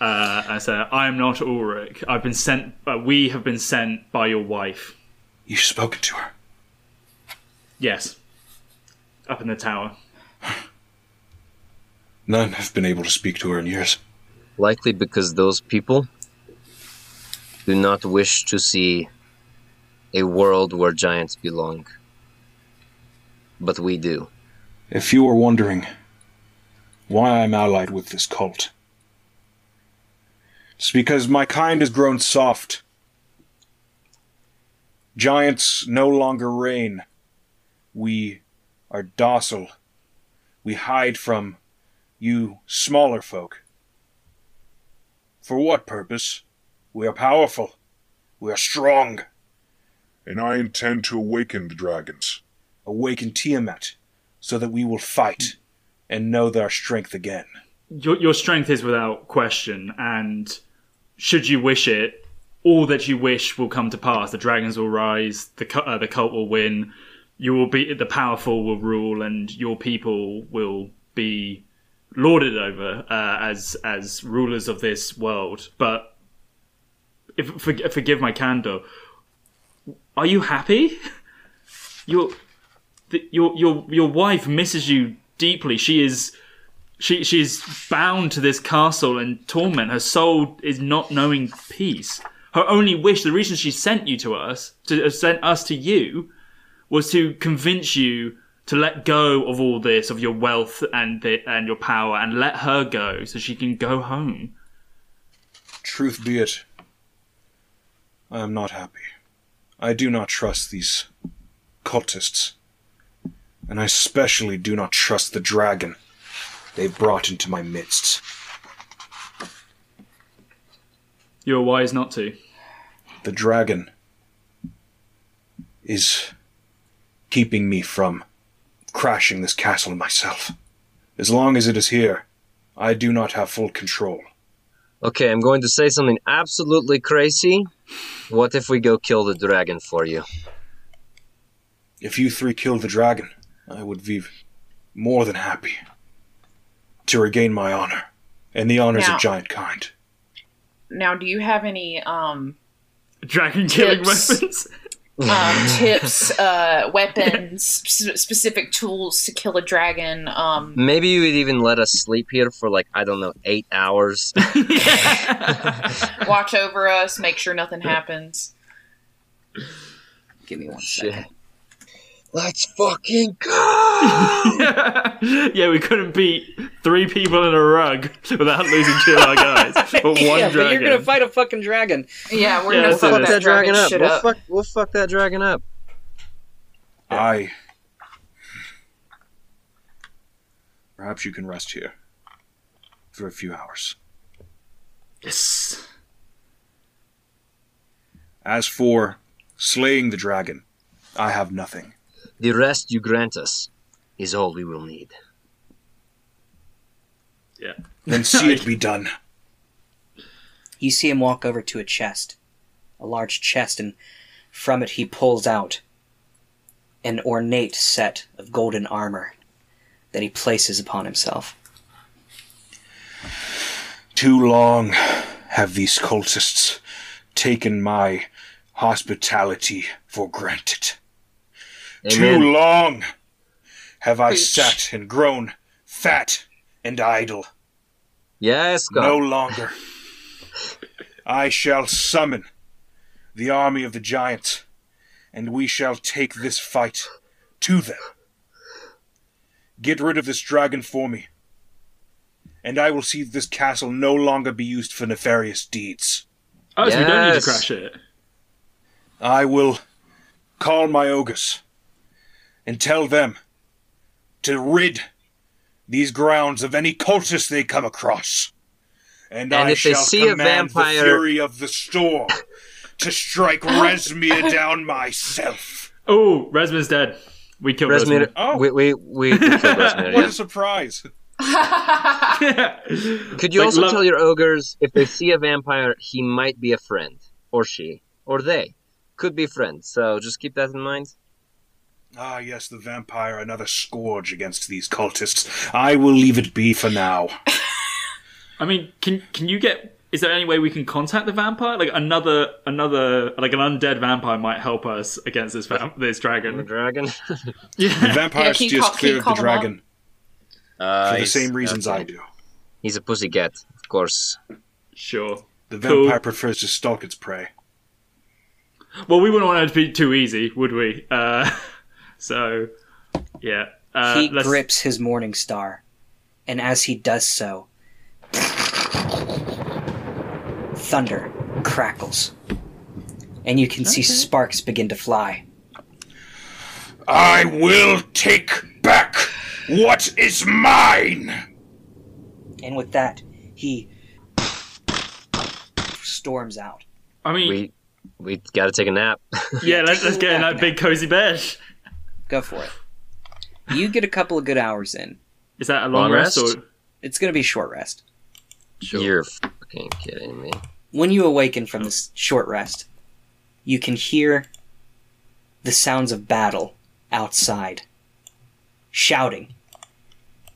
[SPEAKER 3] Uh, I said, I am not Ulrich. I've been sent. Uh, we have been sent by your wife.
[SPEAKER 8] You've spoken to her.
[SPEAKER 3] Yes, up in the tower.
[SPEAKER 8] None have been able to speak to her in years.
[SPEAKER 4] Likely because those people do not wish to see a world where giants belong. But we do.
[SPEAKER 8] If you are wondering why I'm allied with this cult, it's because my kind has grown soft. Giants no longer reign. We are docile. We hide from you smaller folk. For what purpose? We are powerful. We are strong.
[SPEAKER 7] And I intend to awaken the dragons.
[SPEAKER 8] Awaken Tiamat so that we will fight and know their strength again.
[SPEAKER 3] Your your strength is without question, and should you wish it, all that you wish will come to pass. The dragons will rise. The cu- uh, the cult will win. You will be the powerful will rule, and your people will be lorded over uh, as as rulers of this world. But if forg forgive my candor, are you happy? Your the, your your your wife misses you deeply. She is she she's bound to this castle in torment. Her soul is not knowing peace. Her only wish, the reason she sent you to us, to uh, sent us to you, was to convince you to let go of all this, of your wealth and the, and your power, and let her go so she can go home.
[SPEAKER 8] Truth be it, I am not happy. I do not trust these cultists. And I especially do not trust the dragon they brought into my midst.
[SPEAKER 3] You're wise not to.
[SPEAKER 8] The dragon is keeping me from crashing this castle myself. As long as it is here, I do not have full control.
[SPEAKER 4] Okay, I'm going to say something absolutely crazy. What if we go kill the dragon for you?
[SPEAKER 8] If you three kill the dragon, I would be more than happy to regain my honor and the honors
[SPEAKER 1] Now-
[SPEAKER 8] of giant kind.
[SPEAKER 1] Now, do you have any um,
[SPEAKER 3] Dragon killing
[SPEAKER 1] Tips.
[SPEAKER 3] weapons.
[SPEAKER 1] um, tips, uh, weapons, sp- specific tools to kill a dragon? Um,
[SPEAKER 4] Maybe you would even let us sleep here for like, I don't know, eight hours.
[SPEAKER 1] watch over us, make sure nothing happens.
[SPEAKER 5] Give me one second.
[SPEAKER 4] Shit. Let's fucking go!
[SPEAKER 3] yeah, we couldn't beat three people in a rug without losing two of our guys. But one
[SPEAKER 5] yeah,
[SPEAKER 3] dragon.
[SPEAKER 5] but you're gonna fight a fucking dragon.
[SPEAKER 1] Yeah, we're
[SPEAKER 3] Yeah,
[SPEAKER 1] gonna
[SPEAKER 3] let's do
[SPEAKER 1] fuck
[SPEAKER 3] this.
[SPEAKER 1] that,
[SPEAKER 4] that dragon up.
[SPEAKER 1] shit
[SPEAKER 4] We'll
[SPEAKER 1] up.
[SPEAKER 4] fuck, we'll fuck that dragon up.
[SPEAKER 8] I. Perhaps you can rest here for a few hours.
[SPEAKER 3] Yes.
[SPEAKER 8] As for slaying the dragon, I have nothing.
[SPEAKER 4] The rest you grant us is all we will need.
[SPEAKER 3] Yeah.
[SPEAKER 8] Then see it be done.
[SPEAKER 5] You see him walk over to a chest, a large chest, and from it he pulls out an ornate set of golden armor that he places upon himself.
[SPEAKER 8] Too long have these cultists taken my hospitality for granted. Too
[SPEAKER 4] Amen.
[SPEAKER 8] long have I
[SPEAKER 1] Preach.
[SPEAKER 8] sat and grown fat and idle.
[SPEAKER 4] Yes, God.
[SPEAKER 8] No longer. I shall summon the army of the giants, and we shall take this fight to them. Get rid of this dragon for me, and I will see this castle no longer be used for nefarious deeds.
[SPEAKER 3] Oh, so we don't need to
[SPEAKER 4] Yes.
[SPEAKER 3] crash it.
[SPEAKER 8] I will call my ogres and tell them to rid these grounds of any cultists they come across. And,
[SPEAKER 4] And
[SPEAKER 8] I
[SPEAKER 4] if they
[SPEAKER 8] shall
[SPEAKER 4] see a
[SPEAKER 8] command
[SPEAKER 4] vampire-
[SPEAKER 8] the fury of the storm to strike Resmir down myself.
[SPEAKER 3] Oh, Resma's dead. We killed
[SPEAKER 4] Resmir,
[SPEAKER 3] Resmir.
[SPEAKER 8] Oh.
[SPEAKER 4] we, we, we, we killed Resmir,
[SPEAKER 8] What
[SPEAKER 4] yeah.
[SPEAKER 8] a surprise!
[SPEAKER 4] Could you
[SPEAKER 3] Like,
[SPEAKER 4] also
[SPEAKER 3] love-
[SPEAKER 4] tell your ogres if they see a vampire, he might be a friend, or she, or they could be friends. So just keep that in mind.
[SPEAKER 8] Ah, yes, the vampire, another scourge against these cultists. I will leave it be for now.
[SPEAKER 3] I mean, can can you get? Is there any way we can contact the vampire? Like another another like an undead vampire might help us against this vamp- this
[SPEAKER 4] The
[SPEAKER 3] dragon.
[SPEAKER 4] dragon.
[SPEAKER 8] The
[SPEAKER 3] Yeah.
[SPEAKER 8] vampire
[SPEAKER 1] can you
[SPEAKER 8] steers
[SPEAKER 1] call- can you
[SPEAKER 8] clear of the
[SPEAKER 1] call them up?
[SPEAKER 8] dragon
[SPEAKER 4] Uh,
[SPEAKER 8] for the
[SPEAKER 4] he's-
[SPEAKER 8] same reasons
[SPEAKER 4] okay.
[SPEAKER 8] I do.
[SPEAKER 4] He's a pussycat, of course.
[SPEAKER 3] Sure.
[SPEAKER 8] The
[SPEAKER 3] Cool.
[SPEAKER 8] vampire prefers to stalk its prey.
[SPEAKER 3] Well, we wouldn't want it to be too easy, would we? Uh, so, yeah. Uh,
[SPEAKER 5] he
[SPEAKER 3] let's-
[SPEAKER 5] grips his morning star, and as he does so, thunder crackles, and you can see sparks begin to fly.
[SPEAKER 8] I will take back what is mine.
[SPEAKER 5] And with that, he storms out.
[SPEAKER 3] I mean,
[SPEAKER 4] We we gotta take a nap.
[SPEAKER 3] yeah. Let's, let's get in that big cozy bed.
[SPEAKER 5] Go for it. You get a couple of good hours in.
[SPEAKER 3] Is that a long,
[SPEAKER 4] Long
[SPEAKER 3] rest?
[SPEAKER 4] rest?
[SPEAKER 3] or
[SPEAKER 5] It's going to be a short rest.
[SPEAKER 4] You're fucking kidding me.
[SPEAKER 5] When you awaken from this short rest, you can hear the sounds of battle outside, shouting,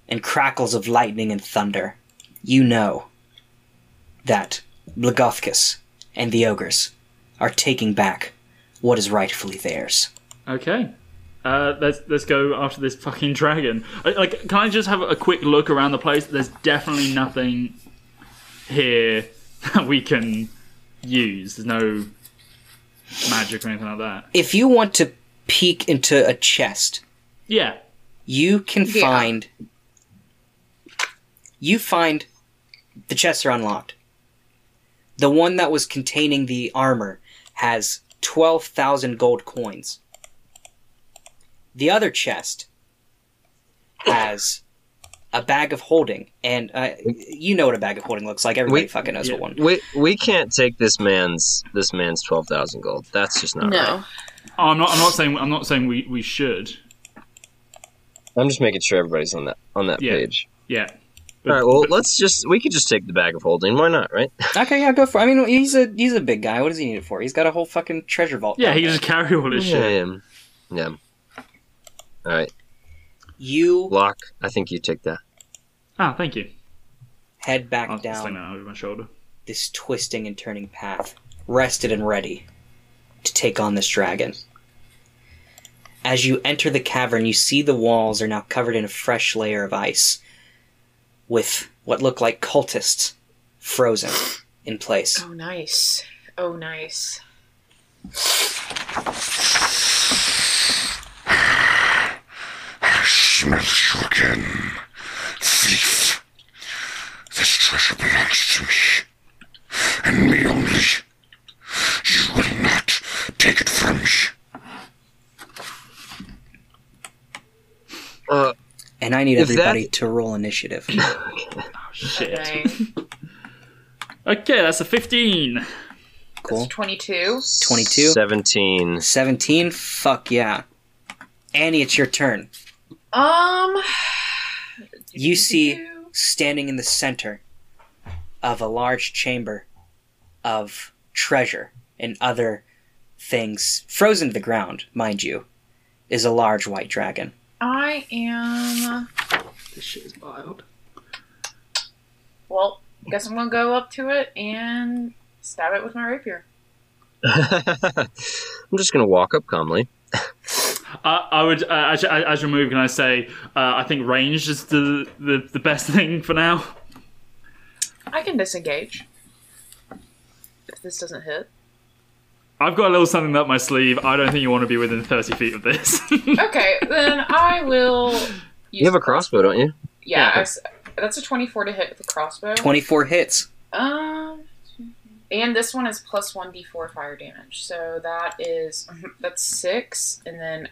[SPEAKER 5] and crackles of lightning and thunder. You know that Blagovkis and the ogres are taking back what is rightfully theirs.
[SPEAKER 3] Okay. Uh, let's let's go after this fucking dragon. I- Like, can I just have a quick look around the place? There's definitely nothing here that we can use. There's no magic or anything like that.
[SPEAKER 5] If you want to peek into a chest,
[SPEAKER 3] Yeah.
[SPEAKER 5] you can
[SPEAKER 1] Yeah.
[SPEAKER 5] find you find the chests are unlocked the one that was containing the armor has 12,000 gold coins the other chest has a bag of holding and uh, you know what a bag of holding looks like everybody
[SPEAKER 4] We-
[SPEAKER 5] fucking knows what
[SPEAKER 3] yeah.
[SPEAKER 5] one
[SPEAKER 4] We we can't take this man's this man's twelve thousand gold. That's just not right.
[SPEAKER 1] no.
[SPEAKER 3] Oh, I'm not. I'm not saying. I'm not saying we, we should.
[SPEAKER 4] I'm just making sure everybody's on that on that
[SPEAKER 3] Yeah.
[SPEAKER 4] page.
[SPEAKER 3] Yeah.
[SPEAKER 4] All right. Well, let's just we could just take the bag of holding. Why not? Right?
[SPEAKER 5] Okay, yeah, go for. it. I mean, he's a he's a big guy. What does he need it for? He's got a whole fucking treasure vault.
[SPEAKER 3] Yeah,
[SPEAKER 5] down
[SPEAKER 3] he can
[SPEAKER 5] there.
[SPEAKER 3] just carry all this shit.
[SPEAKER 4] Yeah. yeah. All right,
[SPEAKER 5] You
[SPEAKER 4] Locke. I think you take that.
[SPEAKER 3] Ah, thank you.
[SPEAKER 5] head back
[SPEAKER 3] I'll just
[SPEAKER 5] down
[SPEAKER 3] sling that over my shoulder.
[SPEAKER 5] this twisting and turning path, rested and ready to take on this dragon. As you enter the cavern, you see the walls are now covered in a fresh layer of ice, with what look like cultists frozen in place.
[SPEAKER 1] Oh, nice. Oh, nice.
[SPEAKER 7] I smell you again, thief. This treasure belongs to me, and me only. You will not take it from me.
[SPEAKER 4] Uh,
[SPEAKER 5] And I need
[SPEAKER 4] If that-
[SPEAKER 5] everybody to roll initiative.
[SPEAKER 3] Shit.
[SPEAKER 1] Okay.
[SPEAKER 3] Okay, that's a 15.
[SPEAKER 5] Cool.
[SPEAKER 1] 22.
[SPEAKER 5] 22.
[SPEAKER 4] seventeen.
[SPEAKER 5] 17. Fuck yeah. Annie, it's your turn.
[SPEAKER 1] Um.
[SPEAKER 5] You see standing in the center of a large chamber of treasure and other things frozen to the ground, mind you, is a large white dragon.
[SPEAKER 1] I am.
[SPEAKER 3] This shit is wild.
[SPEAKER 1] Well, guess I'm gonna go up to it and stab it with my rapier.
[SPEAKER 4] I'm just gonna walk up calmly.
[SPEAKER 3] I, I would, uh, as, you- as you move, can I say, uh, I think ranged is the, the, the best thing for now?
[SPEAKER 1] I can disengage. If this doesn't hit.
[SPEAKER 3] I've got a little something up my sleeve. I don't think you want to be within 30 feet of this.
[SPEAKER 1] Okay, then I will. Use
[SPEAKER 4] You have a crossbow, don't you?
[SPEAKER 3] yeah.
[SPEAKER 1] Yeah, I s- that's a 24 to hit with a crossbow.
[SPEAKER 5] 24 hits.
[SPEAKER 1] Um, and this one is plus one d4 fire damage, so that is that's six, and then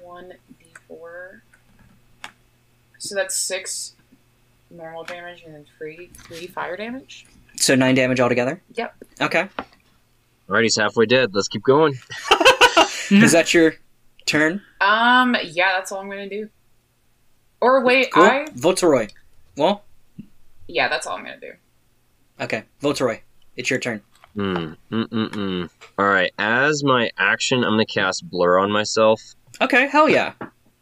[SPEAKER 1] one d4. So that's six normal damage, and then three three fire damage.
[SPEAKER 5] So 9 damage altogether?
[SPEAKER 1] Yep.
[SPEAKER 5] Okay.
[SPEAKER 4] Alright, he's halfway dead. Let's keep going.
[SPEAKER 5] is that your turn?
[SPEAKER 1] Um, yeah, that's all I'm gonna do. Or wait,
[SPEAKER 5] Cool.
[SPEAKER 1] I
[SPEAKER 5] Voltoroy. Well,
[SPEAKER 1] yeah, that's all I'm gonna do.
[SPEAKER 5] okay. Voltoroy, it's your turn.
[SPEAKER 4] Mm, mm, mm, mm. All right. As my action, I'm gonna cast blur on myself,
[SPEAKER 5] Okay, hell yeah.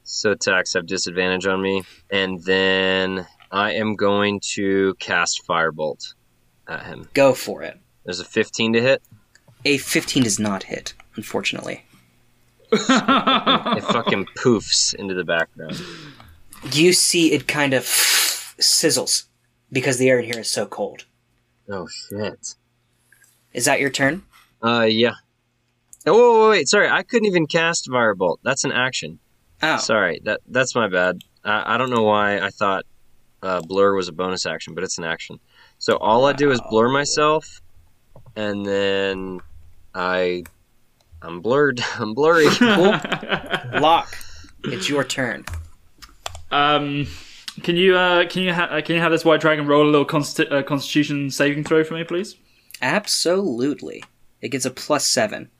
[SPEAKER 4] so attacks have disadvantage on me, and then I am going to cast firebolt at him.
[SPEAKER 5] Go for it.
[SPEAKER 4] There's a 15 to hit.
[SPEAKER 5] A 15 does not hit, unfortunately.
[SPEAKER 4] It fucking poofs into the background.
[SPEAKER 5] You see it kind of sizzles because the air in here is so cold.
[SPEAKER 4] Oh shit.
[SPEAKER 5] Is that your turn?
[SPEAKER 4] Uh, yeah. Oh whoa, whoa, wait, sorry. I couldn't even cast firebolt. That's an action.
[SPEAKER 5] Oh.
[SPEAKER 4] Sorry. That that's my bad. I, I don't know why I thought uh, blur was a bonus action, but it's an action. So all I do is blur myself, and then I I'm blurred. I'm blurry.
[SPEAKER 5] Lock. It's your turn.
[SPEAKER 3] um, can you uh, can you ha- uh, can you have this white dragon roll a little consti- uh, Constitution saving throw for me, please?
[SPEAKER 5] Absolutely. It gets a plus seven.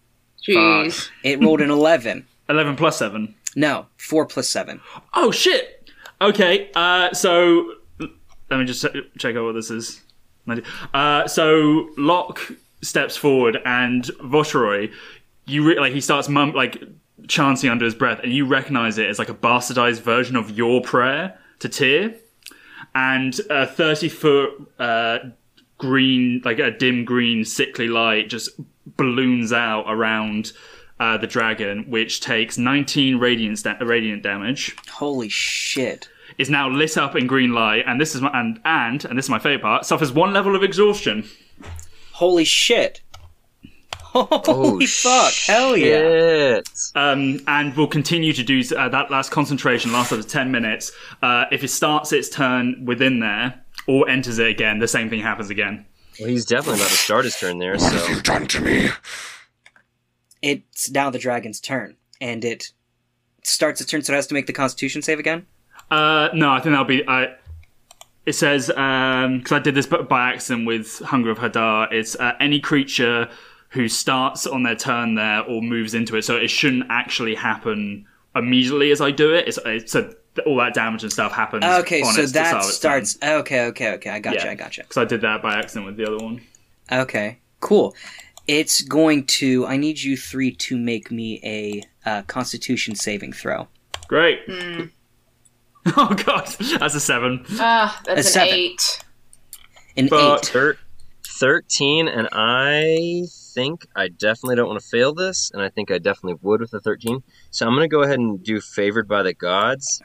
[SPEAKER 1] Jeez.
[SPEAKER 5] It rolled an 11.
[SPEAKER 3] Eleven plus seven.
[SPEAKER 5] No, four plus seven.
[SPEAKER 3] Oh shit. Okay. Uh, so let me just che- check out what this is. Uh, so Locke steps forward, and Voshroy, you re- like he starts mum like chanting under his breath, and you recognize it as like a bastardized version of your prayer to Tyr, and a thirty foot uh, green, like a dim green, sickly light just balloons out around. Uh, the dragon, which takes 19 radiant, da- radiant damage,
[SPEAKER 5] Holy shit.
[SPEAKER 3] is now lit up in green light, and this is my and and and this is my favorite part. Suffers one level of exhaustion.
[SPEAKER 5] Holy shit.
[SPEAKER 4] Oh,
[SPEAKER 5] Holy fuck. Hell yeah.
[SPEAKER 4] Shit.
[SPEAKER 3] um, and will continue to do uh, that last concentration lasts up to 10 minutes uh, if it starts its turn within there or enters it again the same thing happens again
[SPEAKER 4] Well, he's definitely about to start his turn there.
[SPEAKER 7] What have
[SPEAKER 4] So
[SPEAKER 7] you done to me?
[SPEAKER 5] It's now the dragon's turn, and it starts its turn, so it has to make the constitution save again?
[SPEAKER 3] uh, no i think that'll be uh, it um, says because i did this b- by accident with hunger of hadar it's uh, any creature who starts on their turn there or moves into it. So it shouldn't actually happen immediately as I do it. It's, it's so th- all that damage and stuff happens.
[SPEAKER 5] Okay,
[SPEAKER 3] on
[SPEAKER 5] so
[SPEAKER 3] its- to
[SPEAKER 5] that
[SPEAKER 3] start its turn.
[SPEAKER 5] starts. Okay, okay, okay. I gotcha. I gotcha.
[SPEAKER 3] Because I did that by accident with the other one.
[SPEAKER 5] Okay, cool. It's going to. I need you three to make me a uh, Constitution saving throw.
[SPEAKER 3] Great. Oh god, that's a seven.
[SPEAKER 1] Ah,
[SPEAKER 5] A
[SPEAKER 1] that's an
[SPEAKER 5] seven.
[SPEAKER 1] eight.
[SPEAKER 5] An
[SPEAKER 3] Fuck.
[SPEAKER 5] eight.
[SPEAKER 4] Thir- 13, and I think I definitely don't want to fail this, and I think I definitely would with a 13. So I'm going to go ahead and do Favored by the Gods,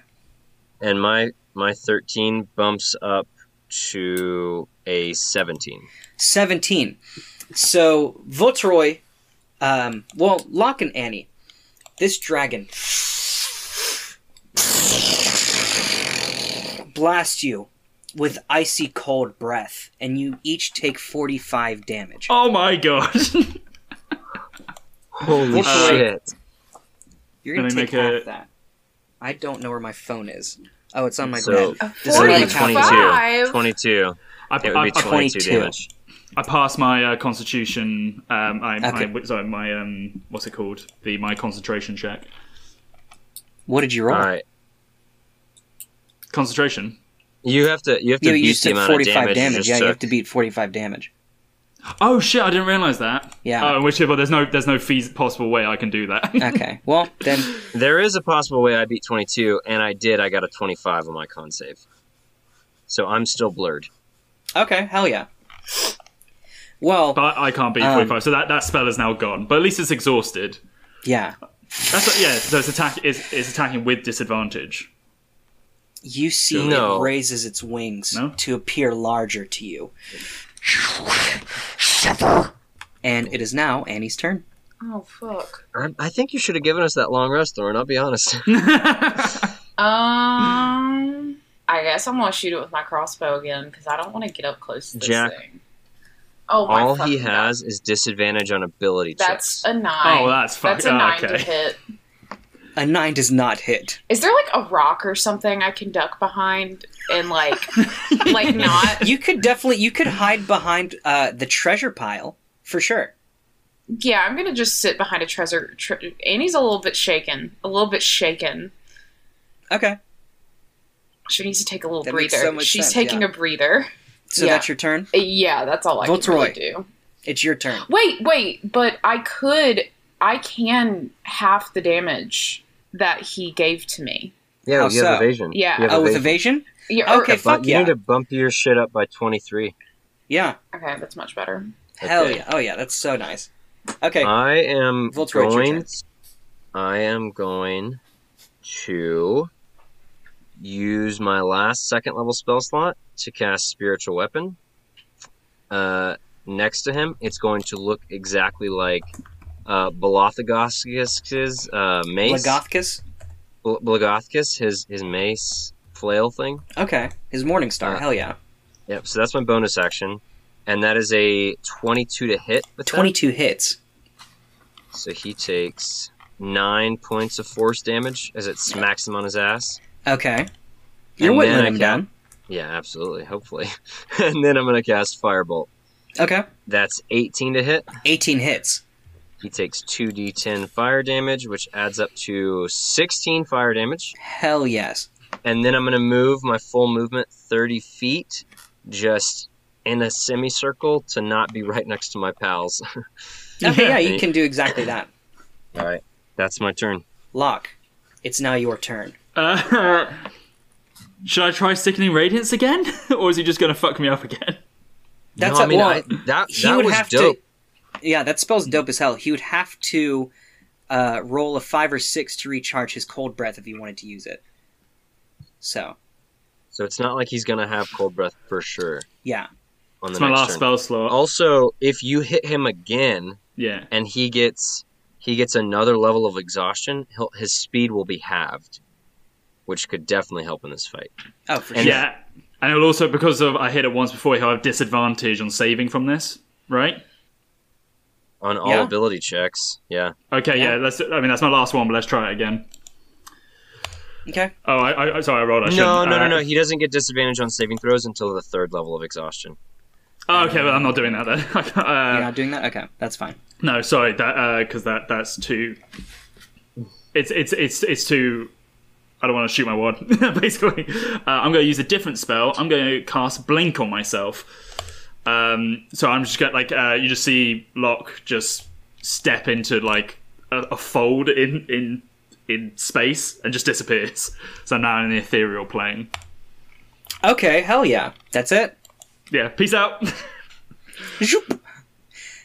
[SPEAKER 4] and my, my 13 bumps up to a 17.
[SPEAKER 5] 17. So, Voltroy, um, well, Locke and Annie, this dragon blasts you with icy cold breath, and you each take 45 damage.
[SPEAKER 3] Oh my god.
[SPEAKER 4] Holy shit.
[SPEAKER 5] You're going to
[SPEAKER 3] Let me
[SPEAKER 5] take
[SPEAKER 3] make
[SPEAKER 5] half
[SPEAKER 3] a-
[SPEAKER 5] that. I don't know where my phone is. Oh, it's on my
[SPEAKER 4] So,
[SPEAKER 5] bed.
[SPEAKER 1] This
[SPEAKER 5] is
[SPEAKER 4] so
[SPEAKER 5] like
[SPEAKER 4] it'd be 22.
[SPEAKER 1] half.
[SPEAKER 4] 22.
[SPEAKER 3] I,
[SPEAKER 4] It would
[SPEAKER 3] I,
[SPEAKER 4] be
[SPEAKER 3] I,
[SPEAKER 4] 22
[SPEAKER 5] 22.
[SPEAKER 4] damage.
[SPEAKER 3] I passed my uh, constitution. Um, I,
[SPEAKER 5] Okay.
[SPEAKER 3] I, sorry, my um, what's it called? The my concentration check.
[SPEAKER 5] What did you roll?
[SPEAKER 4] All right.
[SPEAKER 3] Concentration.
[SPEAKER 4] You have to you have to
[SPEAKER 5] Yeah, but you
[SPEAKER 4] use
[SPEAKER 5] just
[SPEAKER 4] the
[SPEAKER 5] took
[SPEAKER 4] amount of
[SPEAKER 5] 45
[SPEAKER 4] damage.
[SPEAKER 5] damage.
[SPEAKER 4] You just
[SPEAKER 5] Yeah, you
[SPEAKER 4] took.
[SPEAKER 5] have to beat 45 damage.
[SPEAKER 3] Oh shit! I didn't realize that.
[SPEAKER 5] Yeah.
[SPEAKER 3] Oh, in which well, there's no there's no feas- possible way I can do that.
[SPEAKER 5] Okay, well, then
[SPEAKER 4] There is a possible way I beat 22, and I did. I got a 25 on my con save. So I'm still blurred.
[SPEAKER 5] Okay, hell yeah. Well,
[SPEAKER 3] but I can't
[SPEAKER 5] Um,
[SPEAKER 3] beat 45, so that, that spell is now gone. But at least it's exhausted.
[SPEAKER 5] yeah.
[SPEAKER 3] That's what, yeah. So it's attack is it's attacking with disadvantage.
[SPEAKER 5] You see
[SPEAKER 4] No.
[SPEAKER 5] it raises its wings
[SPEAKER 3] No?
[SPEAKER 5] to appear larger to you. And it is now Annie's turn.
[SPEAKER 1] Oh fuck.
[SPEAKER 4] I, I think you should have given us that long rest, Thorin. I'll be honest.
[SPEAKER 3] Uh,
[SPEAKER 1] Um, I guess I'm gonna shoot it with my crossbow again because I don't want to get up close to this
[SPEAKER 4] Jack,
[SPEAKER 1] thing. Oh my
[SPEAKER 4] All he
[SPEAKER 1] fucking
[SPEAKER 4] has is disadvantage on ability
[SPEAKER 1] God. That's
[SPEAKER 4] checks.
[SPEAKER 1] a nine.
[SPEAKER 3] Oh, that's fuck-
[SPEAKER 1] That's a nine to
[SPEAKER 3] okay.
[SPEAKER 1] hit.
[SPEAKER 5] A nine does not hit.
[SPEAKER 1] Is there like a rock or something I can duck behind and like, like not?
[SPEAKER 5] You could definitely you could hide behind uh, the treasure pile for sure.
[SPEAKER 1] Yeah, I'm gonna just sit behind a treasure. Tre- Annie's a little bit shaken. A little bit shaken.
[SPEAKER 5] Okay,
[SPEAKER 1] She needs to take a little
[SPEAKER 5] That makes
[SPEAKER 1] breather.
[SPEAKER 5] so much
[SPEAKER 1] She's
[SPEAKER 5] sense,
[SPEAKER 1] taking
[SPEAKER 5] yeah.
[SPEAKER 1] a breather.
[SPEAKER 5] so
[SPEAKER 1] Yeah.
[SPEAKER 5] that's your turn.
[SPEAKER 1] Yeah, that's all I can
[SPEAKER 5] Voltroy.
[SPEAKER 1] really do.
[SPEAKER 5] It's your turn.
[SPEAKER 1] Wait, wait, but I could, I can half the damage that he gave to me.
[SPEAKER 4] Yeah,
[SPEAKER 5] How
[SPEAKER 4] you have
[SPEAKER 5] Oh, so?
[SPEAKER 4] evasion.
[SPEAKER 1] Yeah.
[SPEAKER 4] You have
[SPEAKER 5] Oh, with evasion?
[SPEAKER 1] Yeah. or-
[SPEAKER 5] Okay,
[SPEAKER 4] Bu-
[SPEAKER 5] fuck
[SPEAKER 4] you
[SPEAKER 5] yeah.
[SPEAKER 4] need to bump your shit up by 23.
[SPEAKER 5] Yeah,
[SPEAKER 1] okay, that's much better.
[SPEAKER 5] hell
[SPEAKER 4] Okay.
[SPEAKER 5] yeah. Oh yeah, that's so nice. Okay,
[SPEAKER 4] I am
[SPEAKER 5] Voltz, right, your
[SPEAKER 4] going.
[SPEAKER 5] turn.
[SPEAKER 4] I am going to use my last second level spell slot to cast Spiritual Weapon. Uh, next to him, it's going to look exactly like uh, Balathagoscus's uh, mace.
[SPEAKER 5] Lagothicus.
[SPEAKER 4] Bal- Balagothicus, his his mace flail thing.
[SPEAKER 5] Okay, his morning star.
[SPEAKER 4] Uh,
[SPEAKER 5] hell yeah.
[SPEAKER 4] Yep. So that's my bonus action, and that is a twenty-two to hit. With that.
[SPEAKER 5] Twenty-two hits.
[SPEAKER 4] So he takes nine points of force damage as it smacks him on his ass.
[SPEAKER 5] Okay, you're
[SPEAKER 4] And
[SPEAKER 5] whittling
[SPEAKER 4] then I
[SPEAKER 5] him
[SPEAKER 4] ca-
[SPEAKER 5] down.
[SPEAKER 4] Yeah, absolutely. Hopefully. and then I'm going to cast Firebolt.
[SPEAKER 5] Okay.
[SPEAKER 4] That's 18 to hit.
[SPEAKER 5] 18 hits.
[SPEAKER 4] He takes 2d10 fire damage, which adds up to 16 fire damage.
[SPEAKER 5] Hell yes.
[SPEAKER 4] And then I'm going to move my full movement 30 feet just in a semicircle to not be right next to my pals.
[SPEAKER 5] Okay, yeah, you
[SPEAKER 4] Yeah.
[SPEAKER 5] can do exactly that.
[SPEAKER 4] All right. That's my turn.
[SPEAKER 5] Locke, it's now your turn.
[SPEAKER 3] Uh, should I try sickening radiance again, or is he just gonna fuck me up again?
[SPEAKER 5] That's
[SPEAKER 4] No,
[SPEAKER 5] a-
[SPEAKER 4] I mean,
[SPEAKER 5] well,
[SPEAKER 4] I- that,
[SPEAKER 5] He
[SPEAKER 4] that
[SPEAKER 5] would
[SPEAKER 4] was
[SPEAKER 5] have
[SPEAKER 4] dope.
[SPEAKER 5] to. Yeah, that spell's dope as hell. He would have to uh, roll a 5 or 6 to recharge his cold breath if he wanted to use it. So,
[SPEAKER 4] So it's not like he's going to have cold breath for sure
[SPEAKER 5] yeah.
[SPEAKER 4] on the
[SPEAKER 3] It's my
[SPEAKER 4] next
[SPEAKER 3] last
[SPEAKER 4] turn.
[SPEAKER 3] spell slot.
[SPEAKER 4] Also, if you hit him again
[SPEAKER 3] yeah.
[SPEAKER 4] and he gets he gets another level of exhaustion, he'll, his speed will be halved, which could definitely help in this fight.
[SPEAKER 5] Oh, for
[SPEAKER 4] And-
[SPEAKER 5] sure.
[SPEAKER 3] yeah. And it'll also because of I hit it once before, he'll have disadvantage on saving from this, right?
[SPEAKER 4] On all
[SPEAKER 5] Yeah.
[SPEAKER 4] ability checks, yeah.
[SPEAKER 3] Okay, yeah.
[SPEAKER 5] Yeah.
[SPEAKER 3] let's. I mean, that's my last one, but let's try it again.
[SPEAKER 5] Okay.
[SPEAKER 3] Oh, I, I sorry, I rolled. I
[SPEAKER 4] No,
[SPEAKER 3] shouldn't.
[SPEAKER 4] no, no,
[SPEAKER 3] Uh,
[SPEAKER 4] no. He doesn't get disadvantage on saving throws until the third level of exhaustion.
[SPEAKER 3] Oh, okay, well, I'm not doing that then. uh,
[SPEAKER 5] You're not doing that? Okay, that's fine.
[SPEAKER 3] No, sorry, that because that that's too. It's it's it's it's too. I don't want to shoot my wad. Basically, uh, I'm going to use a different spell. I'm going to cast blink on myself. Um, so I'm just going like uh, you just see Locke just step into like a, a fold in in in space and just disappears. So I'm now in the ethereal plane.
[SPEAKER 5] Okay, hell yeah. That's it.
[SPEAKER 3] Yeah, peace out.
[SPEAKER 5] Zhoop.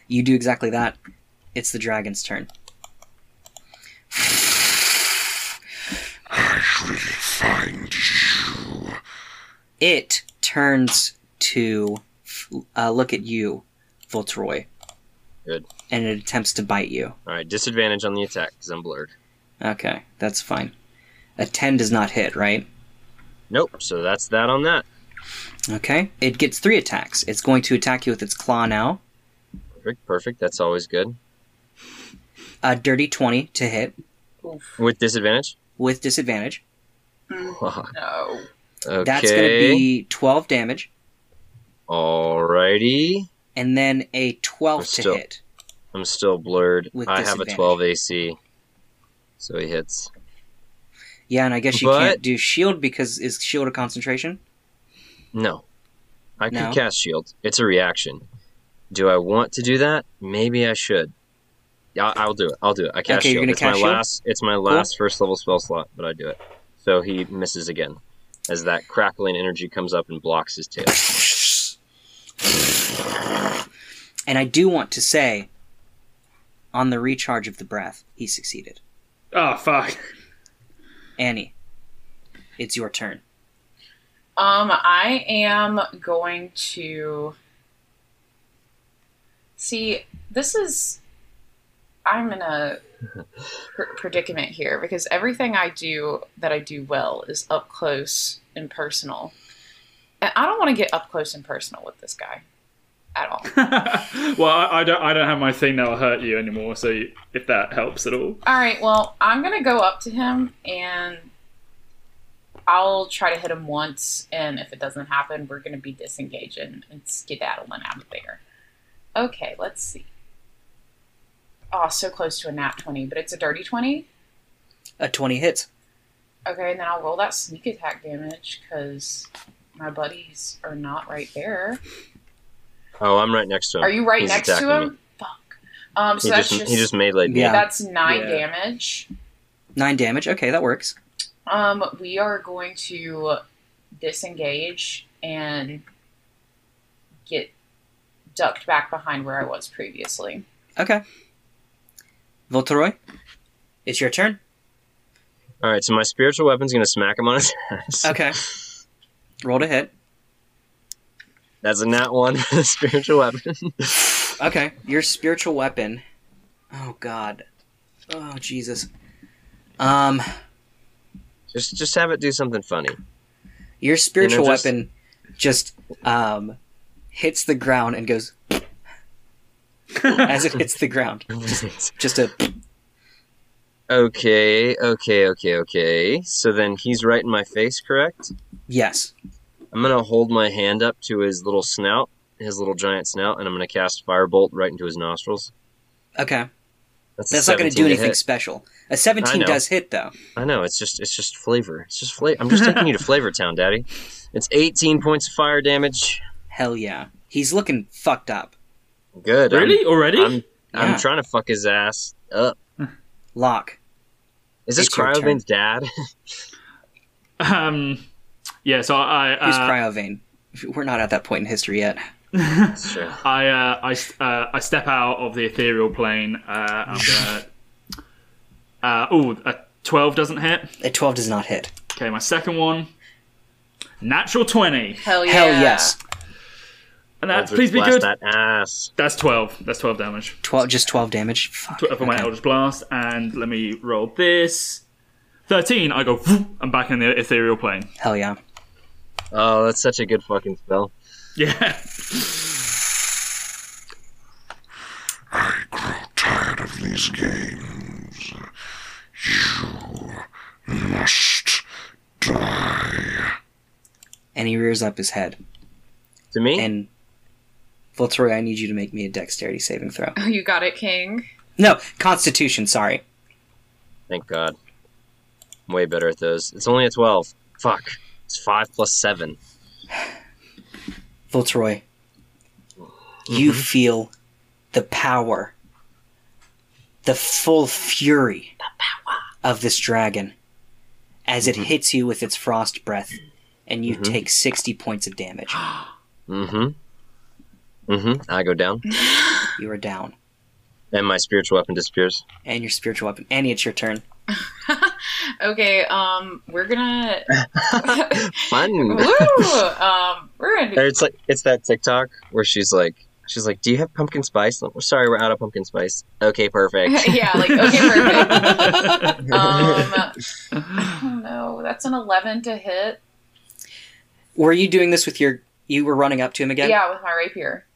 [SPEAKER 5] You do exactly that. It's the dragon's turn.
[SPEAKER 7] I shall find you.
[SPEAKER 5] It turns to uh, look at you, Voltroy,
[SPEAKER 4] Good.
[SPEAKER 5] and it attempts to bite you.
[SPEAKER 4] All right, disadvantage on the attack because I'm blurred.
[SPEAKER 5] Okay, that's fine. A 10 does not hit, right?
[SPEAKER 4] Nope. So that's that on that.
[SPEAKER 5] Okay. It gets three attacks. It's going to attack you with its claw now.
[SPEAKER 4] Perfect. Perfect. That's always good.
[SPEAKER 5] A dirty 20 to hit
[SPEAKER 4] With disadvantage.
[SPEAKER 5] with disadvantage.
[SPEAKER 4] Mm.
[SPEAKER 1] No.
[SPEAKER 4] Okay.
[SPEAKER 5] That's going to be 12 damage,
[SPEAKER 4] Alrighty.
[SPEAKER 5] and then a 12
[SPEAKER 4] We're
[SPEAKER 5] to
[SPEAKER 4] still-
[SPEAKER 5] hit.
[SPEAKER 4] I'm still blurred.
[SPEAKER 5] With
[SPEAKER 4] I have a
[SPEAKER 5] disadvantage.
[SPEAKER 4] 12 AC, so he hits.
[SPEAKER 5] Yeah, and I guess you
[SPEAKER 4] But-
[SPEAKER 5] can't do shield because is shield a concentration?
[SPEAKER 4] No, I could
[SPEAKER 5] No?
[SPEAKER 4] cast shield. It's a reaction. Do I want to do that? Maybe I should. Yeah, I- I'll do it. I'll do it. I cast
[SPEAKER 5] Okay,
[SPEAKER 4] shield.
[SPEAKER 5] you're gonna
[SPEAKER 4] It's
[SPEAKER 5] cast
[SPEAKER 4] my
[SPEAKER 5] shield?
[SPEAKER 4] last. It's my last first level spell slot, but I do it. So he misses again, as that crackling energy comes up and blocks his tail.
[SPEAKER 5] And I do want to say, on the recharge of the breath, he succeeded.
[SPEAKER 3] oh fuck.
[SPEAKER 5] Annie, it's your turn.
[SPEAKER 1] Um, I am going to see. This is I'm in a pr- predicament here because everything I do that I do well is up close and personal, and I don't want to get up close and personal with this guy at all.
[SPEAKER 3] well, I, I don't I don't have my thing that'll hurt you anymore. So you, if that helps at all.
[SPEAKER 1] All right, well, I'm gonna go up to him and I'll try to hit him once, and if it doesn't happen, we're gonna be disengaging and skedaddling out of there. Okay, let's see. Oh, so close to a nat 20, but it's a dirty 20.
[SPEAKER 5] A 20 hits.
[SPEAKER 1] Okay, and then I'll roll that sneak attack damage because my buddies are not right there.
[SPEAKER 4] Oh, I'm right next to him.
[SPEAKER 1] Are you right
[SPEAKER 4] He's
[SPEAKER 1] next to
[SPEAKER 4] attacking
[SPEAKER 1] him?
[SPEAKER 4] me.
[SPEAKER 1] Fuck. Um, so
[SPEAKER 4] He
[SPEAKER 1] that's
[SPEAKER 4] just,
[SPEAKER 1] just,
[SPEAKER 4] he just made like
[SPEAKER 5] Yeah.
[SPEAKER 1] that's nine
[SPEAKER 3] Yeah.
[SPEAKER 1] damage.
[SPEAKER 5] Nine damage. Okay, that works.
[SPEAKER 1] Um, we are going to disengage and get ducked back behind where I was previously.
[SPEAKER 5] Okay. Voltoroy, it's your turn.
[SPEAKER 4] All right, so my spiritual weapon's gonna smack him on his ass.
[SPEAKER 5] Okay. Roll to hit.
[SPEAKER 4] That's a nat one for the spiritual weapon.
[SPEAKER 5] Okay. Your spiritual weapon. Oh, God. Oh, Jesus. Um,
[SPEAKER 4] just just have it do something funny.
[SPEAKER 5] your spiritual
[SPEAKER 4] just-
[SPEAKER 5] weapon just um hits the ground and goes as it hits the ground. Just a
[SPEAKER 4] okay, okay, okay, okay. So then he's right in my face, correct?
[SPEAKER 5] yes.
[SPEAKER 4] I'm gonna hold my hand up to his little snout, his little giant snout, and I'm gonna cast firebolt right into his nostrils.
[SPEAKER 5] Okay.
[SPEAKER 4] a
[SPEAKER 5] That's not going
[SPEAKER 4] 17
[SPEAKER 5] to do anything
[SPEAKER 4] hit.
[SPEAKER 5] special. A
[SPEAKER 4] I
[SPEAKER 5] 17
[SPEAKER 4] know.
[SPEAKER 5] does hit though.
[SPEAKER 4] I know. It's just it's just flavor. It's just flavor. I'm just taking you to Flavor Town, Daddy. It's 18 points of fire damage.
[SPEAKER 5] Hell yeah. He's looking fucked up.
[SPEAKER 4] Good. I'm-
[SPEAKER 3] Really? Already?
[SPEAKER 4] I'm I'm
[SPEAKER 5] Yeah.
[SPEAKER 4] trying to fuck his ass up.
[SPEAKER 5] Lock.
[SPEAKER 4] Is this
[SPEAKER 5] It's your turn.
[SPEAKER 4] Cryovin's dad?
[SPEAKER 3] Um, yeah. So I
[SPEAKER 5] Who's
[SPEAKER 3] uh,
[SPEAKER 5] Cryovane? We're not at that point in history yet.
[SPEAKER 4] Sure.
[SPEAKER 3] I uh, I s- uh, I step out of the ethereal plane. Uh, I'm gonna. Uh, oh, a twelve doesn't hit.
[SPEAKER 5] A 12 does not hit.
[SPEAKER 3] Okay, my second one. Natural twenty,
[SPEAKER 1] Hell yeah.
[SPEAKER 5] Hell yes.
[SPEAKER 3] and
[SPEAKER 4] I'll
[SPEAKER 3] that
[SPEAKER 4] just
[SPEAKER 3] please be
[SPEAKER 4] blast
[SPEAKER 3] good.
[SPEAKER 4] That ass.
[SPEAKER 3] That's twelve. That's twelve damage
[SPEAKER 5] 12 just 12 damage. Fuck.
[SPEAKER 3] Tw- for my
[SPEAKER 5] Okay.
[SPEAKER 3] Eldritch Blast. And let me roll this. Thirteen. I go. I'm back in the ethereal plane.
[SPEAKER 5] Hell yeah.
[SPEAKER 4] Oh, that's such a good fucking spell.
[SPEAKER 3] Yeah.
[SPEAKER 7] I grow tired of these games. You must die.
[SPEAKER 5] And he rears up his head
[SPEAKER 4] To me,
[SPEAKER 5] and Volturi, I need you to make me a dexterity saving throw.
[SPEAKER 1] Oh, you got it, King.
[SPEAKER 5] No, Constitution. Sorry.
[SPEAKER 4] Thank God. I'm way better at those. It's only a 12. Fuck. It's 5 plus 7.
[SPEAKER 5] Voltroy, you feel the power, the full fury of this dragon as it hits you with its frost breath, and you take 60 points of damage.
[SPEAKER 4] Mm hmm. Mm hmm. I go down.
[SPEAKER 5] You are down,
[SPEAKER 4] And my spiritual weapon disappears.
[SPEAKER 5] and your spiritual weapon. Annie, it's your turn.
[SPEAKER 1] Okay, um, we're gonna.
[SPEAKER 4] Fun.
[SPEAKER 1] Woo! Um, we're gonna.
[SPEAKER 4] Or it's like it's that TikTok where she's like she's like, Do you have pumpkin spice? Like, "We're sorry, we're out of pumpkin spice. Okay, perfect.
[SPEAKER 1] yeah, like okay, perfect. Um, no, that's an eleven to hit.
[SPEAKER 5] Were you doing this with your? You were running up to him again.
[SPEAKER 1] Yeah, with my rapier.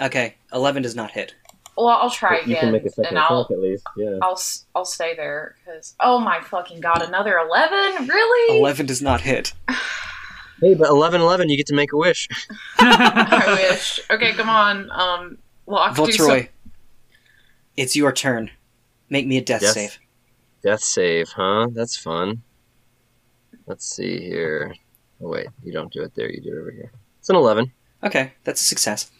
[SPEAKER 5] Okay, eleven does not hit.
[SPEAKER 1] Well, I'll try
[SPEAKER 4] you
[SPEAKER 1] again,
[SPEAKER 4] can make a second
[SPEAKER 1] and I'll
[SPEAKER 4] attack at least. Yeah.
[SPEAKER 1] I'll s- I'll stay there because oh my fucking god, another eleven? Really?
[SPEAKER 5] Eleven does not hit.
[SPEAKER 4] Hey, but eleven eleven you get to make a wish.
[SPEAKER 1] I wish. Okay, come on. Um, lock. do some-
[SPEAKER 5] Voltroy, it's your turn. Make me a death
[SPEAKER 4] Yes.
[SPEAKER 5] save.
[SPEAKER 4] Death save, huh? That's fun. Let's see here. Oh wait, you don't do it there, you do it over here. It's an eleven.
[SPEAKER 5] Okay, that's a success.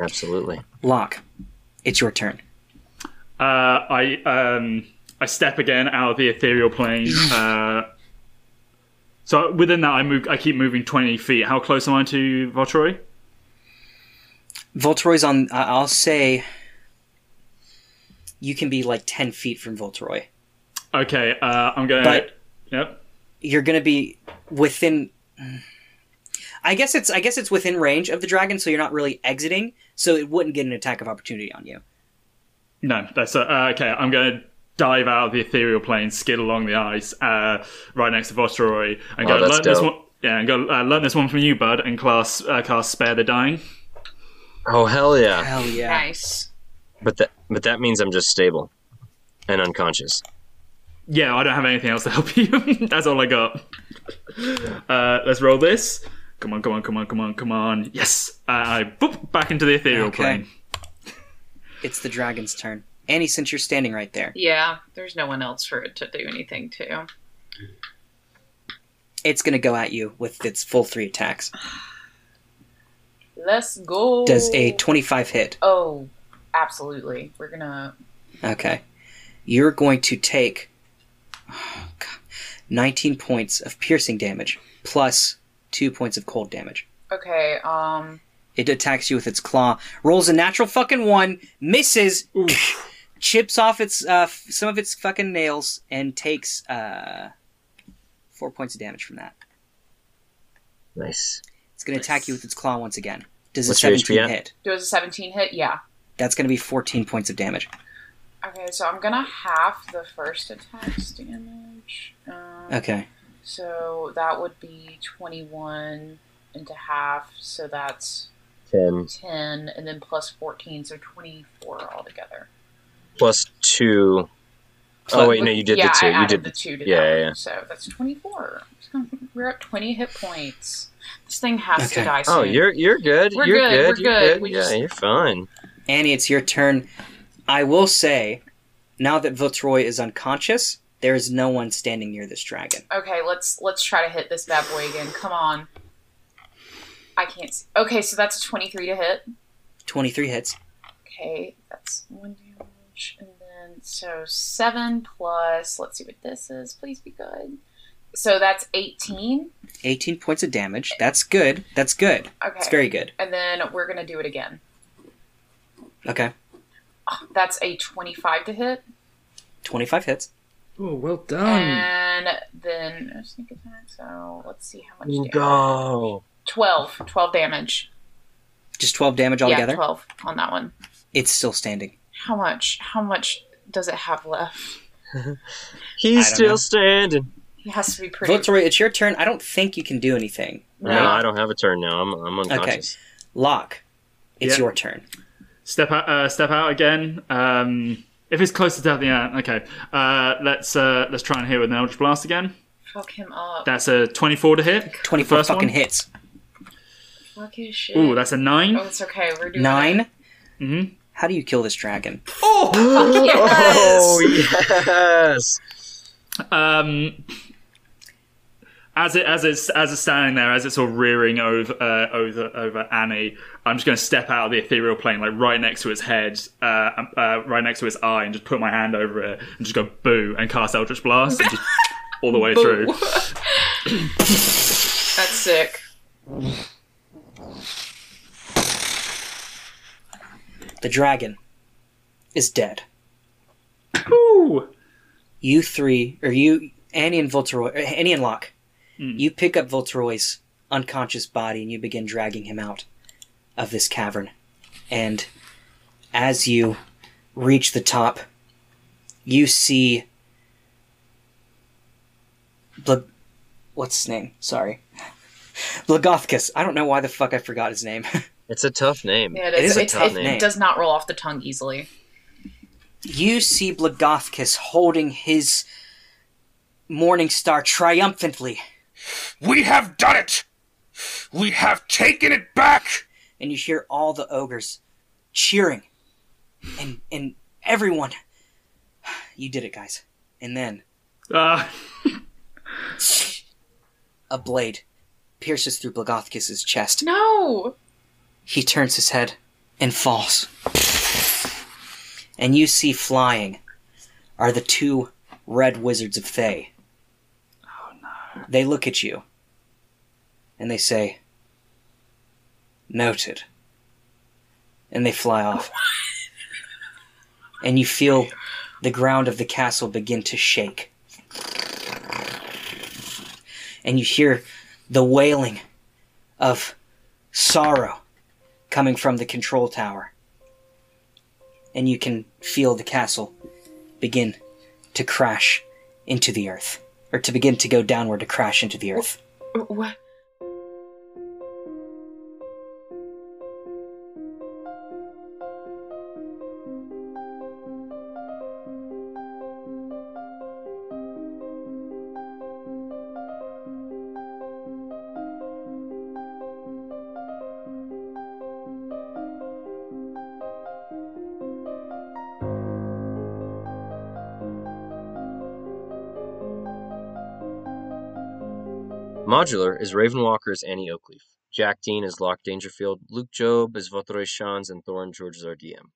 [SPEAKER 4] Absolutely.
[SPEAKER 5] Locke, it's your turn.
[SPEAKER 3] Uh, I um, I step again out of the ethereal plane. Uh, so within that, I move. I keep moving twenty feet. How close am I to Voltroy?
[SPEAKER 5] Voltroy's on. I- I'll say you can be like ten feet from Voltroy.
[SPEAKER 3] Okay, uh, I'm going.
[SPEAKER 5] But-
[SPEAKER 3] Yep.
[SPEAKER 5] You're gonna be within. I guess it's I guess it's within range of the dragon, so you're not really exiting, so it wouldn't get an attack of opportunity on you.
[SPEAKER 3] No, that's uh, uh, okay. I'm going to dive out of the ethereal plane, skid along the ice, uh, right next to Voltroy, and
[SPEAKER 4] Oh,
[SPEAKER 3] go
[SPEAKER 4] that's
[SPEAKER 3] learn this
[SPEAKER 4] dope.
[SPEAKER 3] one. Yeah, and go uh, learn this one from you, bud, and class uh, cast spare the dying.
[SPEAKER 4] Oh hell yeah.
[SPEAKER 5] Hell yeah!
[SPEAKER 1] Nice.
[SPEAKER 4] But that but that means I'm just stable and unconscious.
[SPEAKER 3] Yeah, I don't have anything else to help you. That's all I got. Uh, let's roll this. Come on, come on, come on, come on, come on. Yes! Uh, I boop back into the ethereal
[SPEAKER 5] Okay.
[SPEAKER 3] plane.
[SPEAKER 5] It's the dragon's turn. Annie, since you're standing right there,
[SPEAKER 1] Yeah, there's no one else for it to do anything to.
[SPEAKER 5] it's gonna go at you with its full three attacks.
[SPEAKER 1] Let's go.
[SPEAKER 5] Does a twenty-five hit?
[SPEAKER 1] Oh, absolutely. We're gonna.
[SPEAKER 5] Okay. You're going to take oh, God, 19 points of piercing damage plus 2 points of cold damage.
[SPEAKER 1] Okay. Um.
[SPEAKER 5] It attacks you with its claw, rolls a natural fucking 1, misses, chips off its uh, f- some of its fucking nails and takes uh 4 points of damage from that.
[SPEAKER 4] Nice.
[SPEAKER 5] It's going to attack you with its claw once again. Does
[SPEAKER 4] What's
[SPEAKER 5] a
[SPEAKER 4] your HP
[SPEAKER 5] 17
[SPEAKER 4] at?
[SPEAKER 5] hit?
[SPEAKER 1] Does a 17 hit? Yeah.
[SPEAKER 5] That's going to be 14 points of damage.
[SPEAKER 1] Okay, so I'm gonna half the first attack's damage. Um,
[SPEAKER 5] Okay.
[SPEAKER 1] So that would be 21 into half, so that's
[SPEAKER 4] Ten.
[SPEAKER 1] 10, and then plus 14, so 24 altogether.
[SPEAKER 4] Plus two. oh wait, no, you did
[SPEAKER 1] yeah,
[SPEAKER 4] the two.
[SPEAKER 1] I
[SPEAKER 4] you
[SPEAKER 1] added
[SPEAKER 4] did
[SPEAKER 1] the two to
[SPEAKER 4] yeah,
[SPEAKER 1] that
[SPEAKER 4] yeah,
[SPEAKER 1] one,
[SPEAKER 4] yeah.
[SPEAKER 1] So that's 24. We're at 20 hit points. This thing has
[SPEAKER 5] Okay.
[SPEAKER 1] to die soon.
[SPEAKER 4] Oh, you're you're good.
[SPEAKER 1] We're
[SPEAKER 4] you're
[SPEAKER 1] good,
[SPEAKER 4] good.
[SPEAKER 1] we're
[SPEAKER 4] you're
[SPEAKER 1] good,
[SPEAKER 4] good.
[SPEAKER 1] we
[SPEAKER 4] yeah,
[SPEAKER 1] just-
[SPEAKER 4] you're fine.
[SPEAKER 5] Annie, it's your turn. I will say, now that Viltroy is unconscious, there is no one standing near this dragon.
[SPEAKER 1] Okay, let's let's try to hit this bad boy again. Come on. I can't see. Okay, so that's a 23 to hit.
[SPEAKER 5] 23 hits.
[SPEAKER 1] Okay, that's one damage. And then, so 7 plus, let's see what this is. Please be good. So that's 18.
[SPEAKER 5] 18 points of damage. That's good. That's good.
[SPEAKER 1] Okay.
[SPEAKER 5] It's very good.
[SPEAKER 1] And then we're going to do it again.
[SPEAKER 5] Okay.
[SPEAKER 1] That's a 25 to hit.
[SPEAKER 5] 25 hits.
[SPEAKER 3] Oh, well done.
[SPEAKER 1] And then a sneak attack. So let's see how much damage.
[SPEAKER 4] Go.
[SPEAKER 1] 12. 12 damage.
[SPEAKER 5] Just 12 damage
[SPEAKER 1] yeah,
[SPEAKER 5] altogether.
[SPEAKER 1] 12 on that one.
[SPEAKER 5] it's still standing.
[SPEAKER 1] How much? How much does it have left?
[SPEAKER 4] He's
[SPEAKER 5] I don't
[SPEAKER 4] still
[SPEAKER 5] know.
[SPEAKER 4] standing.
[SPEAKER 1] It has to be pretty.
[SPEAKER 5] Viltroy, it's your turn. I don't think you can do anything.
[SPEAKER 1] No.
[SPEAKER 4] No, I don't have a turn now. I'm I'm unconscious.
[SPEAKER 5] Locke, it's
[SPEAKER 3] Yeah.
[SPEAKER 5] your turn.
[SPEAKER 3] Step out. Uh, step out again. Um, if it's close to death, yeah. Okay. Uh, let's uh, let's try and hit with an eldritch blast again.
[SPEAKER 1] Fuck him up.
[SPEAKER 3] That's a twenty-four to hit.
[SPEAKER 5] 24
[SPEAKER 3] First
[SPEAKER 5] fucking
[SPEAKER 3] one?
[SPEAKER 5] hits.
[SPEAKER 1] Lucky as shit.
[SPEAKER 3] Ooh, that's a nine.
[SPEAKER 1] oh, it's okay. We're doing
[SPEAKER 5] Nine.
[SPEAKER 3] Mhm.
[SPEAKER 5] How do you kill this dragon?
[SPEAKER 1] it.
[SPEAKER 4] Oh
[SPEAKER 1] Yes!
[SPEAKER 4] yes.
[SPEAKER 3] Um, as it as it's as it's standing there, as it's all rearing over uh, over over Annie, I'm just going to step out of the ethereal plane, like right next to its head, uh, um, uh, right next to its eye, and just put my hand over it and just go boo and cast Eldritch Blast and just all the way through.
[SPEAKER 1] That's sick.
[SPEAKER 5] The dragon is dead.
[SPEAKER 3] Ooh.
[SPEAKER 5] You three, or you, Annie and Volteroy, or Annie and Locke, you pick up Volteroy's unconscious body and you begin dragging him out of this cavern. And as you reach the top, you see. Bla- What's his name? Sorry. Blagothcus. I don't know why the fuck I forgot his name.
[SPEAKER 4] It's a tough name.
[SPEAKER 1] Yeah, it
[SPEAKER 5] It
[SPEAKER 1] is.
[SPEAKER 5] is a
[SPEAKER 1] It,
[SPEAKER 5] tough
[SPEAKER 1] it,
[SPEAKER 5] name.
[SPEAKER 1] it does not roll off the tongue easily.
[SPEAKER 5] you see Blagothcus holding his morning star triumphantly,
[SPEAKER 8] We have done it! We have taken it back!
[SPEAKER 5] and you hear all the ogres cheering, and and everyone, you did it, guys. And then
[SPEAKER 3] Ah.
[SPEAKER 5] a blade pierces through Blagothcus's chest.
[SPEAKER 1] No.
[SPEAKER 5] He turns his head and falls. And you see flying are the two red wizards of Thay. Oh no. They look at you and they say, Noted. And they fly off. and you feel the ground of the castle begin to shake. And you hear the wailing of sorrow coming from the control tower. And you can feel the castle begin to crash into the earth, or to begin to go downward to crash into the earth.
[SPEAKER 1] What?
[SPEAKER 4] Modular is Raven Walker as Annie Oakleaf. Jack Dean is Locke Dangerfield. Luke Job is Votroy Shans, and Thorin George is our DM.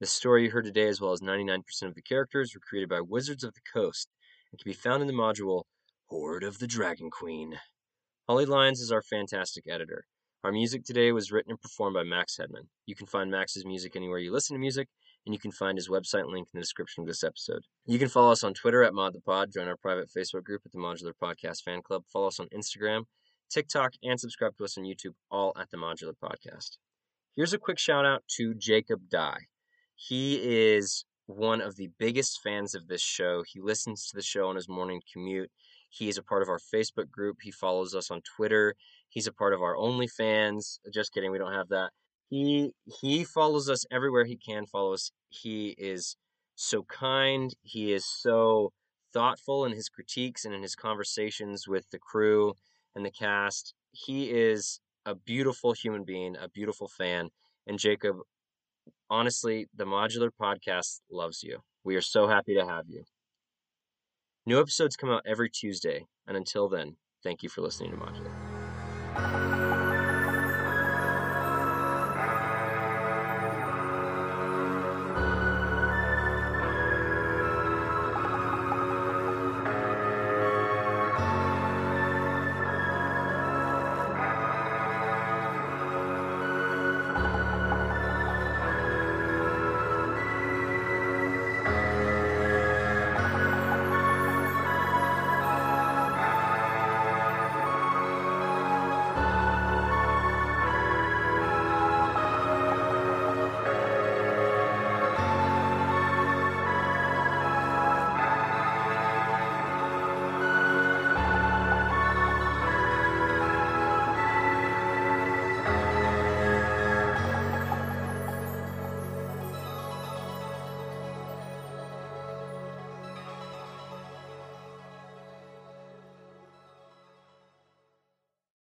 [SPEAKER 4] The story you heard today, as well as 99% of the characters, were created by Wizards of the Coast and can be found in the module Horde of the Dragon Queen. Holly Lyons is our fantastic editor. Our music today was written and performed by Max Hedman. You can find Max's music anywhere you listen to music, and you can find his website link in the description of this episode. You can follow us on Twitter at ModThePod, join our private Facebook group at the Modular Podcast Fan Club, follow us on Instagram, TikTok, and subscribe to us on YouTube, all at the Modular Podcast. Here's a quick shout out to Jacob Dye. He is one of the biggest fans of this show. He listens to the show on his morning commute. He is a part of our Facebook group. He follows us on Twitter. He's a part of our OnlyFans. Just kidding, we don't have that he he follows us everywhere he can follow us he is so kind he is so thoughtful in his critiques and in his conversations with the crew and the cast he is a beautiful human being a beautiful fan and jacob honestly the modular podcast loves you we are so happy to have you new episodes come out every tuesday and until then thank you for listening to modular